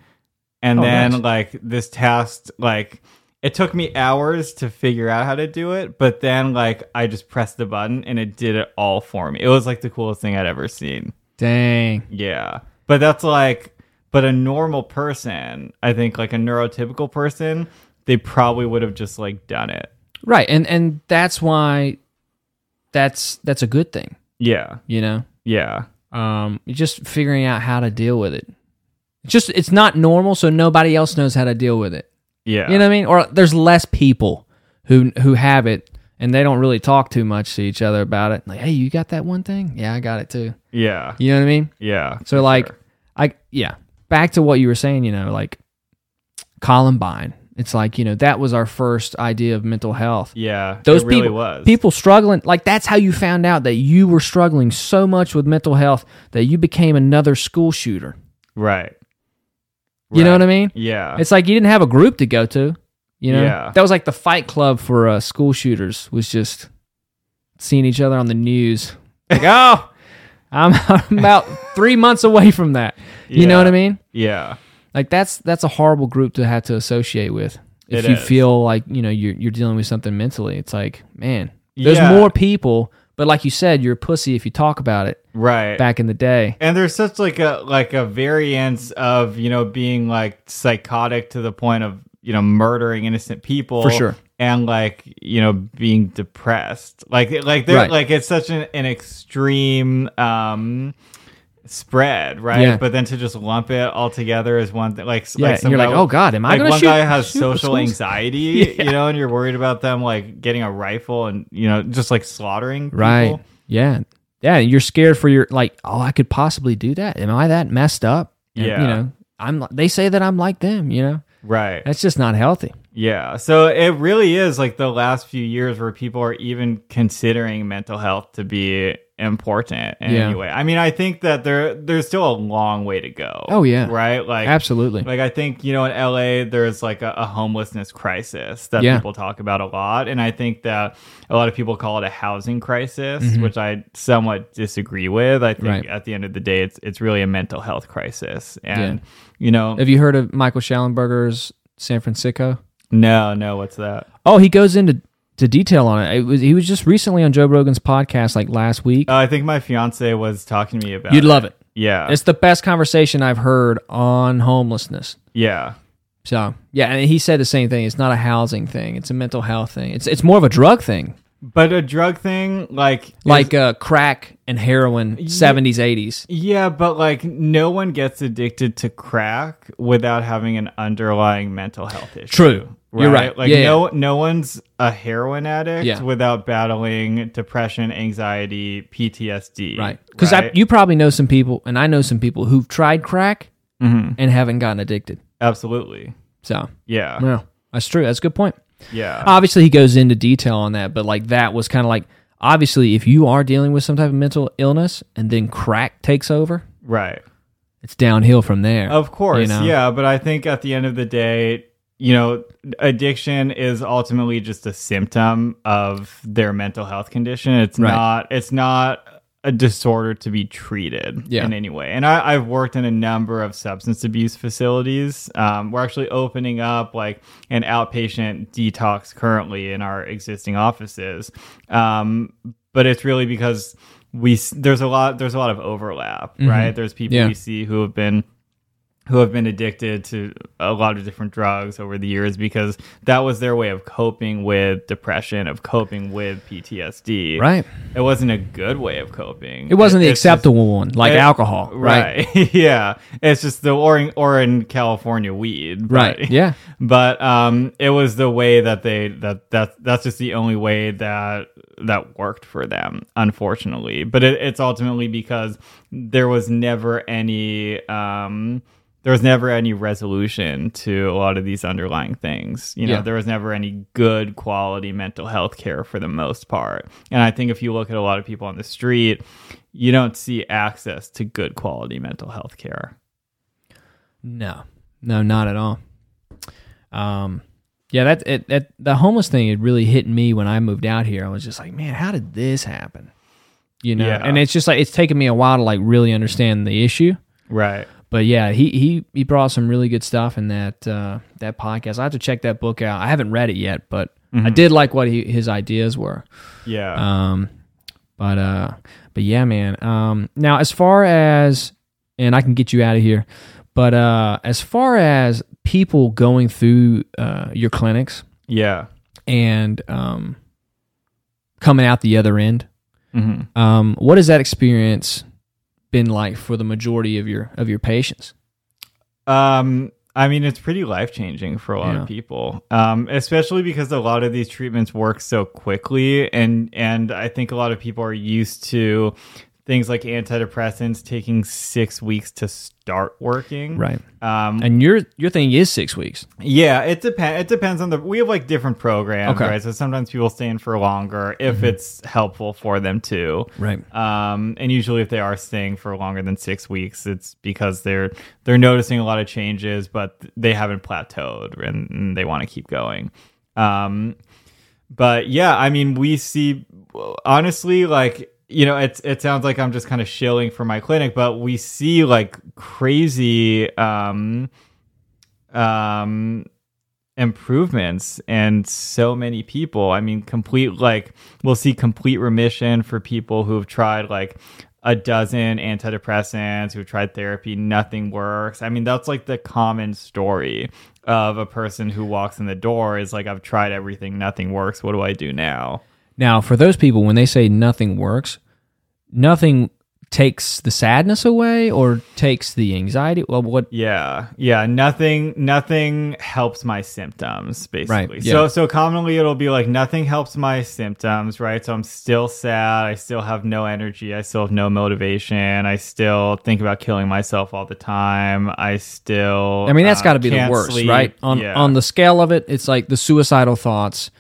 S2: and
S3: Oh,
S2: then
S3: nice.
S2: like this task like it took me hours to figure out how to do it but then like i just pressed the button and it did it all for me it was like the coolest thing i'd ever seen
S3: Dang.
S2: yeah. But that's like, but a normal person, I think like a neurotypical person, they probably would have just like done it.
S3: Right. And and that's why that's that's a good thing,
S2: Yeah.
S3: you know?
S2: Yeah.
S3: Um just figuring out how to deal with it. It's Just it's not normal, so nobody else knows how to deal with it.
S2: Yeah.
S3: You know what I mean? Or there's less people who who have it and they don't really talk too much to each other about it. Like, hey, you got that one thing? Yeah, I got it too.
S2: Yeah.
S3: You know what I mean?
S2: Yeah.
S3: So
S2: for
S3: like
S2: sure.
S3: I yeah, back to what you were saying, you know, like Columbine. It's like, you know, that was our first idea of mental health.
S2: yeah.
S3: Those
S2: it really
S3: people
S2: was.
S3: people struggling, like that's how you found out that you were struggling so much with mental health that you became another school shooter.
S2: Right.
S3: You know
S2: Right.
S3: what I mean?
S2: Yeah.
S3: It's like you didn't have a group to go to, you know?
S2: Yeah.
S3: That was like the fight club for uh, school shooters was just seeing each other on the news. Like, oh, I'm, I'm about 3 months away from that. You know
S2: Yeah.
S3: what I mean?
S2: yeah.
S3: like that's that's a horrible group to have to associate with if
S2: It
S3: you
S2: is.
S3: feel like you know you're you're dealing with something mentally it's like man there's
S2: Yeah.
S3: more people but like you said you're a pussy if you talk about it
S2: Right.
S3: back in the day
S2: and there's such like a like a variance of you know being like psychotic to the point of you know murdering innocent people
S3: For sure.
S2: and like you know being depressed like like they're
S3: Right.
S2: like it's such an, an extreme um spread, right?
S3: Yeah.
S2: But then to just lump it all together as one thing, like
S3: Yeah,
S2: like
S3: and you're
S2: some
S3: like,
S2: guy-
S3: oh god, am I
S2: like
S3: gonna
S2: one
S3: shoot?
S2: guy has
S3: shoot
S2: social
S3: schools?
S2: anxiety,
S3: Yeah.
S2: you know, and you're worried about them like getting a rifle and you know just like slaughtering people.
S3: Right. Yeah. Yeah. and You're scared for your like, oh, I could possibly do that. Am I that messed up? And,
S2: Yeah.
S3: You know, I'm. li- They say that I'm like them. You know,
S2: Right.
S3: that's just not healthy.
S2: Yeah. So it really is like the last few years where people are even considering mental health to be important in
S3: Yeah.
S2: any way. I mean, I think that there there's still a long way to go.
S3: Oh, yeah.
S2: Right? Like
S3: Absolutely.
S2: Like I think you know in LA there's like a, a homelessness crisis that
S3: Yeah.
S2: people talk about a lot, and I think that a lot of people call it a housing crisis, which I somewhat disagree with. I think
S3: Mm-hmm. Right.
S2: at the end of the day, it's it's really a mental health crisis, and you know,
S3: Have you heard of Michael Schallenberger's San Francisco?
S2: no, no, what's that?
S3: Oh, he goes into to detail on it. it was, he was just recently on Joe Rogan's podcast like last week.
S2: Uh, I think my fiance was talking to me about.
S3: You'd
S2: it.
S3: love it.
S2: yeah,
S3: It's the best conversation I've heard on homelessness.
S2: yeah,
S3: So yeah, and he said the same thing. It's not a housing thing. It's a mental health thing. It's it's more of a drug thing.
S2: but a drug thing like
S3: like uh, crack and heroin, 70s, 80s.
S2: Yeah, but like no one gets addicted to crack without having an underlying mental health issue.
S3: True. You're right.
S2: Like
S3: Yeah,
S2: no no one's a heroin addict
S3: Yeah.
S2: without battling depression, anxiety, PTSD.
S3: Right. Because
S2: right?
S3: you probably know some people, and I know some people who've tried crack
S2: Mm-hmm.
S3: and haven't gotten addicted.
S2: absolutely.
S3: So,
S2: Yeah.
S3: no, that's true. That's a good point.
S2: Yeah.
S3: Obviously, he goes into detail on that, but like that was kind of like obviously, if you are dealing with some type of mental illness and then crack takes over,
S2: right.
S3: it's downhill from there.
S2: Of course,
S3: you know?
S2: yeah. But I think at the end of the day, you know, addiction is ultimately just a symptom of their mental health condition. It's
S3: Right.
S2: not. It's not a disorder to be treated
S3: Yeah.
S2: in any way. And I, I've worked in a number of substance abuse facilities. Um, we're actually opening up like an outpatient detox currently in our existing offices. Um, but it's really because we s- there's a lot there's a lot of overlap, right? There's people
S3: Mm-hmm. Yeah.
S2: we see who have been who have been addicted to a lot of different drugs over the years because that was their way of coping with depression, of coping with PTSD.
S3: Right.
S2: It wasn't a good way of coping.
S3: It wasn't the
S2: it's just-
S3: acceptable one, like
S2: it-
S3: alcohol. Right.
S2: Right. yeah. It's just the or in, or in California weed.
S3: Right.
S2: but-
S3: Yeah.
S2: But um it was the way that they that that that's just the only way that that worked for them, unfortunately. But it, it's ultimately because there was never any um there was never any resolution to a lot of these underlying things. You know,
S3: Yeah.
S2: there was never any good quality mental health care for the most part. And I think if you look at a lot of people on the street, you don't see access to good quality mental health care.
S3: No, no, not at all. Um, yeah, that it, that the homeless thing had really hit me when I moved out here. I was just like, man, how did this happen? You know,
S2: Yeah.
S3: and it's just like it's taken me a while to like really understand the issue.
S2: Right.
S3: But yeah, he he he brought some really good stuff in that uh, that podcast. I have to check that book out. I haven't read it yet, but I did like what he, his ideas were.
S2: Yeah.
S3: Um, but uh, but yeah, man. Um, now as far as and I can get you out of here, but uh, as far as people going through uh, your clinics
S2: yeah.
S3: and um, coming out the other end,
S2: hmm
S3: um, what has that experience been like for the majority of your of your patients?
S2: Um, I mean, it's pretty life changing for a lot
S3: Yeah.
S2: of people, um, especially because a lot of these treatments work so quickly, and and I think a lot of people are used to things like antidepressants taking six weeks to start working. Um,
S3: Mm-hmm. and your your thing is six weeks.
S2: yeah, it depends. It depends on the. We have like different programs,
S3: Okay. Mm-hmm.
S2: right? So sometimes people stay in for longer if it's helpful for them too.
S3: Right.
S2: Um, and usually, if they are staying for longer than six weeks, it's because they're they're noticing a lot of changes, but they haven't plateaued and, and they want to keep going. Um, but yeah, I mean, we see honestly, like you know, it's it sounds like I'm just kind of shilling for my clinic, but we see like crazy. Um, um improvements and so many people i mean complete like we'll see complete remission for people who've tried like a dozen antidepressants who've tried therapy nothing works i mean that's like the common story of a person who walks in the door is like i've tried everything nothing works what do i do now
S3: Now, for those people, when they say nothing works, nothing takes the sadness away or takes the anxiety. Well, what?
S2: Yeah, yeah. Nothing, nothing helps my symptoms basically.
S3: yeah.
S2: So, so commonly it'll be like nothing helps my symptoms, right? So I'm still sad. I still have no energy. I still have no motivation. I still think about killing myself all the time. I still.
S3: I mean, that's
S2: uh,
S3: got to be the
S2: can't
S3: worst,
S2: sleep.
S3: right? On
S2: Yeah.
S3: on the scale of it, it's like the suicidal thoughts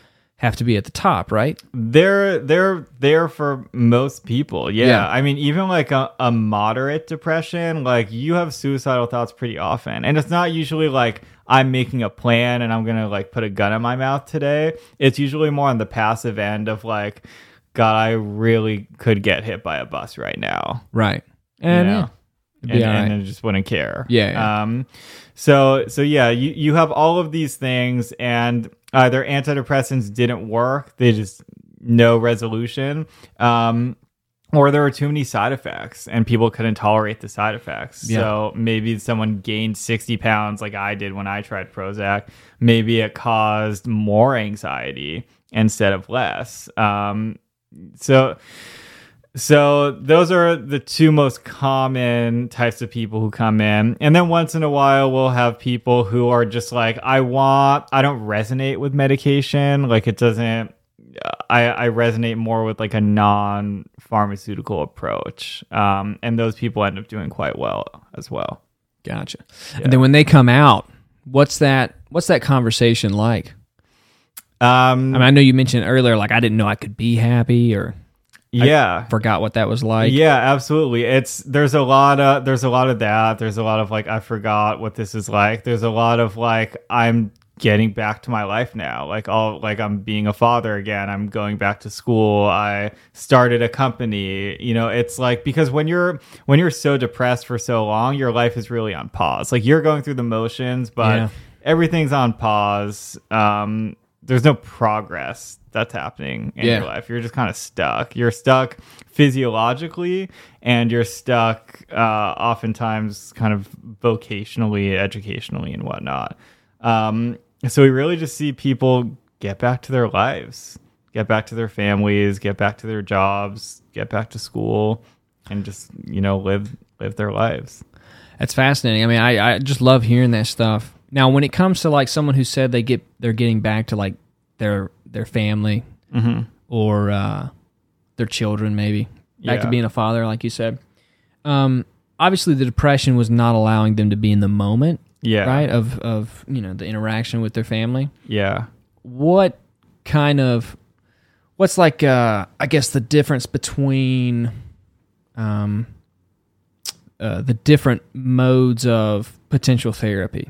S3: have to be at the top, right?
S2: they're they're there for most people yeah,
S3: Yeah.
S2: i mean even like a, a moderate depression like you have suicidal thoughts pretty often and it's not usually like i'm making a plan and i'm gonna like put a gun in my mouth today it's usually more on the passive end of like god i really could get hit by a bus right now
S3: Right. And
S2: Yeah.
S3: yeah. It'd
S2: and,
S3: be all
S2: and
S3: right.
S2: I just wouldn't care.
S3: Yeah, yeah.
S2: Um. So so yeah, you you have all of these things, and either antidepressants didn't work; they just no resolution. Um. Or there were too many side effects, and people couldn't tolerate the side effects. So maybe someone gained sixty pounds, like I did when I tried Prozac. Maybe it caused more anxiety instead of less. Um, so so those are the two most common types of people who come in. And then once in a while we'll have people who are just like I want I don't resonate with medication, like it doesn't I, I resonate more with like a non-pharmaceutical approach, um, and those people end up doing quite well as well.
S3: Gotcha. And then when they come out, what's that? What's that conversation like?
S2: Um,
S3: I mean, I know you mentioned earlier, like I didn't know I could be happy, or
S2: yeah,
S3: forgot what that was like.
S2: yeah absolutely it's there's a lot of there's a lot of that there's a lot of like i forgot what this is like there's a lot of like i'm getting back to my life now like all like i'm being a father again i'm going back to school i started a company you know it's like because when you're when you're so depressed for so long your life is really on pause like you're going through the motions but
S3: Yeah.
S2: everything's on pause um there's no progress that's happening in
S3: Yeah.
S2: your life. You're just kind of stuck. You're stuck physiologically, and you're stuck uh, oftentimes kind of vocationally, educationally, and whatnot. Um, so we really just see people get back to their lives, get back to their families, get back to their jobs, get back to school, and just you know live live their lives.
S3: That's fascinating. I mean, I, I just love hearing that stuff. Now, when it comes to like someone who said they get they're getting back to like their their family
S2: Mm-hmm.
S3: or uh, their children, maybe back to
S2: Yeah.
S3: being a father, like you said. Um, obviously, the depression was not allowing them to be in the moment,
S2: Yeah,
S3: right? Of of you know the interaction with their family.
S2: yeah.
S3: what kind of what's like uh i guess the difference between um uh, the different modes of potential therapy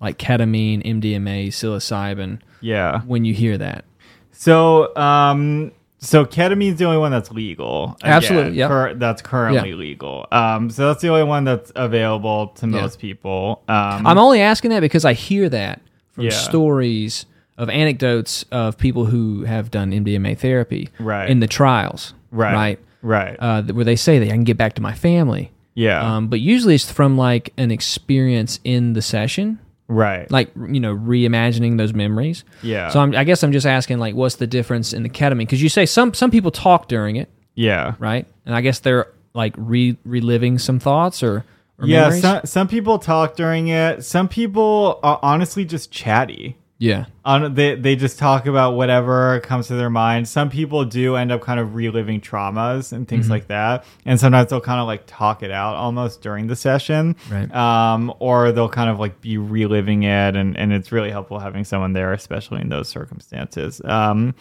S3: like ketamine mdma psilocybin
S2: Yeah.
S3: when you hear that
S2: So, um, so ketamine's the only one that's legal. again,
S3: Absolutely, yeah.
S2: cur- that's currently legal. Um, so that's the only one that's available to
S3: Yeah.
S2: most people. Um,
S3: i'm only asking that because i hear that from
S2: Yeah.
S3: stories of anecdotes of people who have done mdma therapy
S2: Right.
S3: in the trials
S2: right,
S3: right
S2: right.
S3: uh, where they say that i can get back to my family
S2: yeah,
S3: Um, but usually it's from like an experience in the session,
S2: right.
S3: like you know, reimagining those memories.
S2: yeah,
S3: So I'm, I guess I'm just asking, like, what's the difference in the ketamine? Because you say some some people talk during it,
S2: yeah.
S3: right? And I guess they're like re- reliving some thoughts or, or
S2: Yeah,
S3: memories?
S2: some, some people talk during it. Some people are honestly just chatty.
S3: yeah,
S2: on they they just talk about whatever comes to their mind. Some people do end up kind of reliving traumas and things like that, and sometimes they'll kind of like talk it out almost during the session,
S3: Right.
S2: Um, or they'll kind of like be reliving it, and and it's really helpful having someone there, especially in those circumstances. Um,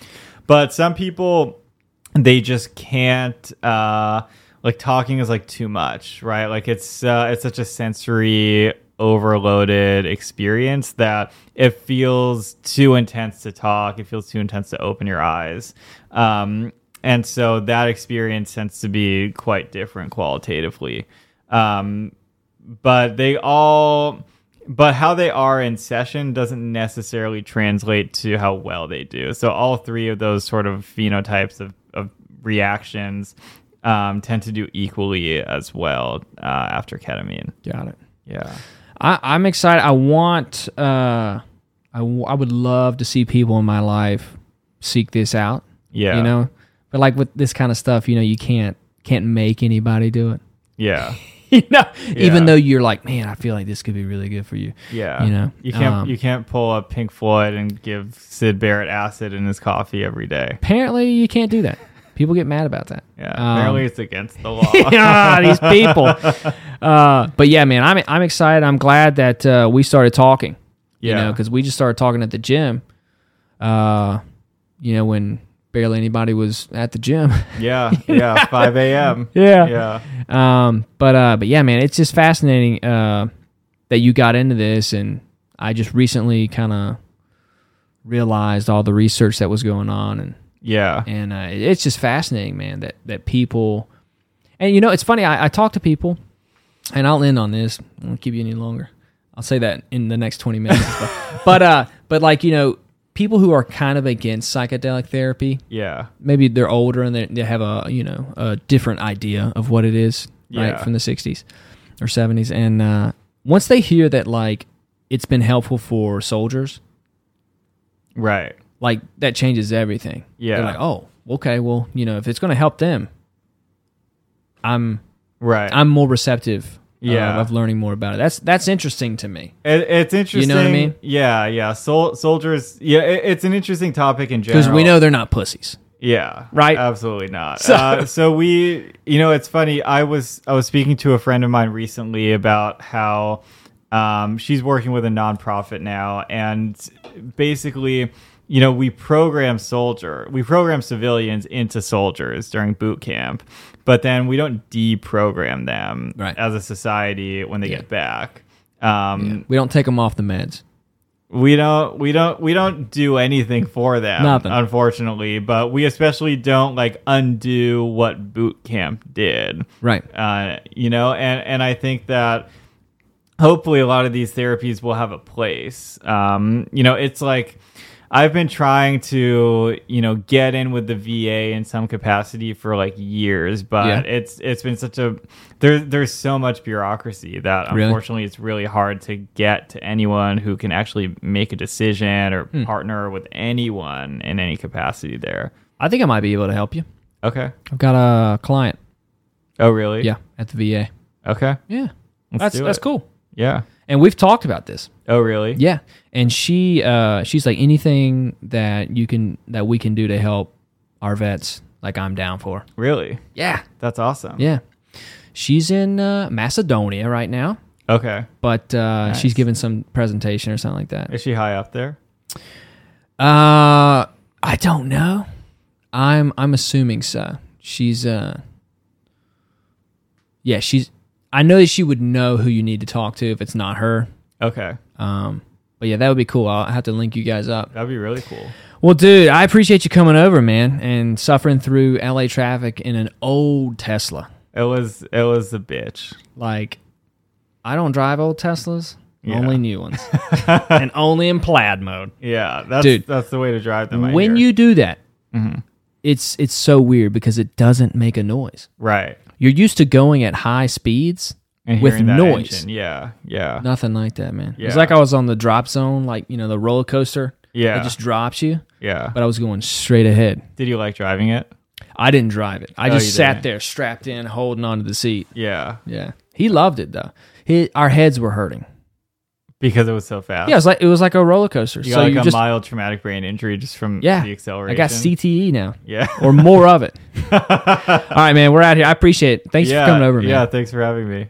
S2: but some people they just can't uh like talking is like too much right like it's uh it's such a sensory overloaded experience that it feels too intense to talk it feels too intense to open your eyes um and so that experience tends to be quite different qualitatively um but they all but how they are in session doesn't necessarily translate to how well they do so all three of those sort of phenotypes of, of reactions um, tend to do equally as well uh, after ketamine
S3: got it.
S2: yeah
S3: I, I'm excited. I want. Uh, I w- I would love to see people in my life seek this out.
S2: yeah
S3: You know, but like with this kind of stuff, you know, you can't can't make anybody do it.
S2: Yeah.
S3: you know, even
S2: Yeah.
S3: though you're like, man, I feel like this could be really good for you.
S2: Yeah.
S3: You know,
S2: You can't
S3: um,
S2: you can't pull up Pink Floyd and give Sid Barrett acid in his coffee every day.
S3: Apparently, you can't do that. People get mad about that.
S2: Yeah.
S3: Um,
S2: apparently it's against the law.
S3: Ah, these people. Uh, but yeah, man, I'm I'm excited. I'm glad that uh, we started talking. You
S2: Yeah.
S3: know, because we just started talking at the gym. Uh, you know, when barely anybody was at the gym.
S2: yeah. Yeah. Five AM.
S3: Yeah.
S2: Yeah.
S3: Um, but uh, but yeah, man, it's just fascinating uh, that you got into this, and I just recently kind of realized all the research that was going on, and
S2: Yeah.
S3: and uh, it- it's just fascinating, man, that that people, and you know, it's funny. I, I talk to people, and I'll end on this. I won't keep you any longer. I'll say that in the next twenty minutes, but, but uh, but like you know, people who are kind of against psychedelic therapy,
S2: Yeah.
S3: maybe they're older and they, they have a you know a different idea of what it is
S2: Yeah.
S3: right from the 60s or 70s and uh, once they hear that like it's been helpful for soldiers
S2: Right.
S3: like that changes everything
S2: Yeah.
S3: they're like oh okay well you know if it's going to help them i'm
S2: Right.
S3: i'm more receptive
S2: Yeah.
S3: uh, of learning more about it that's that's interesting to me
S2: It, it's interesting.
S3: You know what I mean?
S2: Yeah, yeah. Sol- soldiers. Yeah, it, it's an interesting topic in general.
S3: because we know they're not pussies
S2: Yeah.
S3: Right.
S2: Absolutely not.
S3: So-
S2: So, uh, so we, you know, it's funny. I was I was speaking to a friend of mine recently about how um, she's working with a nonprofit now, and basically, you know, we program soldier, we program civilians into soldiers during boot camp, but then we don't deprogram them
S3: Right.
S2: as a society when they
S3: Yeah.
S2: get back. Um,
S3: we don't take them off the meds
S2: we don't we don't we don't do anything for them
S3: Nothing.
S2: unfortunately but we especially don't like undo what boot camp did
S3: right
S2: uh, you know and and i think that hopefully a lot of these therapies will have a place um, you know it's like i've been trying to you know get in with the va in some capacity for like years but
S3: Yeah.
S2: it's it's been such a there, there's so much bureaucracy that
S3: Really?
S2: unfortunately it's really hard to get to anyone who can actually make a decision or
S3: Hmm.
S2: partner with anyone in any capacity there
S3: i think i might be able to help you
S2: okay
S3: i've got a client
S2: oh really
S3: yeah at the va
S2: okay
S3: yeah that's
S2: do
S3: that's
S2: it.
S3: cool
S2: yeah
S3: and we've talked about this
S2: oh really
S3: yeah and she uh she's like anything that you can that we can do to help our vets like i'm down for
S2: really
S3: yeah
S2: That's awesome.
S3: yeah she's in uh, macedonia right now
S2: Okay.
S3: but uh
S2: Nice.
S3: she's giving some presentation or something like that
S2: Is she high up there?
S3: uh i don't know i'm i'm assuming so she's uh yeah she's i know that she would know who you need to talk to if it's not her
S2: Okay.
S3: um but yeah that would be cool i'll have to link you guys up
S2: That'd be really cool.
S3: Well, dude, I appreciate you coming over, man, and suffering through LA traffic in an old Tesla.
S2: It was it was a bitch.
S3: Like, I don't drive old Teslas,
S2: Yeah.
S3: only new ones, and only in plaid mode.
S2: Yeah, that's
S3: Dude.
S2: that's the way to drive them. I
S3: when
S2: hear.
S3: you do that,
S2: Mm-hmm.
S3: it's it's so weird because it doesn't make a noise.
S2: right
S3: You're used to going at high speeds
S2: and
S3: with
S2: hearing that
S3: noise.
S2: engine. yeah, yeah,
S3: Nothing like that, man.
S2: Yeah.
S3: It's like I was on the drop zone, like you know the roller coaster.
S2: Yeah.
S3: it just drops you,
S2: yeah.
S3: but I was going straight ahead.
S2: Did you like driving it?
S3: I didn't drive it. I
S2: Oh, you
S3: just sat
S2: didn't.
S3: there, strapped in, holding onto the seat.
S2: Yeah,
S3: Yeah, he loved it though. He, our heads were hurting.
S2: because it was so fast.
S3: Yeah, it was like it was like a roller coaster.
S2: you
S3: so
S2: got like
S3: you
S2: a
S3: just
S2: mild traumatic brain injury just from
S3: yeah,
S2: the acceleration.
S3: I got CTE now,
S2: Yeah,
S3: or more of it. All right, man, we're out here. I appreciate it. Thanks
S2: yeah,
S3: for coming over, man.
S2: Yeah, thanks for having me.